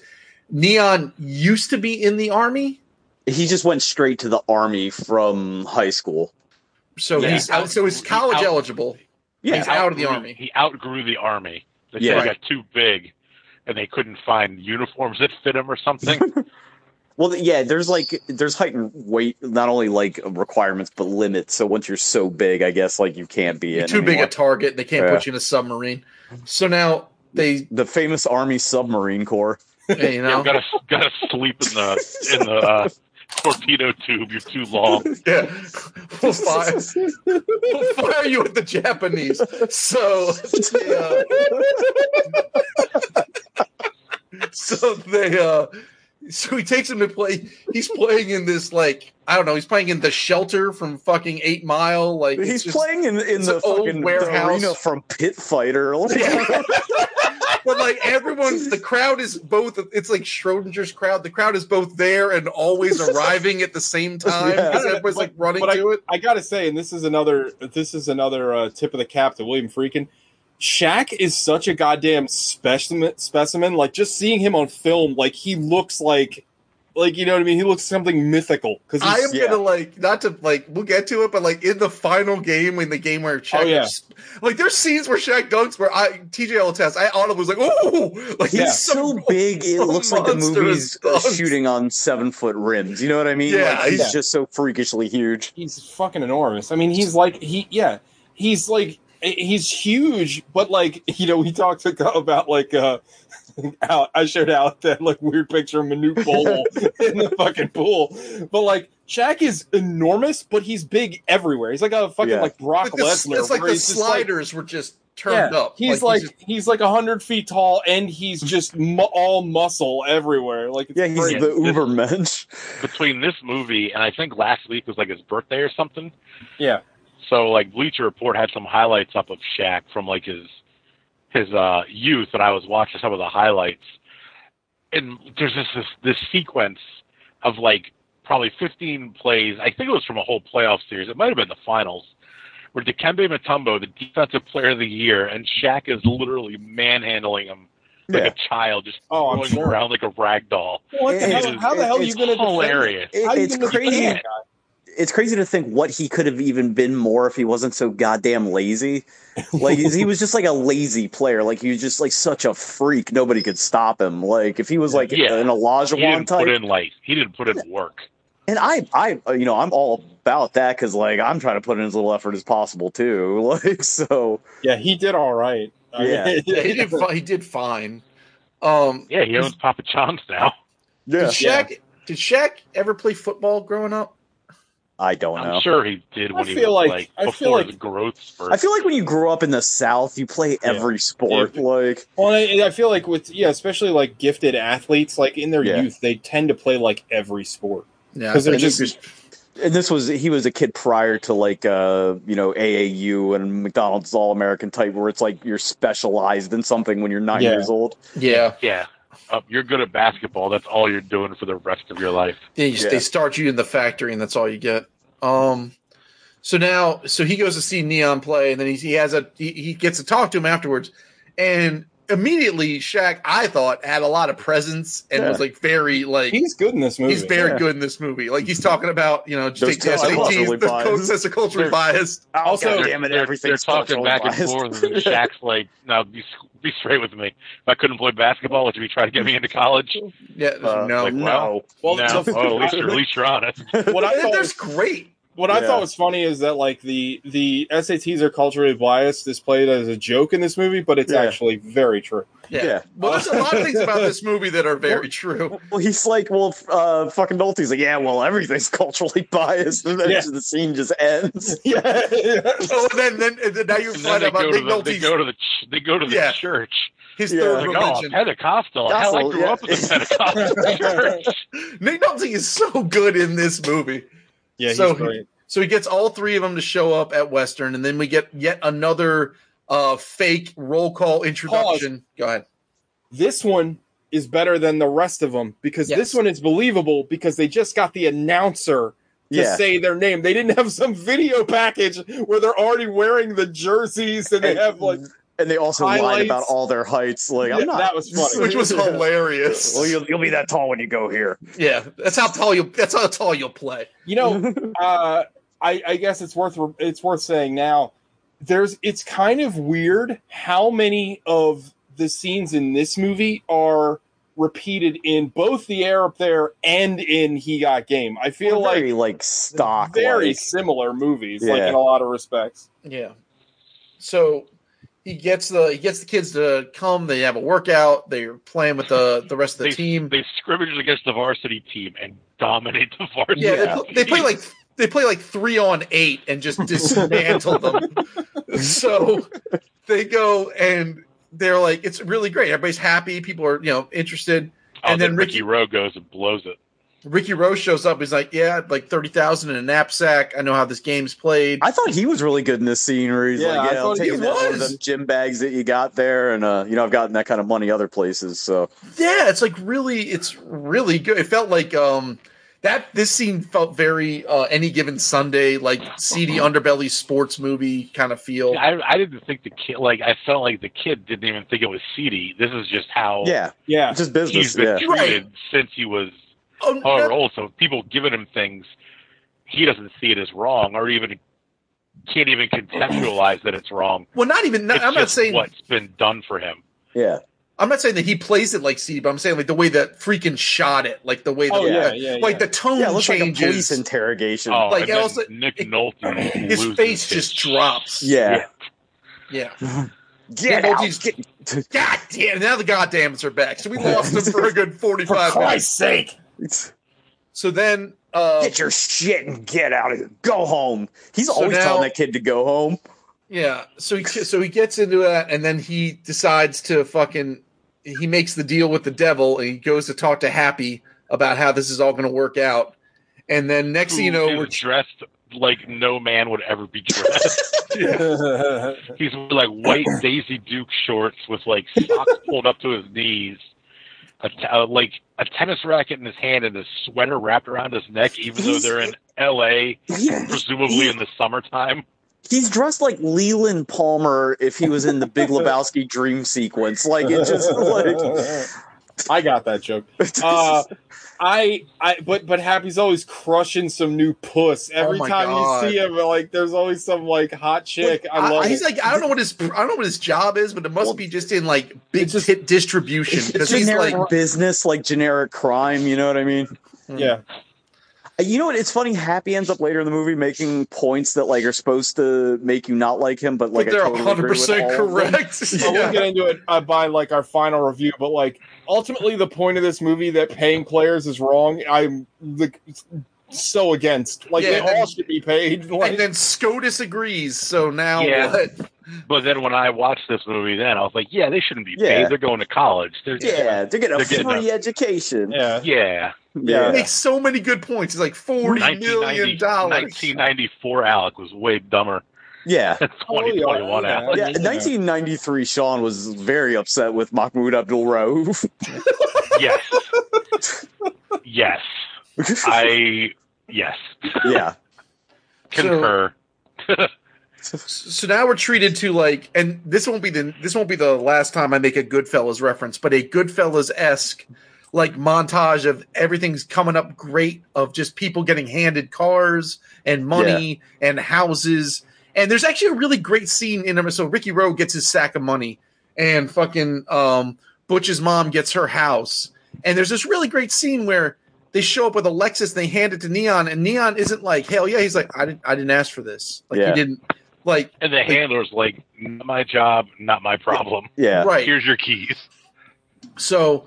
[SPEAKER 13] Neon used to be in the army,
[SPEAKER 16] He just went straight to the army from high school.
[SPEAKER 13] so
[SPEAKER 17] Yeah.
[SPEAKER 13] he's out, so he's college
[SPEAKER 17] out-
[SPEAKER 13] eligible.
[SPEAKER 16] Yeah.
[SPEAKER 13] he's out of the
[SPEAKER 17] Outgrew-
[SPEAKER 13] army.
[SPEAKER 17] He outgrew the army. They said
[SPEAKER 16] Yeah.
[SPEAKER 17] he got too big, and they couldn't find uniforms that fit him or something.
[SPEAKER 16] Well, yeah, there's like there's height and weight, not only like requirements but limits. So once you're so big, I guess like you can't be
[SPEAKER 13] You're
[SPEAKER 16] in
[SPEAKER 13] too big
[SPEAKER 16] anymore.
[SPEAKER 13] a target. They can't
[SPEAKER 16] Yeah.
[SPEAKER 13] put you in a submarine. So now they,
[SPEAKER 16] the famous Army Submarine Corps.
[SPEAKER 13] you
[SPEAKER 17] Yeah,
[SPEAKER 13] know,
[SPEAKER 17] gotta gotta sleep in the in the uh, torpedo tube. You're too long.
[SPEAKER 13] yeah, we'll fire, we'll fire you at the Japanese. So, they, uh, so they uh so he takes him to play he's playing in this like i don't know he's playing in the shelter from fucking eight mile like it's
[SPEAKER 16] He's
[SPEAKER 13] just-
[SPEAKER 16] playing in in
[SPEAKER 13] it's
[SPEAKER 16] the
[SPEAKER 13] an old
[SPEAKER 16] fucking the
[SPEAKER 13] warehouse.
[SPEAKER 16] arena from Pit Fighter. Like,
[SPEAKER 13] but like everyone the crowd is both it's like schrodinger's crowd the crowd is both there and always arriving at the same time
[SPEAKER 11] Yeah.
[SPEAKER 13] because everyone's like running
[SPEAKER 11] But I,
[SPEAKER 13] to it
[SPEAKER 11] I gotta say, and this is another this is another uh, tip of the cap to William Freakin. Shaq is such a goddamn specimen specimen. Like just seeing him on film, like he looks like like you know what I mean? He looks something mythical. Because
[SPEAKER 13] I am gonna like not to like we'll get to it, but like in the final game when the game where Shaq
[SPEAKER 11] Oh, yeah.
[SPEAKER 13] like there's scenes where Shaq dunks where I TJ will test I audible was like oh like
[SPEAKER 16] he's so big, it
[SPEAKER 13] some
[SPEAKER 16] looks like the
[SPEAKER 13] monster
[SPEAKER 16] movie's
[SPEAKER 13] is-
[SPEAKER 16] shooting on seven foot rims. You know what I mean?
[SPEAKER 11] Yeah,
[SPEAKER 16] Like, he's
[SPEAKER 11] yeah.
[SPEAKER 16] just so freakishly huge.
[SPEAKER 11] he's fucking enormous. I mean, he's like he yeah, he's like he's huge, but like you know, we talked about like uh, Al, I showed out that like weird picture of Manute Bowl in the fucking pool, but like Shaq is enormous, but he's big everywhere. He's like a fucking
[SPEAKER 13] Yeah.
[SPEAKER 11] like Brock
[SPEAKER 13] It's like the-
[SPEAKER 11] Lesnar.
[SPEAKER 13] it's like
[SPEAKER 11] where
[SPEAKER 13] the
[SPEAKER 11] he's just,
[SPEAKER 13] sliders were just turned
[SPEAKER 11] Yeah,
[SPEAKER 13] up.
[SPEAKER 11] He's like, he's like hundred feet tall, and he's just mu- all muscle everywhere. Like it's yeah,
[SPEAKER 16] He's the uber mensch.
[SPEAKER 14] between this movie and I think last week was like his birthday or something.
[SPEAKER 11] Yeah.
[SPEAKER 14] So like Bleacher Report had some highlights up of Shaq from like his his uh youth and I was watching some of the highlights. And there's this this, this sequence of like probably 15 plays. I think it was from a whole playoff series. It might have been the finals where Dikembe Mutombo, the defensive player of the year, and Shaq is literally manhandling him like
[SPEAKER 16] Yeah.
[SPEAKER 14] a child, just
[SPEAKER 11] Oh, I'm
[SPEAKER 14] throwing
[SPEAKER 11] sure.
[SPEAKER 14] him around like a rag doll.
[SPEAKER 11] What the
[SPEAKER 14] It
[SPEAKER 11] hell-
[SPEAKER 14] is-
[SPEAKER 11] how the hell are you
[SPEAKER 14] it's
[SPEAKER 11] gonna defend-
[SPEAKER 14] hilarious?
[SPEAKER 11] It- How you
[SPEAKER 16] it's
[SPEAKER 11] gonna defend
[SPEAKER 16] crazy.
[SPEAKER 11] that guy?
[SPEAKER 16] It's crazy to think what he could have even been more if he wasn't so goddamn lazy. Like he's- he was just like a lazy player. Like he was just like such a freak. Nobody could stop him. Like if he was like
[SPEAKER 14] Yeah.
[SPEAKER 16] an
[SPEAKER 14] He
[SPEAKER 16] Olajuwon
[SPEAKER 14] didn't
[SPEAKER 16] type,
[SPEAKER 14] put in like he didn't put in work.
[SPEAKER 16] And I, I, uh, you know, I'm all about that because, like, I'm trying to put in as little effort as possible too. Like, so
[SPEAKER 11] Yeah, he did all right. I mean,
[SPEAKER 16] Yeah.
[SPEAKER 13] yeah, he did. Fi- he did fine. Um,
[SPEAKER 14] yeah, he owns Papa John's now.
[SPEAKER 13] Did Shaq? Did Shaq ever play football growing up?
[SPEAKER 16] I don't
[SPEAKER 14] I'm
[SPEAKER 16] know.
[SPEAKER 14] sure he did when
[SPEAKER 13] I
[SPEAKER 14] he was
[SPEAKER 13] feel
[SPEAKER 14] like,
[SPEAKER 13] like- I feel
[SPEAKER 14] before
[SPEAKER 13] like-
[SPEAKER 14] the growth spurt.
[SPEAKER 16] I feel like when you grow up in the South, you play every sport. Like,
[SPEAKER 11] Well, I, I feel like with yeah, especially like gifted athletes, like in their
[SPEAKER 16] Yeah.
[SPEAKER 11] youth, they tend to play like every sport.
[SPEAKER 16] Yeah,
[SPEAKER 11] because they're
[SPEAKER 16] and
[SPEAKER 11] just
[SPEAKER 16] this- and this was he was a kid prior to like, uh, you know, AAU and McDonald's All American type, where it's like you're specialized in something when you're nine
[SPEAKER 14] Yeah.
[SPEAKER 16] years old.
[SPEAKER 13] Yeah.
[SPEAKER 14] Yeah. Uh, you're good at basketball. That's all you're doing for the rest of your life.
[SPEAKER 13] They, they start you in the factory, and that's all you get. Um, so now, so he goes to see Neon play, and then he, he has a he, he gets to talk to him afterwards, and immediately Shaq, I thought, had a lot of presence and was
[SPEAKER 11] Yeah.
[SPEAKER 13] like very like
[SPEAKER 11] he's good in this movie.
[SPEAKER 13] He's very
[SPEAKER 11] Yeah.
[SPEAKER 13] good in this movie. Like he's talking about you know just
[SPEAKER 11] There's
[SPEAKER 13] take the
[SPEAKER 11] culturally
[SPEAKER 13] SATs. The
[SPEAKER 11] biased.
[SPEAKER 13] coach says the culturally
[SPEAKER 11] There's-
[SPEAKER 13] biased.
[SPEAKER 11] Also-
[SPEAKER 14] they're,
[SPEAKER 11] damn it,
[SPEAKER 14] they're-
[SPEAKER 11] everything's
[SPEAKER 14] they're talking
[SPEAKER 11] culturally
[SPEAKER 14] back and
[SPEAKER 11] biased.
[SPEAKER 14] forth. And Shaq's like, "Now be be straight with me. If I couldn't play basketball, would you be trying to get me into college?"
[SPEAKER 13] Yeah,
[SPEAKER 11] uh,
[SPEAKER 13] no,
[SPEAKER 14] like, well,
[SPEAKER 11] no.
[SPEAKER 14] no.
[SPEAKER 11] Well, the-
[SPEAKER 14] Oh, at least you're at least you're honest.
[SPEAKER 11] What I thought was
[SPEAKER 13] great.
[SPEAKER 11] What I
[SPEAKER 14] Yeah.
[SPEAKER 11] thought was funny is that like the the SATs are culturally biased is played as a joke in this movie, but it's
[SPEAKER 16] Yeah.
[SPEAKER 11] actually very true.
[SPEAKER 13] Yeah. Well, there's a lot of things about this movie that are very true.
[SPEAKER 16] Well, he's like, well, f- uh, fucking Nolte's like, yeah, well, everything's culturally biased, and then
[SPEAKER 13] Yeah.
[SPEAKER 16] the scene just ends.
[SPEAKER 11] Yeah.
[SPEAKER 13] oh, and then, and then now you
[SPEAKER 14] And then
[SPEAKER 13] find
[SPEAKER 14] they
[SPEAKER 13] out
[SPEAKER 14] go,
[SPEAKER 13] about
[SPEAKER 14] to
[SPEAKER 13] Nick
[SPEAKER 14] the, they
[SPEAKER 13] Nolte's
[SPEAKER 14] go to the ch- they go to the
[SPEAKER 13] Yeah.
[SPEAKER 14] church.
[SPEAKER 13] His
[SPEAKER 14] yeah.
[SPEAKER 13] third
[SPEAKER 14] like, oh,
[SPEAKER 13] religion.
[SPEAKER 14] Pentecostal. Hell, I
[SPEAKER 13] Gospel,
[SPEAKER 14] grew
[SPEAKER 13] yeah.
[SPEAKER 14] up in the Pentecostal church.
[SPEAKER 13] Nick Nolte is so good in this movie.
[SPEAKER 11] Yeah, he's
[SPEAKER 13] so He,
[SPEAKER 11] great.
[SPEAKER 13] so he gets all three of them to show up at Western, and then we get yet another uh, fake roll call introduction. Go ahead.
[SPEAKER 11] This one is better than the rest of them because this one is believable because they just got the announcer to
[SPEAKER 16] Yeah.
[SPEAKER 11] say their name. They didn't have some video package where they're already wearing the jerseys and they have like
[SPEAKER 16] and they also lied
[SPEAKER 11] highlights.
[SPEAKER 16] about all their heights. Like,
[SPEAKER 11] Yeah,
[SPEAKER 16] I'm not.
[SPEAKER 11] that was funny. Which was
[SPEAKER 13] hilarious.
[SPEAKER 16] Well, you'll, you'll be that tall when you go here.
[SPEAKER 13] Yeah, that's how tall you. That's how tall you'll play.
[SPEAKER 11] You know, uh, I, I guess it's worth it's worth saying now. There's it's kind of weird how many of the scenes in this movie are repeated in both the air up there and in He Got Game. I feel
[SPEAKER 16] We're
[SPEAKER 11] like
[SPEAKER 16] very like stock.
[SPEAKER 11] very
[SPEAKER 16] like-
[SPEAKER 11] similar movies, like
[SPEAKER 16] Yeah.
[SPEAKER 11] in a lot of respects.
[SPEAKER 13] Yeah. So he gets the he gets the kids to come. They have a workout. They're playing with the the rest of the
[SPEAKER 14] They-
[SPEAKER 13] team.
[SPEAKER 14] They scrimmage against the varsity team and dominate the varsity.
[SPEAKER 13] yeah, They, pl- they
[SPEAKER 14] team.
[SPEAKER 13] play like they play like three on eight and just dismantle them. So they go and they're like, it's really great. Everybody's happy. People are you know interested.
[SPEAKER 14] Oh,
[SPEAKER 13] and then Ricky
[SPEAKER 14] Ricky Rowe goes and blows it.
[SPEAKER 13] Ricky Rose shows up. He's like, yeah, like thirty thousand in a knapsack. I know how this game's played.
[SPEAKER 16] I thought he was really good in this scene where he's
[SPEAKER 13] Yeah, I
[SPEAKER 16] like, yeah, I'll
[SPEAKER 13] thought he
[SPEAKER 16] take that one of
[SPEAKER 13] was.
[SPEAKER 16] them gym bags that you got there. And, uh, you know, I've gotten that kind of money other places. So,
[SPEAKER 13] yeah it's like really it's really good it felt like um that this scene felt very uh any given sunday like seedy underbelly sports movie kind of feel
[SPEAKER 14] I, I didn't think the kid like I felt like the kid didn't even think it was seedy. This is just how
[SPEAKER 16] Yeah. Yeah. Just business,
[SPEAKER 14] He's been
[SPEAKER 16] yeah.
[SPEAKER 14] treated
[SPEAKER 13] Right.
[SPEAKER 14] since he was
[SPEAKER 13] Oh,
[SPEAKER 14] however
[SPEAKER 13] that-
[SPEAKER 14] old. So people giving him things, he doesn't see it as wrong, or even can't even conceptualize that it's wrong.
[SPEAKER 13] well not even not,
[SPEAKER 14] It's
[SPEAKER 13] i'm not
[SPEAKER 14] just
[SPEAKER 13] saying
[SPEAKER 14] what's been done for him.
[SPEAKER 16] yeah
[SPEAKER 13] i'm not saying that he plays it like seedy but i'm saying like the way that freaking shot it like the way that
[SPEAKER 16] Oh, yeah,
[SPEAKER 13] like,
[SPEAKER 16] yeah,
[SPEAKER 13] like
[SPEAKER 16] yeah.
[SPEAKER 13] the tone
[SPEAKER 16] yeah, it looks like a
[SPEAKER 13] changes
[SPEAKER 16] police interrogation.
[SPEAKER 14] Oh,
[SPEAKER 13] Like,
[SPEAKER 14] and then
[SPEAKER 13] also-
[SPEAKER 14] Nick Nolte
[SPEAKER 13] his
[SPEAKER 14] loses
[SPEAKER 13] face just drops
[SPEAKER 16] Yeah.
[SPEAKER 13] Yeah.
[SPEAKER 3] Get
[SPEAKER 13] Well,
[SPEAKER 3] out.
[SPEAKER 13] these- God damn! Now the goddamns are back. So we lost them for a good
[SPEAKER 3] For
[SPEAKER 13] forty-five.
[SPEAKER 3] Christ's
[SPEAKER 13] minutes.
[SPEAKER 3] sake.
[SPEAKER 13] So then, uh,
[SPEAKER 16] get your shit and get out of here. Go home. He's
[SPEAKER 13] So
[SPEAKER 16] always
[SPEAKER 13] now-
[SPEAKER 16] telling that kid to go home.
[SPEAKER 13] Yeah. So he so he gets into that, and then he decides to fucking he makes the deal with the devil, and he goes to talk to Happy about how this is all going to work out. And then next thing you know,
[SPEAKER 17] Who is
[SPEAKER 13] we're
[SPEAKER 17] dressed like no man would ever be dressed.
[SPEAKER 13] Yeah.
[SPEAKER 17] He's wearing, like white Daisy Duke shorts with like socks pulled up to his knees, a t- uh, like a tennis racket in his hand, and a sweater wrapped around his neck. Even though
[SPEAKER 16] He's-
[SPEAKER 17] they're in L.A., presumably in the summertime.
[SPEAKER 16] He's dressed like Leland Palmer if he was in the Big Lebowski dream sequence. Like it just like
[SPEAKER 11] I got that joke. Uh, I, I, but but Happy's always crushing some new puss
[SPEAKER 16] Oh
[SPEAKER 11] every
[SPEAKER 13] my
[SPEAKER 11] time
[SPEAKER 13] God.
[SPEAKER 11] you see him. Like, there's always some like hot chick. I, love.
[SPEAKER 13] he's
[SPEAKER 11] it.
[SPEAKER 13] like I don't know what his I don't know what his job is, but it must be just in like big hit distribution because he's
[SPEAKER 16] generic
[SPEAKER 13] like
[SPEAKER 16] business, like generic crime. You know what I mean? Uh,
[SPEAKER 11] Yeah.
[SPEAKER 16] You know what? It's funny. Happy ends up later in the movie making points that like are supposed to make you not like him, but like
[SPEAKER 11] they're
[SPEAKER 16] I totally agree with
[SPEAKER 11] 100%
[SPEAKER 16] all of them.
[SPEAKER 11] Well, We'll get into it uh, by like our final review, but like ultimately the point of this movie that paying players is wrong. I'm like so against. Like
[SPEAKER 13] Yeah,
[SPEAKER 11] they all
[SPEAKER 13] and-
[SPEAKER 11] should be paid. Like
[SPEAKER 13] and then SCOTUS agrees. So now
[SPEAKER 17] Yeah.
[SPEAKER 13] what?
[SPEAKER 17] But then when I watched this movie, then I was like, yeah, they shouldn't be
[SPEAKER 13] Yeah.
[SPEAKER 17] paid. They're going to college. They're,
[SPEAKER 16] Yeah, they're getting a free
[SPEAKER 17] a-
[SPEAKER 16] education.
[SPEAKER 11] Yeah.
[SPEAKER 17] yeah.
[SPEAKER 13] He makes so many good points. He's like forty million dollars.
[SPEAKER 17] 1994 Alec was way dumber.
[SPEAKER 16] Yeah.
[SPEAKER 13] Oh,
[SPEAKER 17] than 2021 Alec.
[SPEAKER 16] Yeah, 1993 Sean was very upset with Mahmoud Abdul Rauf.
[SPEAKER 17] yes. Yes. I yes.
[SPEAKER 16] Yeah.
[SPEAKER 17] Concur.
[SPEAKER 13] so now we're treated to like, and this won't be the this won't be the last time I make a Goodfellas reference, but a Goodfellas esque like montage of everything's coming up great of just people getting handed cars and money and houses. And there's actually a really great scene in so Ricky Rowe gets his sack of money and fucking um Butch's mom gets her house. And there's this really great scene where they show up with a Lexus and they hand it to Neon and Neon isn't like, hell yeah, he's like, I didn't I didn't ask for this. Like
[SPEAKER 17] Yeah.
[SPEAKER 13] he didn't like
[SPEAKER 17] and the handler's like, not my job, not my problem.
[SPEAKER 13] Yeah. Right.
[SPEAKER 17] Here's your keys.
[SPEAKER 13] So,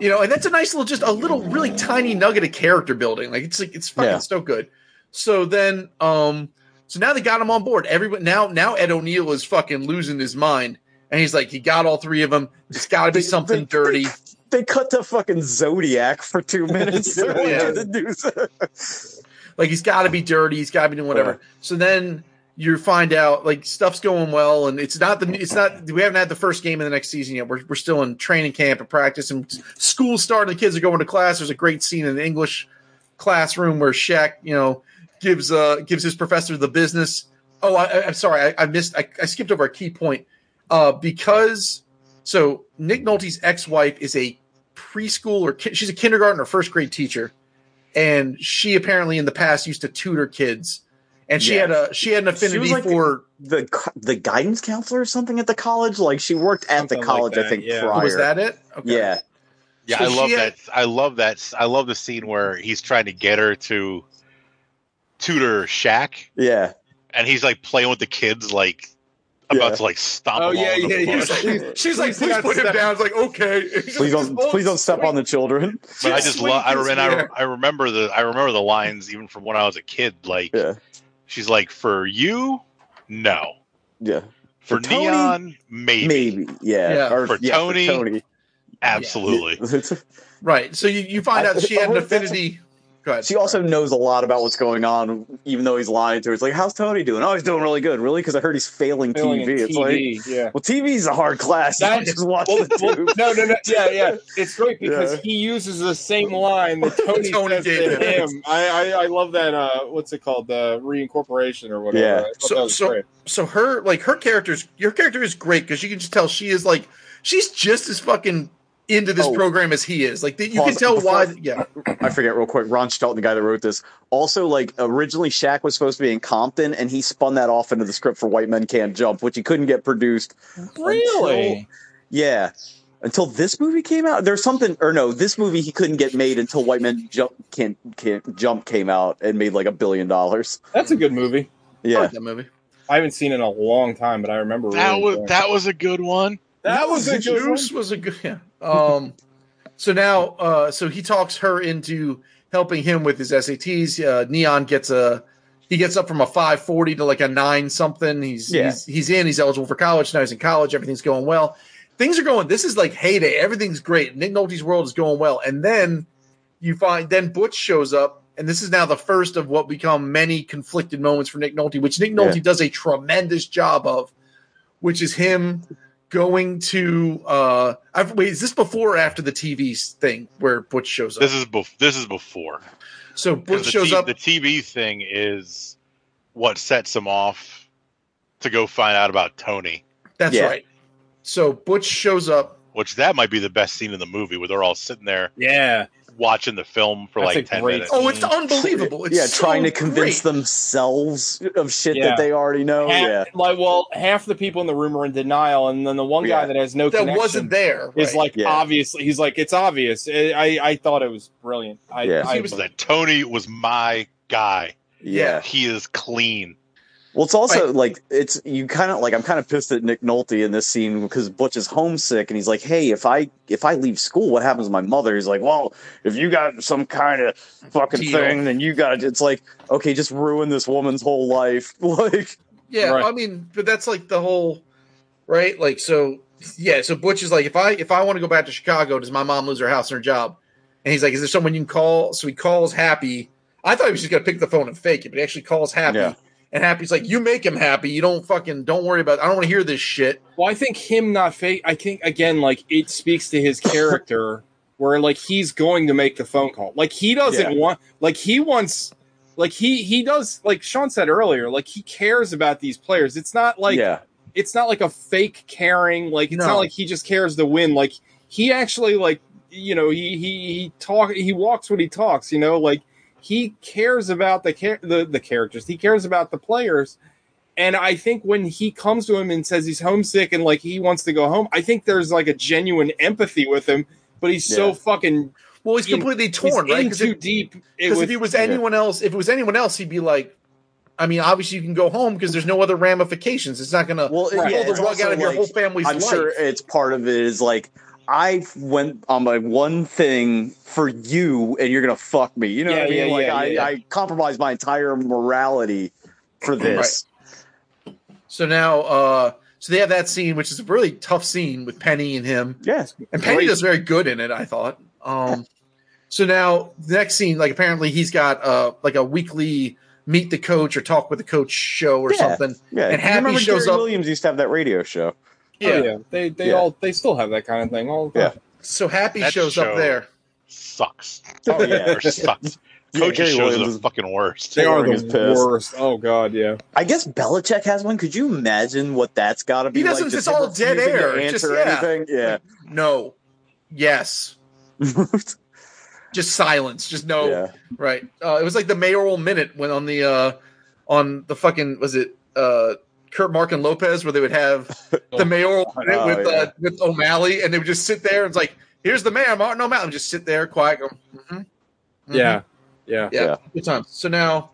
[SPEAKER 13] you know, and that's a nice little, just a little, really tiny nugget of character building. Like it's like it's fucking
[SPEAKER 16] Yeah.
[SPEAKER 13] so good. So then, um, so now they got him on board. Everyone now, now Ed O'Neill is fucking losing his mind, and he's like, he got all three of them. It's got to be something dirty.
[SPEAKER 16] They cut to fucking Zodiac for two minutes. They're like,
[SPEAKER 13] Yeah.
[SPEAKER 16] "Dude, the dude's-
[SPEAKER 13] like he's got to be dirty. He's got to be doing whatever. So then you find out like stuff's going well, and it's not the it's not we haven't had the first game of the next season yet. We're we're still in training camp and practice, and school's starting. The kids are going to class. There's a great scene in the English classroom where Shaq, you know, gives uh gives his professor the business. Oh, I, I- I'm sorry, I, I missed. I, I skipped over a key point uh, because so Nick Nolte's ex-wife is a preschool or ki- she's a kindergarten or first grade teacher, and she apparently in the past used to tutor kids, and she
[SPEAKER 16] Yeah.
[SPEAKER 13] had a she had an
[SPEAKER 16] She
[SPEAKER 13] affinity
[SPEAKER 16] was like
[SPEAKER 13] for
[SPEAKER 16] the co- the guidance counselor or something at the college. Like she worked at the
[SPEAKER 14] Something like
[SPEAKER 16] college,
[SPEAKER 14] that,
[SPEAKER 16] I think.
[SPEAKER 14] yeah.
[SPEAKER 16] Prior.
[SPEAKER 13] oh, was that it? Okay.
[SPEAKER 16] Yeah.
[SPEAKER 14] Yeah,
[SPEAKER 13] So
[SPEAKER 14] I love
[SPEAKER 13] she had-
[SPEAKER 14] that. I love that. I love the scene where he's trying to get her to tutor Shaq,
[SPEAKER 16] Yeah.
[SPEAKER 14] and he's like playing with the kids, like about
[SPEAKER 16] Yeah.
[SPEAKER 14] to like stomp.
[SPEAKER 13] Oh
[SPEAKER 14] them all
[SPEAKER 13] yeah,
[SPEAKER 14] over
[SPEAKER 13] yeah.
[SPEAKER 14] the
[SPEAKER 13] yeah.
[SPEAKER 14] bush.
[SPEAKER 13] She's, she's like, please
[SPEAKER 14] don't
[SPEAKER 13] put him
[SPEAKER 14] step-
[SPEAKER 13] down. It's like okay,
[SPEAKER 16] Please don't please don't step on the children.
[SPEAKER 14] But I just love. I, and I,
[SPEAKER 13] swear.
[SPEAKER 14] I remember the. I remember the lines even from when I was a kid. Like, she's like, "For you, no.
[SPEAKER 16] Yeah.
[SPEAKER 14] For,
[SPEAKER 16] Tony,
[SPEAKER 14] Neon, maybe.
[SPEAKER 16] Maybe. Yeah.
[SPEAKER 13] Yeah.
[SPEAKER 16] Or-
[SPEAKER 14] For
[SPEAKER 16] yeah,
[SPEAKER 14] Tony, absolutely.
[SPEAKER 13] Right. So you, you find
[SPEAKER 16] I-
[SPEAKER 13] out that she had an
[SPEAKER 16] oh, that's-
[SPEAKER 13] affinity.
[SPEAKER 16] She also knows a lot about what's going on, even though he's lying to her. It's like, how's Tony doing? Oh, he's doing really good, really, because I heard he's failing,
[SPEAKER 11] Failing in
[SPEAKER 16] TV. It's
[SPEAKER 11] TV,
[SPEAKER 16] like,
[SPEAKER 11] yeah.
[SPEAKER 16] well, TV's a hard class. You don't just watch the tube.
[SPEAKER 11] no, no, no. Yeah, yeah. It's great because
[SPEAKER 16] Yeah.
[SPEAKER 11] he uses the same line that Tony,
[SPEAKER 13] Tony
[SPEAKER 11] says
[SPEAKER 13] gave
[SPEAKER 11] to
[SPEAKER 13] him.
[SPEAKER 11] him. I, I, I love that. Uh, what's it called? The reincorporation or whatever. I thought that
[SPEAKER 13] So
[SPEAKER 11] was
[SPEAKER 13] so
[SPEAKER 11] great.
[SPEAKER 13] so her like her character's your character is great because you can just tell she is like she's just as fucking into this
[SPEAKER 16] Oh.
[SPEAKER 13] program as he is. Like that you
[SPEAKER 16] Pause.
[SPEAKER 13] can tell
[SPEAKER 16] Before-
[SPEAKER 13] why. Yeah.
[SPEAKER 16] I forget real quick. Ron Shelton, the guy that wrote this, also like originally Shaq was supposed to be in Compton, and he spun that off into the script for White Men Can't Jump, which he couldn't get produced.
[SPEAKER 11] Really?
[SPEAKER 16] Yeah. Until this movie came out, there's something, or no, this movie he couldn't get made until White Men Jump Can't, Can't Jump came out and made like a billion dollars.
[SPEAKER 11] That's a good movie.
[SPEAKER 16] Yeah,
[SPEAKER 13] that movie.
[SPEAKER 11] I haven't seen it in a long time, but I remember
[SPEAKER 14] That
[SPEAKER 11] really
[SPEAKER 14] was
[SPEAKER 11] enjoying it.
[SPEAKER 14] that was a good one.
[SPEAKER 11] That was a good
[SPEAKER 13] juice was a good. Yeah. Um, so now, uh, so he talks her into helping him with his SATs. Uh, Neon gets a he gets up from a five forty to like a nine something. He's
[SPEAKER 10] Yeah.
[SPEAKER 13] he's he's in. He's eligible for college now. He's in college. Everything's going well. Things are going. This is like heyday. Everything's great. Nick Nolte's world is going well. And then you find then Butch shows up, and this is now the first of what become many conflicted moments for Nick Nolte, which Nick Nolte
[SPEAKER 10] Yeah.
[SPEAKER 13] does a tremendous job of, which is him going to uh i wait is this before or after the tv thing where butch shows up
[SPEAKER 14] This is bef- this is before.
[SPEAKER 13] so butch
[SPEAKER 14] the
[SPEAKER 13] shows
[SPEAKER 14] T-
[SPEAKER 13] up
[SPEAKER 14] The TV thing is what sets him off to go find out about Tony,
[SPEAKER 13] that's
[SPEAKER 14] Yeah.
[SPEAKER 13] right so butch shows up
[SPEAKER 14] which that might be the best scene in the movie where they're all sitting there,
[SPEAKER 11] yeah,
[SPEAKER 14] watching the film for
[SPEAKER 11] That's
[SPEAKER 14] like
[SPEAKER 11] a
[SPEAKER 14] ten
[SPEAKER 11] great
[SPEAKER 14] minutes.
[SPEAKER 13] oh it's unbelievable it's
[SPEAKER 16] yeah, trying
[SPEAKER 13] so
[SPEAKER 16] to convince
[SPEAKER 13] great.
[SPEAKER 16] themselves of shit
[SPEAKER 11] Yeah.
[SPEAKER 16] that they already know.
[SPEAKER 11] Half-
[SPEAKER 16] Oh, yeah.
[SPEAKER 11] Like, well, half the people in the room are in denial, and then the one guy
[SPEAKER 16] Yeah.
[SPEAKER 11] that has no
[SPEAKER 13] that
[SPEAKER 11] connection
[SPEAKER 13] wasn't there
[SPEAKER 11] is
[SPEAKER 13] right.
[SPEAKER 11] like
[SPEAKER 16] Yeah.
[SPEAKER 11] obviously he's like it's obvious. I I, I thought it was brilliant. I,
[SPEAKER 16] Yeah.
[SPEAKER 11] I,
[SPEAKER 14] He was that Tony was my guy.
[SPEAKER 16] Yeah.
[SPEAKER 14] He is clean.
[SPEAKER 16] Well, it's also like it's you kind of like I'm kind of pissed at Nick Nolte in this scene because Butch is homesick and he's like, "Hey, if I if I leave school, what happens to my mother?" He's like, "Well, if you got some kind of fucking
[SPEAKER 13] Deal.
[SPEAKER 16] thing, then you got to." It's like, okay, just ruin this woman's whole life. Like,
[SPEAKER 13] Yeah,
[SPEAKER 11] Right.
[SPEAKER 13] I mean, but that's like the whole right. Like, so yeah, so Butch is like, if I if I want to go back to Chicago, does my mom lose her house and her job? And he's like, is there someone you can call? So he calls Happy. I thought he was just gonna pick the phone and fake it, but he actually calls Happy.
[SPEAKER 16] Yeah.
[SPEAKER 13] And Happy's like, you make him happy. You don't fucking don't worry about. I don't want to hear this shit.
[SPEAKER 11] Well, I think him not fake. I think again, like it speaks to his character, where like he's going to make the phone call. Like he doesn't
[SPEAKER 16] Yeah.
[SPEAKER 11] want. Like he wants. Like he he does. Like Sean said earlier. Like he cares about these players. It's not like
[SPEAKER 16] yeah,
[SPEAKER 11] it's not like a fake caring. Like it's
[SPEAKER 13] No.
[SPEAKER 11] not like he just cares to win. Like he actually like you know he he he talk he walks what he talks. You know like he cares about the char- the the characters. He cares about the players. And I think when he comes to him and says he's homesick and like he wants to go home, I think there's like a genuine empathy with him. But he's so
[SPEAKER 16] Yeah.
[SPEAKER 11] fucking
[SPEAKER 13] Well, he's
[SPEAKER 11] in-
[SPEAKER 13] completely torn,
[SPEAKER 11] he's
[SPEAKER 13] right?
[SPEAKER 11] in
[SPEAKER 13] Because
[SPEAKER 11] too
[SPEAKER 13] it-
[SPEAKER 11] deep. It
[SPEAKER 13] because
[SPEAKER 11] was-
[SPEAKER 13] if he was anyone else, if it was anyone else, he'd be like, I mean, obviously you can go home because there's no other ramifications. It's not gonna
[SPEAKER 16] Well,
[SPEAKER 13] pull
[SPEAKER 16] yeah,
[SPEAKER 13] the
[SPEAKER 16] it's
[SPEAKER 13] rug
[SPEAKER 16] also
[SPEAKER 13] out of your
[SPEAKER 16] like-
[SPEAKER 13] whole family's
[SPEAKER 16] I'm
[SPEAKER 13] life.
[SPEAKER 16] sure it's part of it is like I went on my one thing for you, and you're gonna fuck me. You know what I
[SPEAKER 11] Yeah,
[SPEAKER 16] mean?
[SPEAKER 11] yeah,
[SPEAKER 16] like
[SPEAKER 11] yeah,
[SPEAKER 16] I,
[SPEAKER 11] yeah.
[SPEAKER 16] I compromised my entire morality for this.
[SPEAKER 13] So now, uh, so they have that scene, which is a really tough scene with Penny and him.
[SPEAKER 16] Yes.
[SPEAKER 13] And Penny
[SPEAKER 11] Great.
[SPEAKER 13] does very good in it, I thought. Um, so now, the next scene, like apparently he's got uh, like a weekly meet the coach or talk with the coach show or something.
[SPEAKER 16] Yeah.
[SPEAKER 13] And
[SPEAKER 16] You remember
[SPEAKER 13] Happy shows
[SPEAKER 16] Gary
[SPEAKER 13] up.
[SPEAKER 16] Williams used to have that radio show.
[SPEAKER 11] Yeah,
[SPEAKER 13] Yeah.
[SPEAKER 11] yeah. They they
[SPEAKER 16] Oh, Yeah.
[SPEAKER 11] all they still have that kind of thing. Oh, All the time.
[SPEAKER 13] So Happy
[SPEAKER 14] That
[SPEAKER 13] shows
[SPEAKER 14] show-
[SPEAKER 13] up there.
[SPEAKER 14] Sucks.
[SPEAKER 16] Oh yeah.
[SPEAKER 14] Or sucks.
[SPEAKER 16] Yeah,
[SPEAKER 14] Coaches
[SPEAKER 16] Gary
[SPEAKER 14] shows are
[SPEAKER 16] Williams
[SPEAKER 14] the
[SPEAKER 16] is-
[SPEAKER 14] fucking worst.
[SPEAKER 11] they are
[SPEAKER 16] Boring is
[SPEAKER 11] the
[SPEAKER 16] pissed.
[SPEAKER 11] worst. Oh god, yeah.
[SPEAKER 16] I guess Belichick has one. Could you imagine what that's got to be?
[SPEAKER 13] He doesn't-
[SPEAKER 16] Like,
[SPEAKER 13] it's
[SPEAKER 16] just him
[SPEAKER 13] all dead
[SPEAKER 16] refusing to
[SPEAKER 13] air. It's
[SPEAKER 16] answer
[SPEAKER 13] just- yeah.
[SPEAKER 16] anything. Yeah.
[SPEAKER 13] No. Yes. Just silence. Just no.
[SPEAKER 16] Yeah.
[SPEAKER 13] Right. Uh, it was like the mayoral minute when on the uh, on the fucking was it uh, Kurt Mark and Lopez where they would have the mayoral minute
[SPEAKER 16] Oh,
[SPEAKER 13] with
[SPEAKER 16] yeah.
[SPEAKER 13] uh, with O'Malley and they would just sit there and it's like here's the mayor Martin O'Malley and just sit there quiet go mm-hmm,
[SPEAKER 11] Yeah. Yeah.
[SPEAKER 13] yeah,
[SPEAKER 16] Yeah.
[SPEAKER 13] good times. So now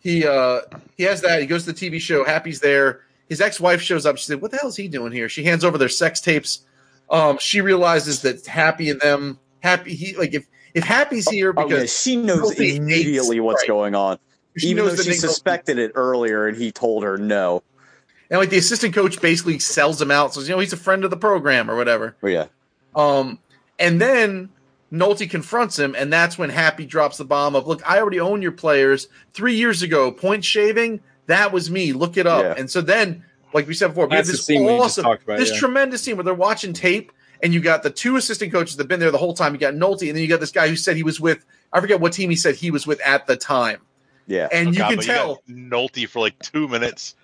[SPEAKER 13] he uh he has that. He goes to the TV show. Happy's there. His ex wife shows up. She said, "What the hell is he doing here?" She hands over their sex tapes. Um, she realizes that Happy and them Happy he like if if Happy's here
[SPEAKER 16] Oh,
[SPEAKER 13] because
[SPEAKER 16] yeah, she knows
[SPEAKER 13] Nolte hates-
[SPEAKER 16] immediately what's
[SPEAKER 13] right.
[SPEAKER 16] going on.
[SPEAKER 13] She
[SPEAKER 16] Even
[SPEAKER 13] knows
[SPEAKER 16] though
[SPEAKER 13] that
[SPEAKER 16] she
[SPEAKER 13] Nick Nolte-
[SPEAKER 16] suspected it earlier and he told her no.
[SPEAKER 13] and like the assistant coach basically sells him out. Says, "You know, he's a friend of the program or whatever."
[SPEAKER 16] But yeah.
[SPEAKER 13] Um, and then Nolte confronts him, and that's when Happy drops the bomb of, "Look, I already own your players three years ago. Point shaving, that was me. Look it up."
[SPEAKER 16] Yeah.
[SPEAKER 13] And so then, like we said before, we have
[SPEAKER 11] That's the
[SPEAKER 13] this
[SPEAKER 11] scene we just
[SPEAKER 13] awesome,
[SPEAKER 11] talked about,
[SPEAKER 13] this
[SPEAKER 11] yeah.
[SPEAKER 13] tremendous scene where they're watching tape, and you got the two assistant coaches that've been there the whole time. You got Nolte, and then you got this guy who said he was with, I forget what team he said he was with at the time,
[SPEAKER 16] Yeah.
[SPEAKER 13] and
[SPEAKER 14] Oh,
[SPEAKER 13] you
[SPEAKER 14] God,
[SPEAKER 13] can
[SPEAKER 14] but
[SPEAKER 13] tell.
[SPEAKER 14] got Nolte for like two minutes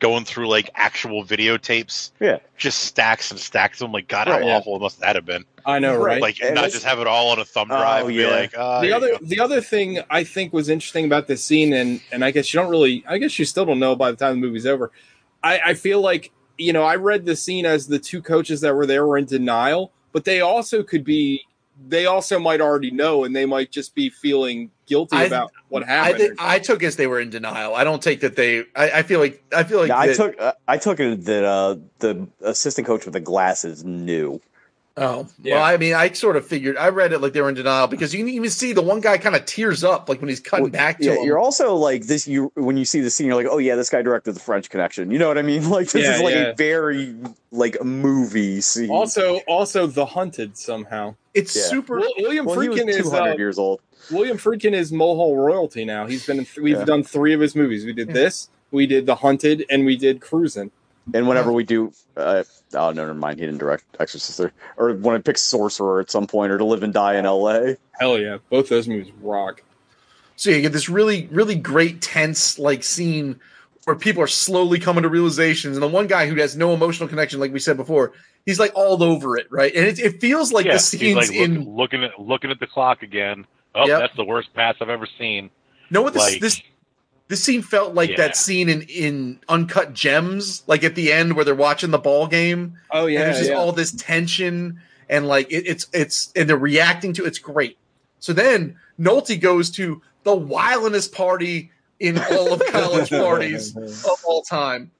[SPEAKER 14] going through like actual videotapes,
[SPEAKER 16] Yeah.
[SPEAKER 14] just stacks and stacks of them. Like, God, how
[SPEAKER 16] Right,
[SPEAKER 11] yeah.
[SPEAKER 14] awful must that have been?
[SPEAKER 11] I know, right?
[SPEAKER 14] Like,
[SPEAKER 16] And
[SPEAKER 14] not
[SPEAKER 16] that's-
[SPEAKER 14] just have it all on a thumb
[SPEAKER 16] Oh,
[SPEAKER 14] drive. and
[SPEAKER 16] yeah.
[SPEAKER 14] Be like, ah,
[SPEAKER 11] the
[SPEAKER 14] here you
[SPEAKER 11] other
[SPEAKER 14] go.
[SPEAKER 11] the other thing I think was interesting about this scene, and and I guess you don't really, I guess you still don't know by the time the movie's over. I, I feel like you know I read the scene as the two coaches that were there were in denial, but they also could be they also might already know and they might just be feeling guilty
[SPEAKER 13] I-
[SPEAKER 11] about what
[SPEAKER 13] I
[SPEAKER 11] happened.
[SPEAKER 13] think I took as they were in denial. I don't take that they. I, I feel like I feel like
[SPEAKER 16] Yeah, I
[SPEAKER 13] that-
[SPEAKER 16] took uh, I took it that uh, the assistant coach with the glasses knew.
[SPEAKER 13] Oh well, I mean, I sort of figured. I read it like they were in denial because you can even see the one guy kind of tears up like when he's cutting back to
[SPEAKER 16] Yeah,
[SPEAKER 13] him.
[SPEAKER 16] you're also like this. You when you see the scene, you're like, oh yeah, this guy directed the French Connection. You know what I mean? Like this
[SPEAKER 11] Yeah,
[SPEAKER 16] is like
[SPEAKER 11] yeah.
[SPEAKER 16] a very like movie scene.
[SPEAKER 11] also, also the hunted somehow.
[SPEAKER 13] It's
[SPEAKER 16] Yeah. super-
[SPEAKER 11] Wil- William
[SPEAKER 16] Well, he was
[SPEAKER 11] Friedkin is
[SPEAKER 16] 200
[SPEAKER 11] uh,
[SPEAKER 16] years old.
[SPEAKER 11] William Friedkin is Mohol royalty now. He's been in th- we've
[SPEAKER 16] Yeah.
[SPEAKER 11] done three of his movies. We did this, we did The Hunted, and we did Cruisin'.
[SPEAKER 16] And whenever we do, uh, oh no, never mind. He didn't direct Exorcist, or, or when I pick Sorcerer at some point, or To Live and Die in L.A.
[SPEAKER 11] Hell yeah, both those movies rock.
[SPEAKER 13] So you get this really, really great tense like scene where people are slowly coming to realizations, and the one guy who has no emotional connection, like we said before, he's like all over it, right? And it, it feels like
[SPEAKER 17] yeah,
[SPEAKER 13] the
[SPEAKER 17] he's
[SPEAKER 13] scenes
[SPEAKER 17] like
[SPEAKER 13] in.
[SPEAKER 17] look- looking at looking at the clock again. Oh, that's the worst pass I've ever seen.
[SPEAKER 13] know what this
[SPEAKER 17] like-
[SPEAKER 13] this this scene felt like
[SPEAKER 17] Yeah.
[SPEAKER 13] that scene in in Uncut Gems, like at the end where they're watching the ball game.
[SPEAKER 11] Oh yeah,
[SPEAKER 13] and there's just
[SPEAKER 11] yeah.
[SPEAKER 13] all this tension and like it, it's it's and they're reacting to it's great. So then Nolte goes to the wildest party in all of college parties of all time,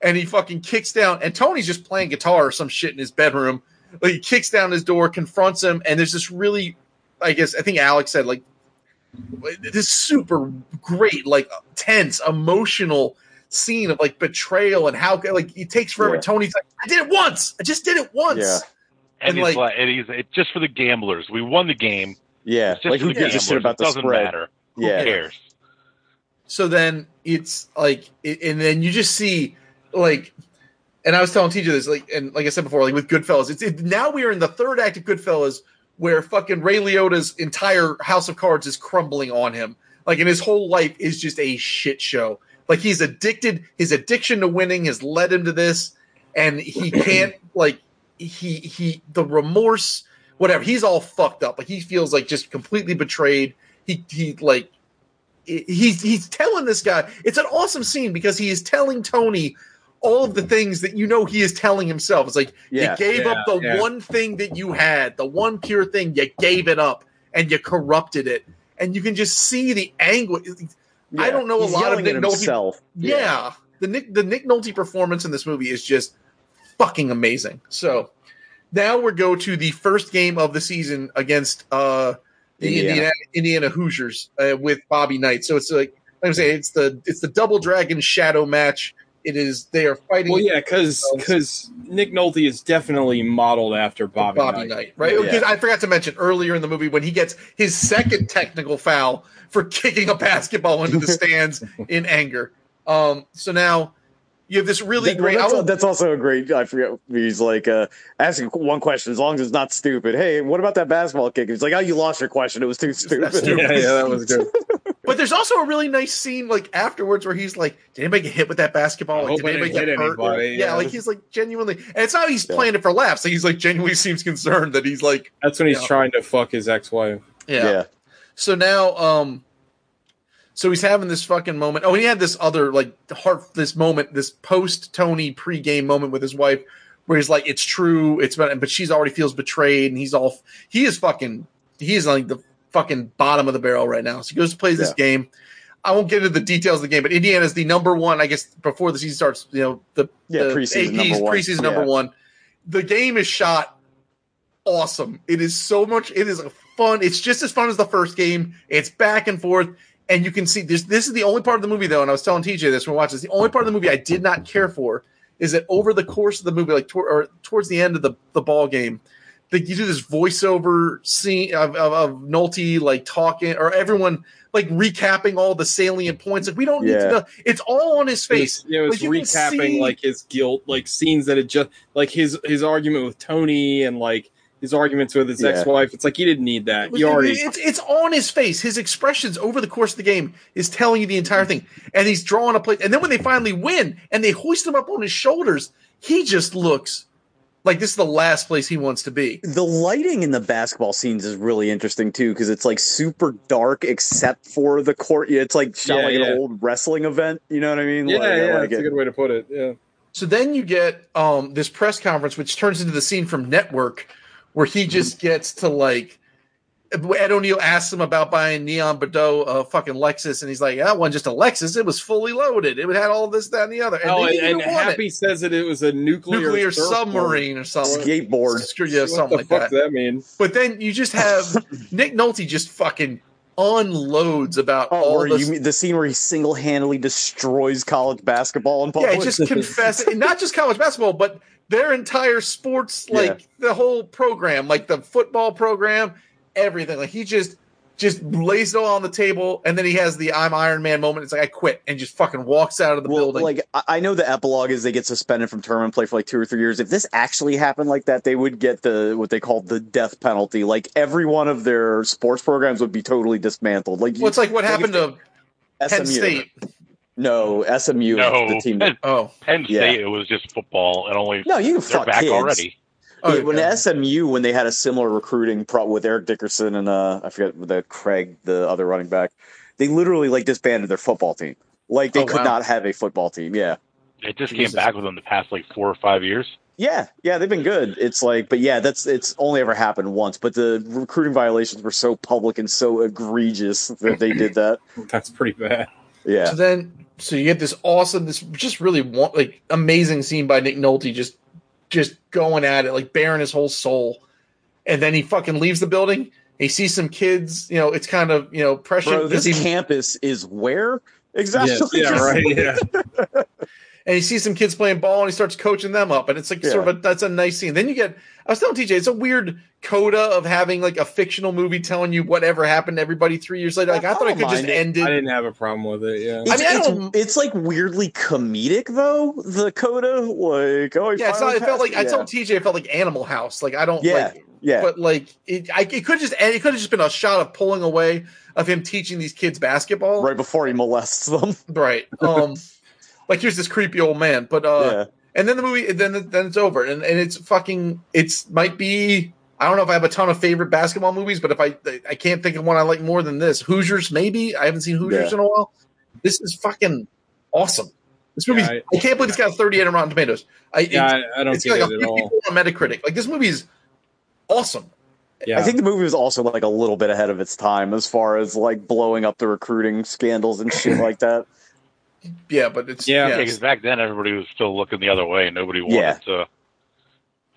[SPEAKER 13] and he fucking kicks down. And Tony's just playing guitar or some shit in his bedroom. Like he kicks down his door, confronts him, and there's this really, I guess I think Alex said like this super great, like tense, emotional scene of like betrayal and how like it takes forever.
[SPEAKER 17] Yeah.
[SPEAKER 13] Tony's like, I did it once. I just did it once.
[SPEAKER 17] And,
[SPEAKER 13] And,
[SPEAKER 17] he's
[SPEAKER 13] like-
[SPEAKER 17] like, and he's it's just for the gamblers. We won the game.
[SPEAKER 16] Yeah,
[SPEAKER 17] It's just
[SPEAKER 16] like
[SPEAKER 17] for
[SPEAKER 16] who
[SPEAKER 17] the
[SPEAKER 16] gives a
[SPEAKER 17] gamblers.
[SPEAKER 16] shit about
[SPEAKER 17] It
[SPEAKER 16] the
[SPEAKER 17] doesn't
[SPEAKER 16] spread?
[SPEAKER 17] matter. Who
[SPEAKER 16] Yeah,
[SPEAKER 17] cares?
[SPEAKER 13] So then it's like, it, and then you just see like, and I was telling TJ this, like, and like I said before, like with Goodfellas, it's it, now we are in the third act of Goodfellas where fucking Ray Liotta's entire house of cards is crumbling on him. Like, and his whole life is just a shit show. Like, he's addicted. His addiction to winning has led him to this, and he can't like he he the remorse, whatever. He's all fucked up. Like, he feels like just completely betrayed. He he like he's he's telling this guy it's an awesome scene because he is telling tony all of the things that you know he is telling himself it's like
[SPEAKER 16] Yeah.
[SPEAKER 13] you gave
[SPEAKER 16] Yeah,
[SPEAKER 13] up the
[SPEAKER 16] yeah.
[SPEAKER 13] one thing that you had the one pure thing you gave it up and you corrupted it and you can just see the anguish i
[SPEAKER 16] Yeah,
[SPEAKER 13] don't know a
[SPEAKER 16] he's
[SPEAKER 13] lot of
[SPEAKER 16] yelling at
[SPEAKER 13] nick nolte
[SPEAKER 16] himself.
[SPEAKER 13] yeah,
[SPEAKER 16] Yeah.
[SPEAKER 13] the nick the nick nolte performance in this movie is just fucking amazing so now we go to the first game of the season against uh the
[SPEAKER 16] Indiana.
[SPEAKER 13] Indiana, Indiana, Hoosiers uh, with Bobby Knight. So it's like like I'm saying, it's the it's the Double Dragon Shadow match. It is they are fighting.
[SPEAKER 11] Well, yeah, because
[SPEAKER 13] Oh.
[SPEAKER 11] Nick Nolte is definitely modeled after Bobby,
[SPEAKER 13] Bobby Knight, right? Because I forgot to mention earlier in the movie when he gets his second technical foul for kicking a basketball into the stands in anger. Um, so now you have this really
[SPEAKER 16] That- well,
[SPEAKER 13] great. Oh, I
[SPEAKER 16] That's,
[SPEAKER 13] won't-
[SPEAKER 16] that's also a great. I forget. He's like uh, asking one question as long as it's not stupid. Hey, what about that basketball kick? He's like, oh, you lost your question. It was too stupid.
[SPEAKER 13] stupid. Yeah, yeah, that was
[SPEAKER 11] good.
[SPEAKER 13] But there's also a really nice scene like afterwards where he's like, "Did anybody get hit with that basketball? Like,
[SPEAKER 11] hope
[SPEAKER 13] did
[SPEAKER 11] I
[SPEAKER 13] anybody
[SPEAKER 11] didn't
[SPEAKER 13] get
[SPEAKER 11] hit
[SPEAKER 13] hurt?"
[SPEAKER 11] anybody,
[SPEAKER 13] yeah,
[SPEAKER 11] yeah.
[SPEAKER 13] like he's like genuinely, and it's not he's playing it for laughs. Like he's like genuinely seems concerned that he's like
[SPEAKER 11] That's when he's
[SPEAKER 13] you know,
[SPEAKER 11] trying to fuck his ex-wife.
[SPEAKER 13] Yeah. So now, um, so he's having this fucking moment. Oh, and he had this other like heart, this moment, this post Tony pregame moment with his wife, where he's like, "It's true, it's been," but she's already feels betrayed, and he's all he is fucking he is like the fucking bottom of the barrel right now. So he goes to play this
[SPEAKER 16] Yeah.
[SPEAKER 13] game. I won't get into the details of the game, but Indiana's the number one, I guess, before the season starts. You know, the
[SPEAKER 16] Yeah,
[SPEAKER 13] the
[SPEAKER 16] preseason number one.
[SPEAKER 13] preseason number
[SPEAKER 16] Yeah.
[SPEAKER 13] one. The game is shot awesome. It is so much. It is a fun. It's just as fun as the first game. It's back and forth, and you can see this. This is the only part of the movie though, and I was telling TJ this when we watched this. The only part of the movie I did not care for is that over the course of the movie, like tor- or towards the end of the the ball game, that you do this voiceover scene of, of, of Nolte like talking or everyone like recapping all the salient points. Like we don't need
[SPEAKER 11] Yeah.
[SPEAKER 13] to know. It's all on his face.
[SPEAKER 11] Yeah, it was
[SPEAKER 13] Like, you can
[SPEAKER 11] recapping
[SPEAKER 13] see-
[SPEAKER 11] like his guilt, like scenes that had just like his his argument with Tony and like his arguments with his
[SPEAKER 13] Yeah.
[SPEAKER 11] ex-wife. It's like he didn't need that. You already
[SPEAKER 13] It's it's on his face. His expressions over the course of the game is telling you the entire thing, and he's drawing a play. And then when they finally win and they hoist him up on his shoulders, he just looks like this is the last place he wants to be.
[SPEAKER 16] The lighting in the basketball scenes is really interesting too because it's like super dark except for the court. It's like shot
[SPEAKER 11] Yeah,
[SPEAKER 16] like
[SPEAKER 11] yeah.
[SPEAKER 16] an old wrestling event. You know what I mean?
[SPEAKER 11] Yeah,
[SPEAKER 16] like, I
[SPEAKER 11] yeah,
[SPEAKER 16] like
[SPEAKER 11] that's a
[SPEAKER 16] it.
[SPEAKER 11] good way to put it. Yeah.
[SPEAKER 13] So then you get um, this press conference, which turns into the scene from Network, where he just gets to like Ed O'Neill asked him about buying Neon Bordeaux a fucking Lexus, and he's like, "That one just a Lexus. It was fully loaded. It had all this, that, and the other." And
[SPEAKER 11] oh,
[SPEAKER 13] they
[SPEAKER 11] and,
[SPEAKER 13] didn't
[SPEAKER 11] and
[SPEAKER 13] even want
[SPEAKER 11] Happy says that it was a nuclear,
[SPEAKER 13] nuclear
[SPEAKER 11] surfboard.
[SPEAKER 13] submarine or something.
[SPEAKER 16] Skateboard.
[SPEAKER 13] Screw yeah,
[SPEAKER 11] What
[SPEAKER 13] something
[SPEAKER 11] the
[SPEAKER 13] like that.
[SPEAKER 11] fuck does that mean?
[SPEAKER 13] But then you just have Nick Nolte just fucking unloads about
[SPEAKER 16] Oh,
[SPEAKER 13] all
[SPEAKER 16] where
[SPEAKER 13] this.
[SPEAKER 16] you mean the scene where he single handedly destroys college basketball in
[SPEAKER 13] yeah,
[SPEAKER 16] public?
[SPEAKER 13] just confess, and not just college basketball, but their entire sports, like the whole program, like the football program, everything. Like he just just lays it all on the table, and then he has the "I'm Iron Man" moment. It's like I quit, and just fucking walks out of the building.
[SPEAKER 16] Like I- I know the epilogue is they get suspended from term and play for like two or three years. If this actually happened like that, they would get the what they call the death penalty. Like every one of their sports programs would be totally dismantled. Like
[SPEAKER 13] well, it's like what happened to Penn
[SPEAKER 16] SMU.
[SPEAKER 13] State.
[SPEAKER 16] no SMU,
[SPEAKER 17] No,
[SPEAKER 16] the team.
[SPEAKER 17] Penn,
[SPEAKER 13] oh,
[SPEAKER 17] Penn
[SPEAKER 16] Yeah.
[SPEAKER 17] State. It was just football, and only
[SPEAKER 16] No, you can
[SPEAKER 17] they're
[SPEAKER 16] fuck
[SPEAKER 17] back
[SPEAKER 16] kids.
[SPEAKER 17] already.
[SPEAKER 13] Oh,
[SPEAKER 16] Yeah, when SMU, when they had a similar recruiting pro with Eric Dickerson and uh, I forget the Craig, the other running back, they literally like disbanded their football team. Like they
[SPEAKER 13] Oh,
[SPEAKER 16] could
[SPEAKER 13] wow.
[SPEAKER 16] not have a football team. Yeah,
[SPEAKER 17] It just came
[SPEAKER 16] Jesus.
[SPEAKER 17] back within the past like four or five years.
[SPEAKER 16] yeah, yeah. They've been good. It's like, but yeah, that's it's only ever happened once. But the recruiting violations were so public and so egregious that they did that.
[SPEAKER 11] That's pretty bad.
[SPEAKER 16] Yeah,
[SPEAKER 13] So then, so you get this awesome, this just really wa- like amazing scene by Nick Nolte, just just going at it, like bearing his whole soul, and then he fucking leaves the building. and He sees some kids, you know, it's kind of you know pressure.
[SPEAKER 16] bro, this
[SPEAKER 13] he,
[SPEAKER 16] campus is where exactly?
[SPEAKER 11] Yeah, yeah, right. Yeah.
[SPEAKER 13] and he sees some kids playing ball, and he starts coaching them up, and it's like sort of a, that's a nice scene. Then you get, I was telling TJ, it's a weird coda of having like a fictional movie telling you whatever happened to everybody three years later. Like I thought I
[SPEAKER 16] don't
[SPEAKER 13] could just
[SPEAKER 16] mind it.
[SPEAKER 13] end it.
[SPEAKER 11] I didn't have a problem with it. Yeah.
[SPEAKER 16] It's,
[SPEAKER 13] mean, I
[SPEAKER 16] it's-
[SPEAKER 13] don't-
[SPEAKER 16] it's, like weirdly comedic though. The coda, like oh, he
[SPEAKER 13] yeah, it's not,
[SPEAKER 16] finally
[SPEAKER 13] it felt
[SPEAKER 16] passed
[SPEAKER 13] like I
[SPEAKER 16] yeah.
[SPEAKER 13] told TJ it felt like Animal House. Like I don't
[SPEAKER 16] Yeah,
[SPEAKER 13] like
[SPEAKER 16] yeah.
[SPEAKER 13] but like it, I, it could just it could have just been a shot of pulling away of him teaching these kids basketball.
[SPEAKER 16] right before he molests them.
[SPEAKER 13] Right. Um like here's this creepy old man, but uh
[SPEAKER 16] Yeah.
[SPEAKER 13] and then the movie then then it's over and and it's fucking it's might be I don't know if I have a ton of favorite basketball movies, but if I I can't think of one I like more than this. Hoosiers maybe. I haven't seen Hoosiers
[SPEAKER 16] Yeah.
[SPEAKER 13] in a while. This is fucking awesome. This movie,
[SPEAKER 11] Yeah,
[SPEAKER 13] I, can't believe it's got 38 on Rotten Tomatoes. I,
[SPEAKER 11] Yeah,
[SPEAKER 13] it's-
[SPEAKER 11] I, I don't
[SPEAKER 13] it's
[SPEAKER 11] get
[SPEAKER 13] like a
[SPEAKER 11] it at
[SPEAKER 13] 54
[SPEAKER 11] all.
[SPEAKER 13] on Metacritic. Like this movie is awesome.
[SPEAKER 11] Yeah.
[SPEAKER 16] I think the movie was also like a little bit ahead of its time as far as like blowing up the recruiting scandals and shit like that.
[SPEAKER 13] Yeah, but it's
[SPEAKER 11] Yeah.
[SPEAKER 13] yeah,
[SPEAKER 17] because back then everybody was still looking the other way, and nobody wanted
[SPEAKER 16] Yeah.
[SPEAKER 17] to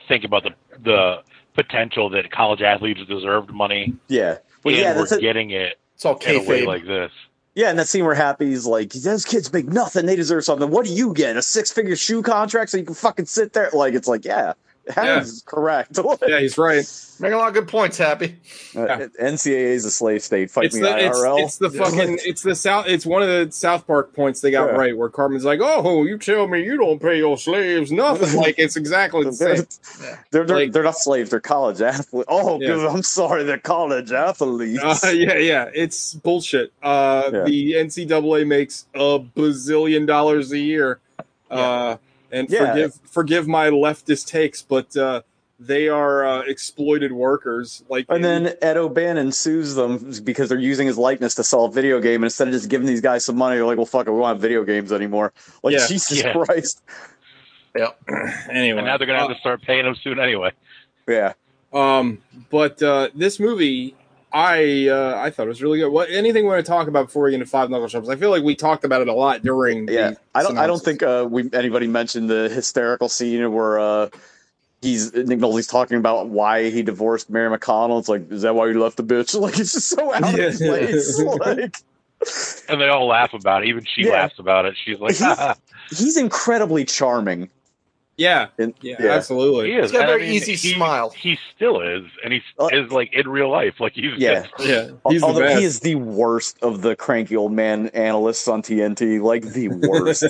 [SPEAKER 17] think about the the potential that college athletes deserved money
[SPEAKER 16] Yeah. Well,
[SPEAKER 17] and
[SPEAKER 16] yeah,
[SPEAKER 17] were
[SPEAKER 16] that's it.
[SPEAKER 17] getting it
[SPEAKER 13] it's all
[SPEAKER 17] in a way
[SPEAKER 13] kayfabe.
[SPEAKER 17] like this.
[SPEAKER 16] yeah, and that scene where Happy's like, those kids make nothing, they deserve something. What do you get? A six figure shoe contract so you can fucking sit there? Like, it's like, yeah, Happy's correct.
[SPEAKER 11] Yeah, he's right.
[SPEAKER 13] Making a lot of good points, Happy.
[SPEAKER 16] Uh, NCAA is a slave state. Fight
[SPEAKER 11] it's
[SPEAKER 16] me
[SPEAKER 11] the it's,
[SPEAKER 16] IRL.
[SPEAKER 11] it's the fucking it's the south it's one of the South Park points they got
[SPEAKER 16] Yeah.
[SPEAKER 11] right where Carmen's like, oh, you tell me you don't pay your slaves nothing. like it's exactly the
[SPEAKER 16] they're,
[SPEAKER 11] same.
[SPEAKER 16] they're, they're,
[SPEAKER 11] Like-
[SPEAKER 16] they're not slaves. They're college athletes. Oh,
[SPEAKER 11] Yeah.
[SPEAKER 16] good, I'm sorry. They're college athletes.
[SPEAKER 11] Uh, yeah, yeah, it's bullshit. Uh,
[SPEAKER 16] Yeah.
[SPEAKER 11] The NCAA makes a bazillion dollars a year, uh, and
[SPEAKER 16] Yeah.
[SPEAKER 11] forgive forgive my leftist takes, but uh, they are uh, exploited workers. Like,
[SPEAKER 16] And then Ed O'Bannon sues them because they're using his likeness to sell a video game. And instead of just giving these guys some money, they're like, well, fuck it, we don't have video games anymore. Like,
[SPEAKER 11] Yeah.
[SPEAKER 16] Jesus
[SPEAKER 17] Yeah.
[SPEAKER 16] Christ.
[SPEAKER 13] Yeah.
[SPEAKER 11] anyway,
[SPEAKER 17] And now they're gonna have to start paying them soon anyway.
[SPEAKER 16] Yeah.
[SPEAKER 11] Um, but uh, this movie, I uh, I thought it was really good. What anything we want to talk about before we get into Five Knuckle Shops? I feel like we talked about it a lot during. the
[SPEAKER 16] Yeah. I don't I don't
[SPEAKER 11] synopsis.
[SPEAKER 16] think uh, we anybody mentioned the hysterical scene where uh, he's Nick Nolte's talking about why he divorced Mary McConnell. It's like, is that why you left the bitch? Like, it's just so out
[SPEAKER 11] Yeah.
[SPEAKER 16] of place. like,
[SPEAKER 17] And they all laugh about it. Even she
[SPEAKER 16] Yeah.
[SPEAKER 17] laughs about it. She's like, "Ah,
[SPEAKER 16] He's-
[SPEAKER 17] "Ha,
[SPEAKER 16] he's incredibly charming.
[SPEAKER 11] Yeah,
[SPEAKER 16] And,
[SPEAKER 11] yeah,
[SPEAKER 16] yeah.
[SPEAKER 17] ha."
[SPEAKER 11] absolutely.
[SPEAKER 17] he is.
[SPEAKER 13] He's got a
[SPEAKER 17] And I
[SPEAKER 13] very
[SPEAKER 17] mean,
[SPEAKER 13] easy
[SPEAKER 17] he-
[SPEAKER 13] smile.
[SPEAKER 17] He still is, and he
[SPEAKER 16] Uh,
[SPEAKER 17] is like in real life. Like he's
[SPEAKER 16] Yeah.
[SPEAKER 17] just-
[SPEAKER 11] Yeah, he's the
[SPEAKER 16] Although
[SPEAKER 11] best.
[SPEAKER 16] he is the worst of the cranky old man analysts on TNT, like the worst.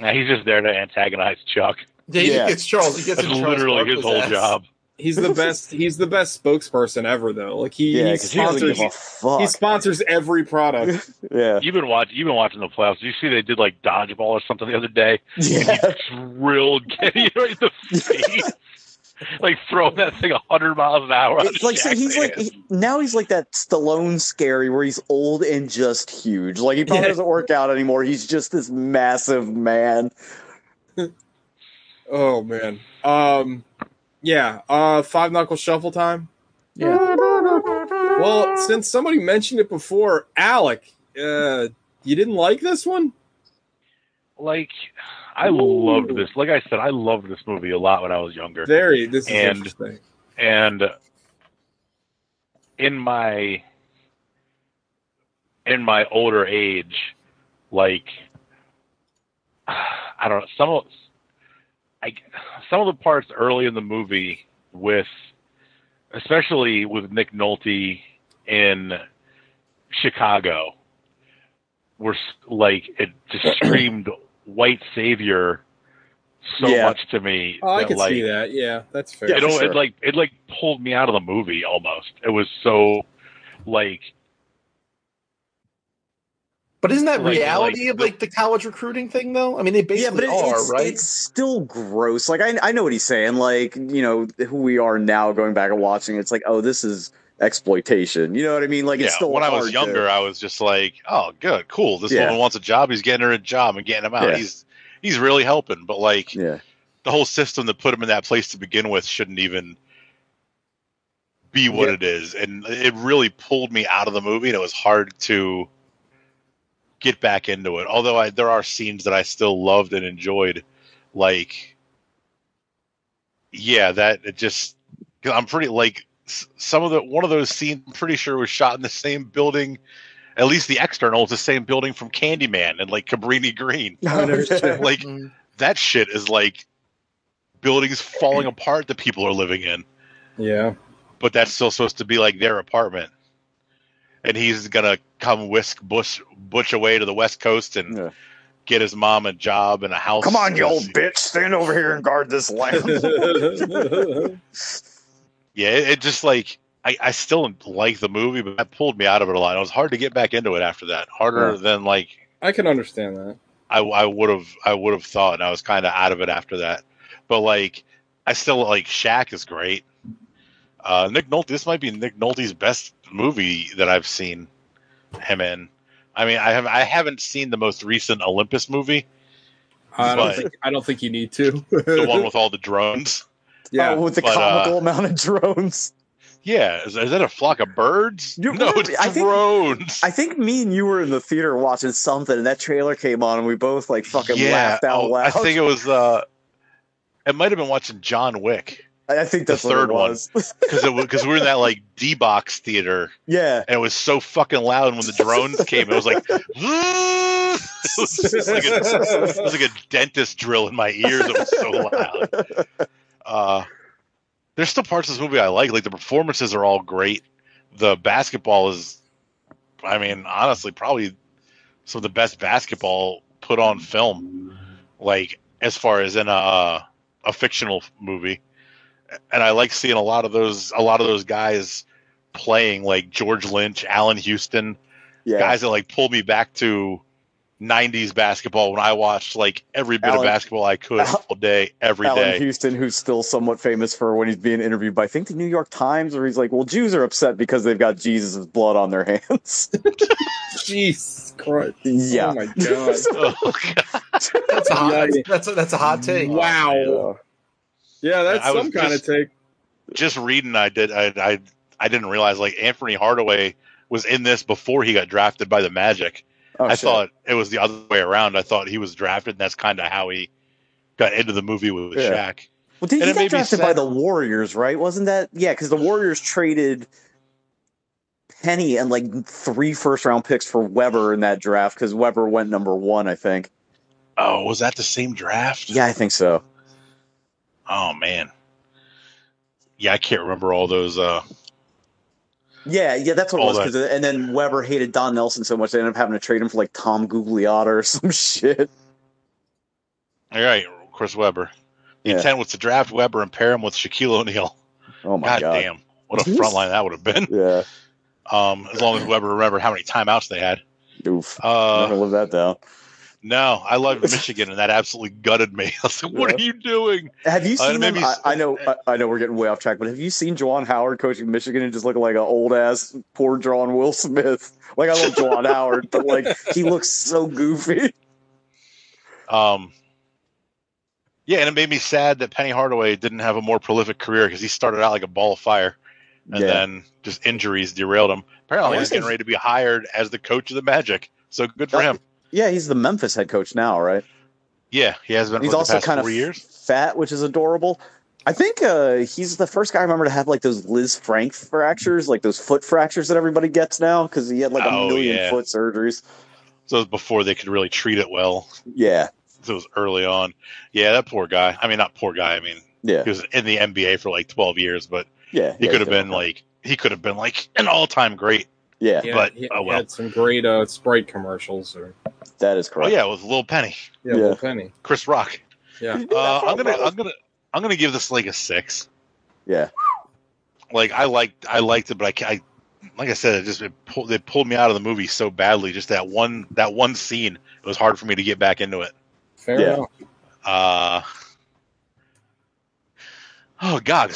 [SPEAKER 17] nah, he's just there to antagonize Chuck.
[SPEAKER 13] Yeah, he
[SPEAKER 16] Yeah.
[SPEAKER 13] gets Charles. He gets
[SPEAKER 17] That's
[SPEAKER 13] in Charles
[SPEAKER 17] literally his
[SPEAKER 13] Barkley's
[SPEAKER 17] whole
[SPEAKER 13] ass.
[SPEAKER 17] job.
[SPEAKER 11] he's the best. He's the best spokesperson ever, though. Like he,
[SPEAKER 16] yeah,
[SPEAKER 11] he
[SPEAKER 16] because he doesn't
[SPEAKER 11] sponsors.
[SPEAKER 16] give a
[SPEAKER 11] He,
[SPEAKER 16] fuck.
[SPEAKER 11] sponsors every product.
[SPEAKER 16] yeah.
[SPEAKER 17] You've been watching. You've been watching the playoffs. Did you see they did like dodgeball or something the other day?
[SPEAKER 16] Yeah.
[SPEAKER 17] drilled Kenny right in the face. like throwing that thing hundred miles an hour. on
[SPEAKER 16] It's like so
[SPEAKER 17] Shaq's
[SPEAKER 16] he's like
[SPEAKER 17] hands.
[SPEAKER 16] he- now he's like that Stallone scary where he's old and just huge. Like he probably
[SPEAKER 11] Yeah.
[SPEAKER 16] doesn't work out anymore. He's just this massive man.
[SPEAKER 11] Oh man. Um. Yeah. Uh. Five knuckle shuffle time.
[SPEAKER 13] Yeah.
[SPEAKER 11] Well, since somebody mentioned it before, Alec, uh, you didn't like this one?
[SPEAKER 17] Like, I loved this. Like I said, I loved this movie a lot when I was younger.
[SPEAKER 11] Very. This is
[SPEAKER 17] and,
[SPEAKER 11] interesting.
[SPEAKER 17] And in my in my older age, like I don't know some of I, some of the parts early in the movie with especially with Nick Nolte in Chicago were s- like it just screamed white savior so
[SPEAKER 11] Yeah.
[SPEAKER 17] much to me
[SPEAKER 11] Oh, I
[SPEAKER 17] that,
[SPEAKER 11] can
[SPEAKER 17] like,
[SPEAKER 11] see that. Yeah, that's fair.
[SPEAKER 17] it, al- it like it like pulled me out of the movie almost. It was so like
[SPEAKER 13] But isn't that
[SPEAKER 17] Like-
[SPEAKER 13] reality
[SPEAKER 17] like
[SPEAKER 13] of like the college recruiting thing though? I mean, they basically
[SPEAKER 16] it-
[SPEAKER 13] are,
[SPEAKER 16] it's,
[SPEAKER 13] right?
[SPEAKER 16] it's still gross. Like I, I know what he's saying. Like you know who we are now, going back and watching, it's like oh, this is exploitation. You know what I mean? Like
[SPEAKER 14] yeah,
[SPEAKER 16] it's still
[SPEAKER 14] when I
[SPEAKER 16] hard
[SPEAKER 14] was
[SPEAKER 16] to-
[SPEAKER 14] younger, I was just like, "Oh, good, cool. This
[SPEAKER 16] Yeah.
[SPEAKER 14] woman wants a job. He's getting her a job and getting him out.
[SPEAKER 16] Yeah.
[SPEAKER 14] He's he's really helping." But like,
[SPEAKER 16] yeah.
[SPEAKER 14] the whole system that put him in that place to begin with shouldn't even be what
[SPEAKER 13] Yeah.
[SPEAKER 14] it is, and it really pulled me out of the movie, and it was hard to get back into it. Although I, there are scenes that I still loved and enjoyed, like yeah, that it just 'cause I'm pretty like s- some of the one of those scenes I'm pretty sure was shot in the same building, at least the external is the same building from Candyman and like Cabrini Green.
[SPEAKER 13] Oh, no shit.
[SPEAKER 14] like that shit is like buildings falling apart that people are living in,
[SPEAKER 11] Yeah.
[SPEAKER 14] but that's still supposed to be like their apartment. And he's gonna come whisk Bush Butch away to the West Coast and get his mom a job and a house.
[SPEAKER 16] Come on, you
[SPEAKER 14] and a
[SPEAKER 16] old bitch! Stand over here and guard this lounge.
[SPEAKER 14] yeah, it, it just like I, I still like the movie, but that pulled me out of it a lot. It was hard to get back into it after that, harder
[SPEAKER 11] Yeah.
[SPEAKER 14] than like
[SPEAKER 11] I can understand that.
[SPEAKER 14] I I would have I would have thought, and I was kind of out of it after that. But like I still like Shaq is great. Uh, Nick Nolte, this might be Nick Nolte's best movie that I've seen him in. I mean, I have I haven't seen the most recent Olympus movie,
[SPEAKER 11] I don't,
[SPEAKER 14] But-
[SPEAKER 11] think, I don't think you need to.
[SPEAKER 14] the one with all the drones.
[SPEAKER 11] yeah.
[SPEAKER 16] Oh, with the
[SPEAKER 14] But, uh,
[SPEAKER 16] comical amount of drones.
[SPEAKER 14] Yeah, is, is that a flock of birds?
[SPEAKER 16] You-
[SPEAKER 14] no, it's
[SPEAKER 16] I think-
[SPEAKER 14] drones.
[SPEAKER 16] I think me and you were in the theater watching something, and that trailer came on, and we both like fucking laughed out
[SPEAKER 14] oh,
[SPEAKER 16] loud.
[SPEAKER 14] I think it was. uh It might have been watching John Wick,
[SPEAKER 16] I think
[SPEAKER 14] the
[SPEAKER 16] that's
[SPEAKER 14] third
[SPEAKER 16] what it
[SPEAKER 14] one,
[SPEAKER 16] was.
[SPEAKER 14] because because we were in that like D box theater,
[SPEAKER 16] Yeah,
[SPEAKER 14] and it was so fucking loud when the drones came. It was like, it was just like a, it was like a dentist drill in my ears. It was so loud. Uh, there's still parts of this movie I like. Like the performances are all great. The basketball is, I mean, honestly, probably some of the best basketball put on film. Like as far as in a a fictional movie, and I like seeing a lot of those a lot of those guys playing like George Lynch, Allen Houston,
[SPEAKER 16] yeah.
[SPEAKER 14] guys that like pulled me back to 90s basketball when I watched like every bit
[SPEAKER 16] Allen-
[SPEAKER 14] of basketball I could
[SPEAKER 16] Al-
[SPEAKER 14] all day, every day.
[SPEAKER 16] Alan Houston, who's still somewhat famous for when he's being interviewed by I think the New York Times, where he's like, "Well, Jews are upset because they've got Jesus' blood on their hands."
[SPEAKER 11] Jeez Christ.
[SPEAKER 16] yeah,
[SPEAKER 11] Oh my God.
[SPEAKER 14] Oh,
[SPEAKER 13] That's a hot
[SPEAKER 11] Yeah.
[SPEAKER 13] that's a, that's a hot take.
[SPEAKER 11] Wow. Yeah, that's
[SPEAKER 14] I was
[SPEAKER 11] some kind
[SPEAKER 14] just-
[SPEAKER 11] of take.
[SPEAKER 14] Just reading, I did, I, I, I didn't realize like Anthony Hardaway was in this before he got drafted by the Magic.
[SPEAKER 16] Oh,
[SPEAKER 14] I
[SPEAKER 16] shit.
[SPEAKER 14] thought it was the other way around. I thought he was drafted, and that's kind of how he got into the movie with
[SPEAKER 16] Yeah.
[SPEAKER 14] Shaq.
[SPEAKER 16] Well, did
[SPEAKER 14] And
[SPEAKER 16] he
[SPEAKER 14] it made
[SPEAKER 16] got
[SPEAKER 14] me
[SPEAKER 16] drafted by
[SPEAKER 14] sad.
[SPEAKER 16] the Warriors, right? Wasn't that yeah? Because the Warriors traded Penny and like three first round picks for Weber in that draft because Weber went number one, I think.
[SPEAKER 14] Oh, was that the same draft?
[SPEAKER 16] Yeah, I think so.
[SPEAKER 14] Oh man. Yeah, I can't remember all those. Uh,
[SPEAKER 16] Yeah, yeah, that's what
[SPEAKER 14] All
[SPEAKER 16] it was. 'cause- uh, and then Weber hated Don Nelson so much they ended up having to trade him for like Tom Gugliotta or some shit.
[SPEAKER 14] all right, Chris Webber. The
[SPEAKER 16] Yeah.
[SPEAKER 14] intent was to draft Webber and pair him with Shaquille O'Neal.
[SPEAKER 16] Oh my
[SPEAKER 14] God,
[SPEAKER 16] god,
[SPEAKER 14] damn, what a front line that would have been.
[SPEAKER 16] Yeah,
[SPEAKER 14] Um, as long as Weber remembered how many timeouts they had.
[SPEAKER 16] oof.
[SPEAKER 14] Uh,
[SPEAKER 16] Never live that down.
[SPEAKER 14] no, I loved Michigan, and that absolutely gutted me. I was like, "What
[SPEAKER 16] Yeah.
[SPEAKER 14] are you doing?"
[SPEAKER 16] Have you
[SPEAKER 14] Uh,
[SPEAKER 16] seen him?
[SPEAKER 14] maybe-
[SPEAKER 16] I, I know, I, I know, we're getting way off track, but have you seen Juwan Howard coaching Michigan and just looking like an old ass, poor drawn Will Smith? Like I love Juwan Howard, but like he looks so goofy.
[SPEAKER 14] Um, yeah, and it made me sad that Penny Hardaway didn't have a more prolific career because he started out like a ball of fire, and
[SPEAKER 16] Yeah.
[SPEAKER 14] then just injuries derailed him. Apparently,
[SPEAKER 16] I
[SPEAKER 14] he's
[SPEAKER 16] guess
[SPEAKER 14] getting
[SPEAKER 16] it's-
[SPEAKER 14] ready to be hired as the coach of the Magic. So good for him.
[SPEAKER 16] Yeah, he's the Memphis head coach now, right?
[SPEAKER 14] Yeah, he has been.
[SPEAKER 16] he's
[SPEAKER 14] for
[SPEAKER 16] also
[SPEAKER 14] the past
[SPEAKER 16] kind
[SPEAKER 14] four
[SPEAKER 16] of
[SPEAKER 14] years.
[SPEAKER 16] fat, which is adorable. I think uh, he's the first guy I remember to have like those Liz Frank fractures, like those foot fractures that everybody gets now because he had like a
[SPEAKER 14] Oh,
[SPEAKER 16] million
[SPEAKER 14] yeah.
[SPEAKER 16] foot surgeries.
[SPEAKER 14] So it was before they could really treat it well.
[SPEAKER 16] Yeah.
[SPEAKER 14] So it was early on. Yeah, that poor guy. I mean, not poor guy. I mean,
[SPEAKER 16] Yeah.
[SPEAKER 14] he was in the NBA for like 12 years, but
[SPEAKER 16] Yeah,
[SPEAKER 14] he
[SPEAKER 16] yeah,
[SPEAKER 14] could have
[SPEAKER 16] he's
[SPEAKER 14] been like he could have been like an all-time great.
[SPEAKER 16] Yeah,
[SPEAKER 14] but
[SPEAKER 11] he,
[SPEAKER 14] oh
[SPEAKER 11] he
[SPEAKER 14] well.
[SPEAKER 11] had some great uh, Sprite commercials. Or
[SPEAKER 16] That is
[SPEAKER 14] Oh
[SPEAKER 16] correct.
[SPEAKER 14] yeah, it was Lil Penny,
[SPEAKER 11] yeah, Lil Penny.
[SPEAKER 14] Chris Rock.
[SPEAKER 11] Yeah,
[SPEAKER 14] Uh, I'm gonna I'm gonna I'm gonna give this like a six.
[SPEAKER 16] Yeah.
[SPEAKER 14] Like I liked I liked it, but I, ca- I like I said, it just it pulled it pulled me out of the movie so badly. Just that one that one scene, it was hard for me to get back into it.
[SPEAKER 11] fair
[SPEAKER 16] Yeah.
[SPEAKER 11] enough.
[SPEAKER 14] Uh, oh God,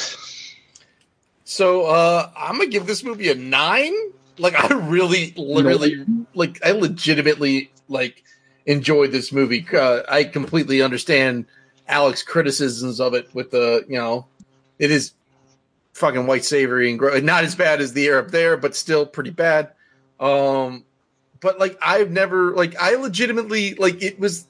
[SPEAKER 13] So uh I'm gonna give this movie a nine. Like I really, literally, like I legitimately like enjoyed this movie. Uh, I completely understand Alex's criticisms of it. With the you know, it is fucking white savory and gross. Not as bad as the air up there, but still pretty bad. Um, but like I've never like I legitimately like it was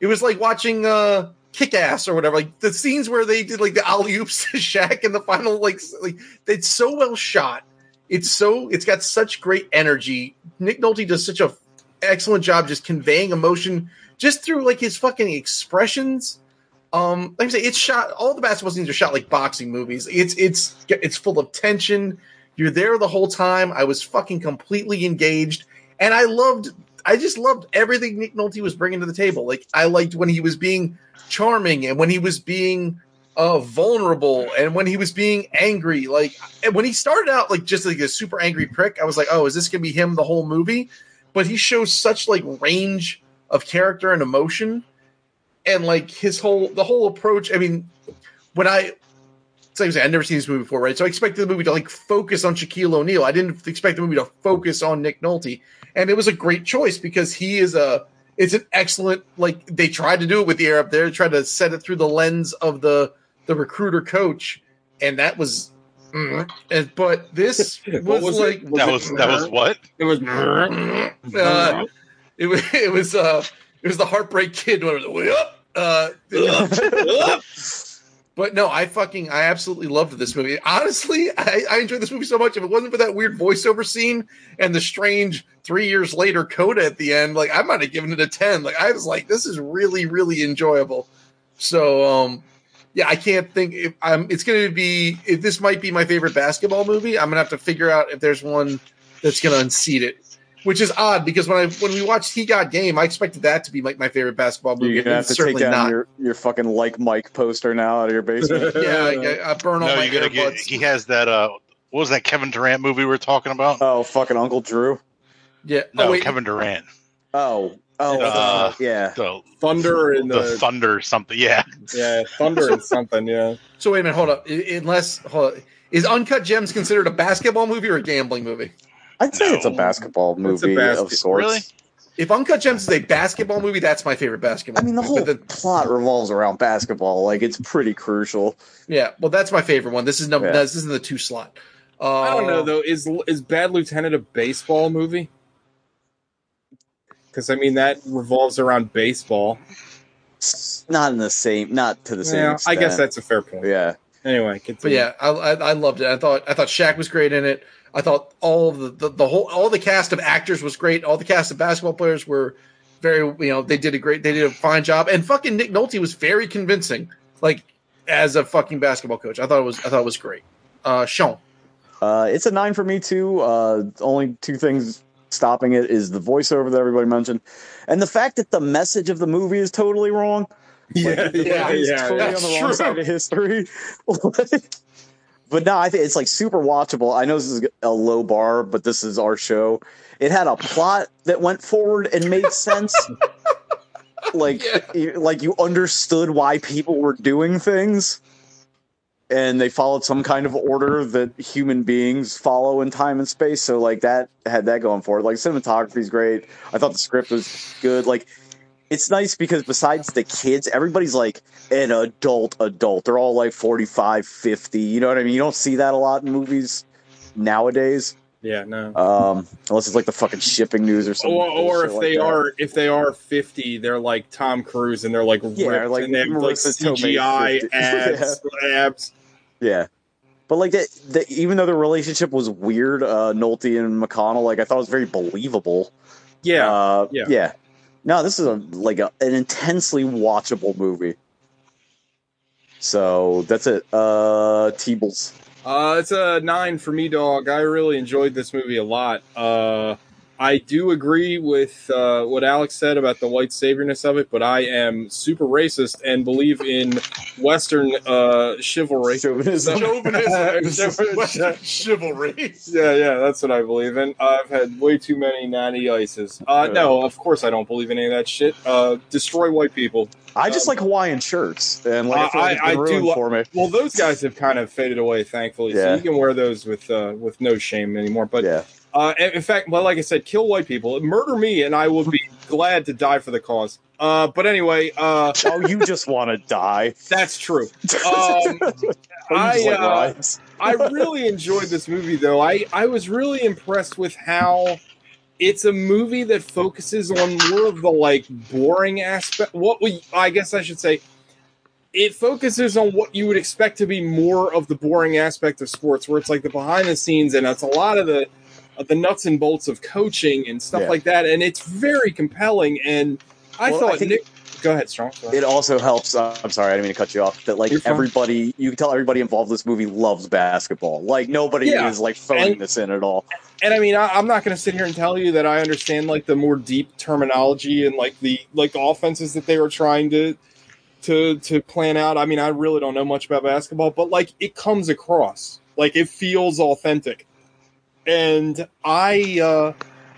[SPEAKER 13] it was like watching uh Kick Ass or whatever. Like the scenes where they did like the alley oops to Shaq in the final like s- like it's so well shot. It's so it's got such great energy. Nick Nolte does such a excellent job just conveying emotion just through like his fucking expressions. Um, like I say, it's shot. All the basketball scenes are shot like boxing movies. It's it's it's full of tension. You're there the whole time. I was fucking completely engaged, and I loved. I just loved everything Nick Nolte was bringing to the table. Like I liked when he was being charming and when he was being uh, vulnerable and when he was being angry. Like and when he started out like just like a super angry prick, I was like, oh, is this gonna be him the whole movie? But he shows such like range of character and emotion and like his whole the whole approach. I mean, when I same thing, I've never seen this movie before, right? So I expected the movie to like focus on Shaquille O'Neal. I didn't expect the movie to focus on Nick Nolte, and it was a great choice because he is a it's an excellent like they tried to do it with the air up there, tried to set it through the lens of the the recruiter coach, and that was. mm. And- but this was,
[SPEAKER 11] was
[SPEAKER 13] like
[SPEAKER 11] it?
[SPEAKER 14] that was that was what?
[SPEAKER 11] It was
[SPEAKER 13] uh, it was it was uh it was the heartbreak kid when it was, "Whoop!" uh, but no i fucking i absolutely loved this movie honestly I, I enjoyed this movie so much if it wasn't for that weird voiceover scene and the strange three years later coda at the end like i might have given it a 10 like i was like this is really really enjoyable so um yeah, I can't think. If I'm, it's going to be. If this might be my favorite basketball movie, I'm going to have to figure out if there's one that's going to unseat it, which is odd because when I when we watched He Got Game, I expected that to be like my favorite basketball movie.
[SPEAKER 16] You're
[SPEAKER 13] and
[SPEAKER 16] gonna have
[SPEAKER 13] it's
[SPEAKER 16] to take
[SPEAKER 13] certainly
[SPEAKER 16] down
[SPEAKER 13] not.
[SPEAKER 16] your, your fucking like Mike poster now out of your basement.
[SPEAKER 13] yeah, I, I burn all
[SPEAKER 14] No,
[SPEAKER 13] my
[SPEAKER 14] you gotta get.
[SPEAKER 13] earbuds.
[SPEAKER 14] He has that. Uh, what was that Kevin Durant movie we were talking about?
[SPEAKER 16] oh, fucking Uncle Drew.
[SPEAKER 13] Yeah,
[SPEAKER 14] No,
[SPEAKER 13] oh, wait,
[SPEAKER 14] Kevin Durant.
[SPEAKER 16] Oh, oh,
[SPEAKER 14] Uh,
[SPEAKER 16] yeah.
[SPEAKER 14] The,
[SPEAKER 11] Thunder and
[SPEAKER 14] the
[SPEAKER 11] the,
[SPEAKER 14] Thunder or something. Yeah,
[SPEAKER 11] yeah, Thunder and something. Yeah,
[SPEAKER 13] so wait a minute, hold up. I- Unless hold up. is Uncut Gems considered a basketball movie or a gambling movie?
[SPEAKER 16] I'd say it's a
[SPEAKER 14] No.
[SPEAKER 16] basketball
[SPEAKER 11] It's a
[SPEAKER 16] movie
[SPEAKER 11] basket-
[SPEAKER 16] of sorts.
[SPEAKER 14] Really?
[SPEAKER 13] If Uncut Gems is a basketball movie, that's my favorite basketball.
[SPEAKER 16] I mean, the
[SPEAKER 13] movie.
[SPEAKER 16] whole
[SPEAKER 13] But
[SPEAKER 16] plot revolves around basketball. Like, it's pretty crucial.
[SPEAKER 13] yeah, well, that's my favorite one. This is number.
[SPEAKER 16] Yeah.
[SPEAKER 13] This is in the two slot. Uh,
[SPEAKER 11] I don't know
[SPEAKER 16] Oh.
[SPEAKER 11] though. Is is Bad Lieutenant a baseball movie? Because I mean that revolves around baseball.
[SPEAKER 16] It's not in the same, not to the same
[SPEAKER 11] Yeah, I
[SPEAKER 16] extent.
[SPEAKER 11] guess that's a fair point.
[SPEAKER 16] Yeah.
[SPEAKER 11] Anyway,
[SPEAKER 13] But
[SPEAKER 11] continue.
[SPEAKER 13] yeah, I, I I loved it. I thought I thought Shaq was great in it. I thought all of the, the the whole all the cast of actors was great. All the cast of basketball players were very you know they did a great they did a fine job. And fucking Nick Nolte was very convincing, like as a fucking basketball coach. I thought it was I thought it was great. Uh, Sean,
[SPEAKER 16] Uh, it's a nine for me too. Uh, only two things stopping it is the voiceover that everybody mentioned, and the fact that the message of the movie is totally wrong.
[SPEAKER 11] yeah, yeah,
[SPEAKER 16] It's
[SPEAKER 11] yeah,
[SPEAKER 16] totally
[SPEAKER 11] yeah.
[SPEAKER 16] on the
[SPEAKER 13] that's
[SPEAKER 16] wrong
[SPEAKER 13] true.
[SPEAKER 16] side of history. but no, I think it's like super watchable. I know this is a low bar, but this is our show. It had a plot that went forward and made sense. like,
[SPEAKER 13] Yeah.
[SPEAKER 16] you, like you understood why people were doing things and they followed some kind of order that human beings follow in time and space. So like that had that going for it. Like cinematography's great. I thought the script was good. Like it's nice because besides the kids, everybody's like an adult adult. They're all like 45, 50. You know what I mean? You don't see that a lot in movies nowadays.
[SPEAKER 11] Yeah, no.
[SPEAKER 16] Um, unless it's like the fucking shipping news or something.
[SPEAKER 11] Or, or
[SPEAKER 16] shit
[SPEAKER 11] if
[SPEAKER 16] like
[SPEAKER 11] they
[SPEAKER 16] that.
[SPEAKER 11] are if they are fifty, they're like Tom Cruise and they're like ripped
[SPEAKER 16] Yeah, like
[SPEAKER 11] and they have like
[SPEAKER 16] Marissa Tomei
[SPEAKER 11] CGI
[SPEAKER 16] 50.
[SPEAKER 11] abs, abs.
[SPEAKER 16] Yeah. But like that, that, even though the relationship was weird, uh, Nolte and McConnell, like I thought it was very believable.
[SPEAKER 11] Yeah,
[SPEAKER 16] uh,
[SPEAKER 11] yeah.
[SPEAKER 16] yeah. No, this is a like a, an intensely watchable movie. So that's it. Uh, Teebles.
[SPEAKER 11] Uh, it's a nine for me, dog. I really enjoyed this movie a lot. Uh, I do agree with uh, what Alex said about the white saviorness of it, but I am super racist and believe in Western uh, chivalry.
[SPEAKER 16] Chauvinism.
[SPEAKER 13] Western chivalry.
[SPEAKER 11] Yeah, yeah, that's what I believe in. I've had way too many natty ices. Uh, no, of course I don't believe in any of that shit. Uh, destroy white people.
[SPEAKER 16] I just
[SPEAKER 11] Um,
[SPEAKER 16] like Hawaiian shirts, and like I, feel like it's been ruined
[SPEAKER 11] lo-
[SPEAKER 16] for me.
[SPEAKER 11] Well, those guys have kind of faded away, thankfully.
[SPEAKER 16] Yeah.
[SPEAKER 11] So you can wear those with uh, with no shame anymore. But
[SPEAKER 16] Yeah.
[SPEAKER 11] uh, in in fact, well, like I said, kill white people, murder me, and I will be glad to die for the cause. Uh, but anyway, uh,
[SPEAKER 16] oh, you just want to die. Oh,
[SPEAKER 11] That's true. Um, I,
[SPEAKER 16] like
[SPEAKER 11] uh,
[SPEAKER 16] lies.
[SPEAKER 11] I really enjoyed this movie, though. I, I was really impressed with how it's a movie that focuses on more of the like boring aspect. What we, I guess I should say, it focuses on what you would expect to be more of the boring aspect of sports, where it's like the behind the scenes and it's a lot of the of the nuts and bolts of coaching and stuff
[SPEAKER 16] Yeah.
[SPEAKER 11] like that, and it's very compelling. And I
[SPEAKER 16] Well, I
[SPEAKER 11] thought,
[SPEAKER 16] think-
[SPEAKER 11] Nick, go ahead, strong. Go ahead.
[SPEAKER 16] It also helps. Uh, I'm sorry, I didn't mean to cut you off. That like
[SPEAKER 11] You're fine.
[SPEAKER 16] everybody, you can tell everybody involved in this movie loves basketball. Like nobody
[SPEAKER 11] Yeah.
[SPEAKER 16] is like phoning
[SPEAKER 11] And-
[SPEAKER 16] this in at all.
[SPEAKER 11] and I mean, I, I'm not going to sit here and tell you that I understand like the more deep terminology and like the like offenses that they were trying to to to plan out. I mean, I really don't know much about basketball, but like it comes across, like it feels authentic, and I uh,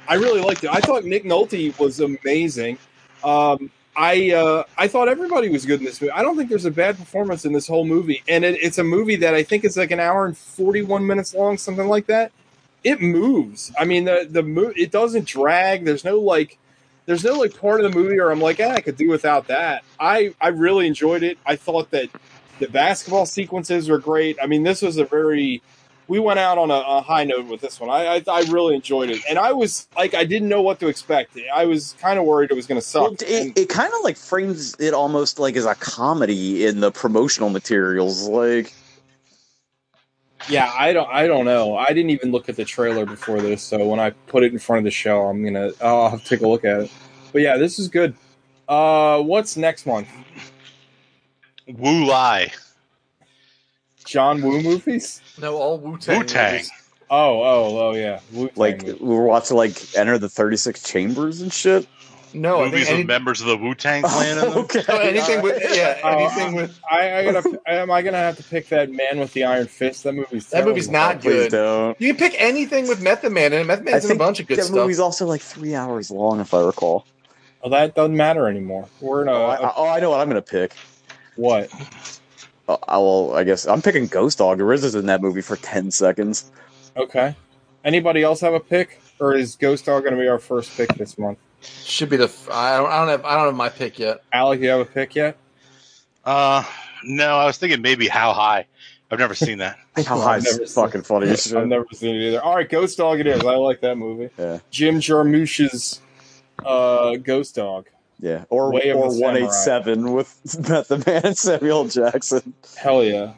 [SPEAKER 11] I really liked it. I thought Nick Nolte was amazing. Um, I uh, I thought everybody was good in this movie. I don't think there's a bad performance in this whole movie, and it, it's a movie that I think is like an hour and forty one minutes long, something like that it moves. I mean, the the mo- it doesn't drag. There's no like, there's no like part of the movie where I'm like, eh, I could do without that. I I really enjoyed it. I thought that the basketball sequences were great. I mean, this was a very we went out on a, a high note with this one. I, I I really enjoyed it, and I was like, I didn't know what to expect. I was kind of worried it was going to suck.
[SPEAKER 16] Well, it it kind of like frames it almost like as a comedy in the promotional materials. Like
[SPEAKER 11] Yeah, I don't. I don't know. I didn't even look at the trailer before this, so when I put it in front of the show, I'm gonna. oh, I'll have to take a look at it. But yeah, this is good. Uh, what's next month?
[SPEAKER 14] Wu Lai.
[SPEAKER 11] John Woo movies?
[SPEAKER 13] No, all Wu Tang.
[SPEAKER 14] Wu Tang.
[SPEAKER 11] Oh, oh, oh, yeah. Wu-Tang.
[SPEAKER 16] like we were watching like Enter the 36 Chambers and shit.
[SPEAKER 13] No, Oh, I
[SPEAKER 14] Movies
[SPEAKER 13] think
[SPEAKER 14] with
[SPEAKER 13] any-
[SPEAKER 14] members of the Wu Tang Clan. in them.
[SPEAKER 16] okay.
[SPEAKER 13] no, anything with yeah,
[SPEAKER 16] Uh,
[SPEAKER 11] Oh,
[SPEAKER 13] anything with
[SPEAKER 11] I, I gotta. am I gonna have to pick that Man with the Iron Fist? That movie's.
[SPEAKER 13] That movie's
[SPEAKER 11] terrible.
[SPEAKER 13] not
[SPEAKER 16] Please
[SPEAKER 13] good.
[SPEAKER 16] don't.
[SPEAKER 13] You can pick anything with Method Man, and Method Man's in a bunch of good
[SPEAKER 16] that
[SPEAKER 13] stuff.
[SPEAKER 16] movie's also like three hours long, if I recall.
[SPEAKER 11] Well, that doesn't matter anymore. We're in a,
[SPEAKER 16] oh, I, I- oh, I know what I'm gonna pick.
[SPEAKER 11] what?
[SPEAKER 16] Oh, I will. I guess I'm picking Ghost Dog. Riz is in that movie for ten seconds.
[SPEAKER 11] Okay. Anybody else have a pick, or is Ghost Dog gonna be our first pick this month?
[SPEAKER 13] Should be the f- I don't I don't have I don't have my pick yet.
[SPEAKER 11] Alec, you have a pick yet?
[SPEAKER 14] Uh, no, I was thinking maybe How High. I've never seen that.
[SPEAKER 16] How
[SPEAKER 11] I've
[SPEAKER 16] high is
[SPEAKER 11] never
[SPEAKER 16] it? fucking funny? as shit.
[SPEAKER 11] I've never seen it either. All right, Ghost Dog it is. I like that movie.
[SPEAKER 16] Yeah,
[SPEAKER 11] Jim Jarmusch's uh, Ghost Dog.
[SPEAKER 16] yeah. Or
[SPEAKER 11] Way of
[SPEAKER 16] or
[SPEAKER 11] the
[SPEAKER 16] one eight seven with Method Man and Samuel Jackson.
[SPEAKER 11] Hell yeah. Uh,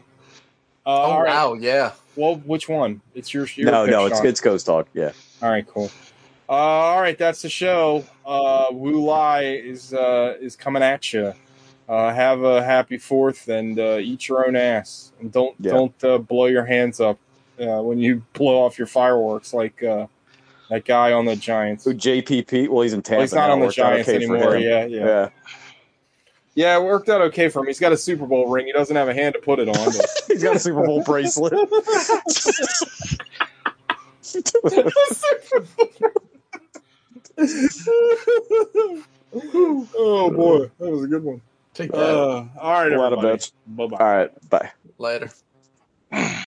[SPEAKER 13] Oh
[SPEAKER 11] all right.
[SPEAKER 13] wow, yeah.
[SPEAKER 11] Well, which one? It's your, your
[SPEAKER 16] no,
[SPEAKER 11] pick,
[SPEAKER 16] no, it's
[SPEAKER 11] Sean.
[SPEAKER 16] it's Ghost Dog. Yeah,
[SPEAKER 11] All right, cool. Uh, all right, that's the show. Uh, Wu Lai is uh, is coming at you. Uh, have a happy Fourth and uh, eat your own ass, and don't
[SPEAKER 16] Yeah.
[SPEAKER 11] don't uh, blow your hands up uh, when you blow off your fireworks like uh, that guy on the Giants.
[SPEAKER 16] Who JPP. Well, he's in Tampa.
[SPEAKER 11] Well, he's not
[SPEAKER 16] now.
[SPEAKER 11] on the
[SPEAKER 16] Worked out
[SPEAKER 11] Giants
[SPEAKER 16] okay for
[SPEAKER 11] anymore.
[SPEAKER 16] him.
[SPEAKER 11] Yeah, yeah,
[SPEAKER 16] yeah.
[SPEAKER 11] yeah. It worked out okay for him. He's got a Super Bowl ring. He doesn't have a hand to put it on. But
[SPEAKER 16] He's got a Super Bowl bracelet.
[SPEAKER 11] oh boy, that was a good one.
[SPEAKER 13] Take that
[SPEAKER 11] Uh, all right,
[SPEAKER 16] What a
[SPEAKER 11] everybody.
[SPEAKER 16] bitch.
[SPEAKER 11] Bye bye.
[SPEAKER 16] All right, bye.
[SPEAKER 13] later.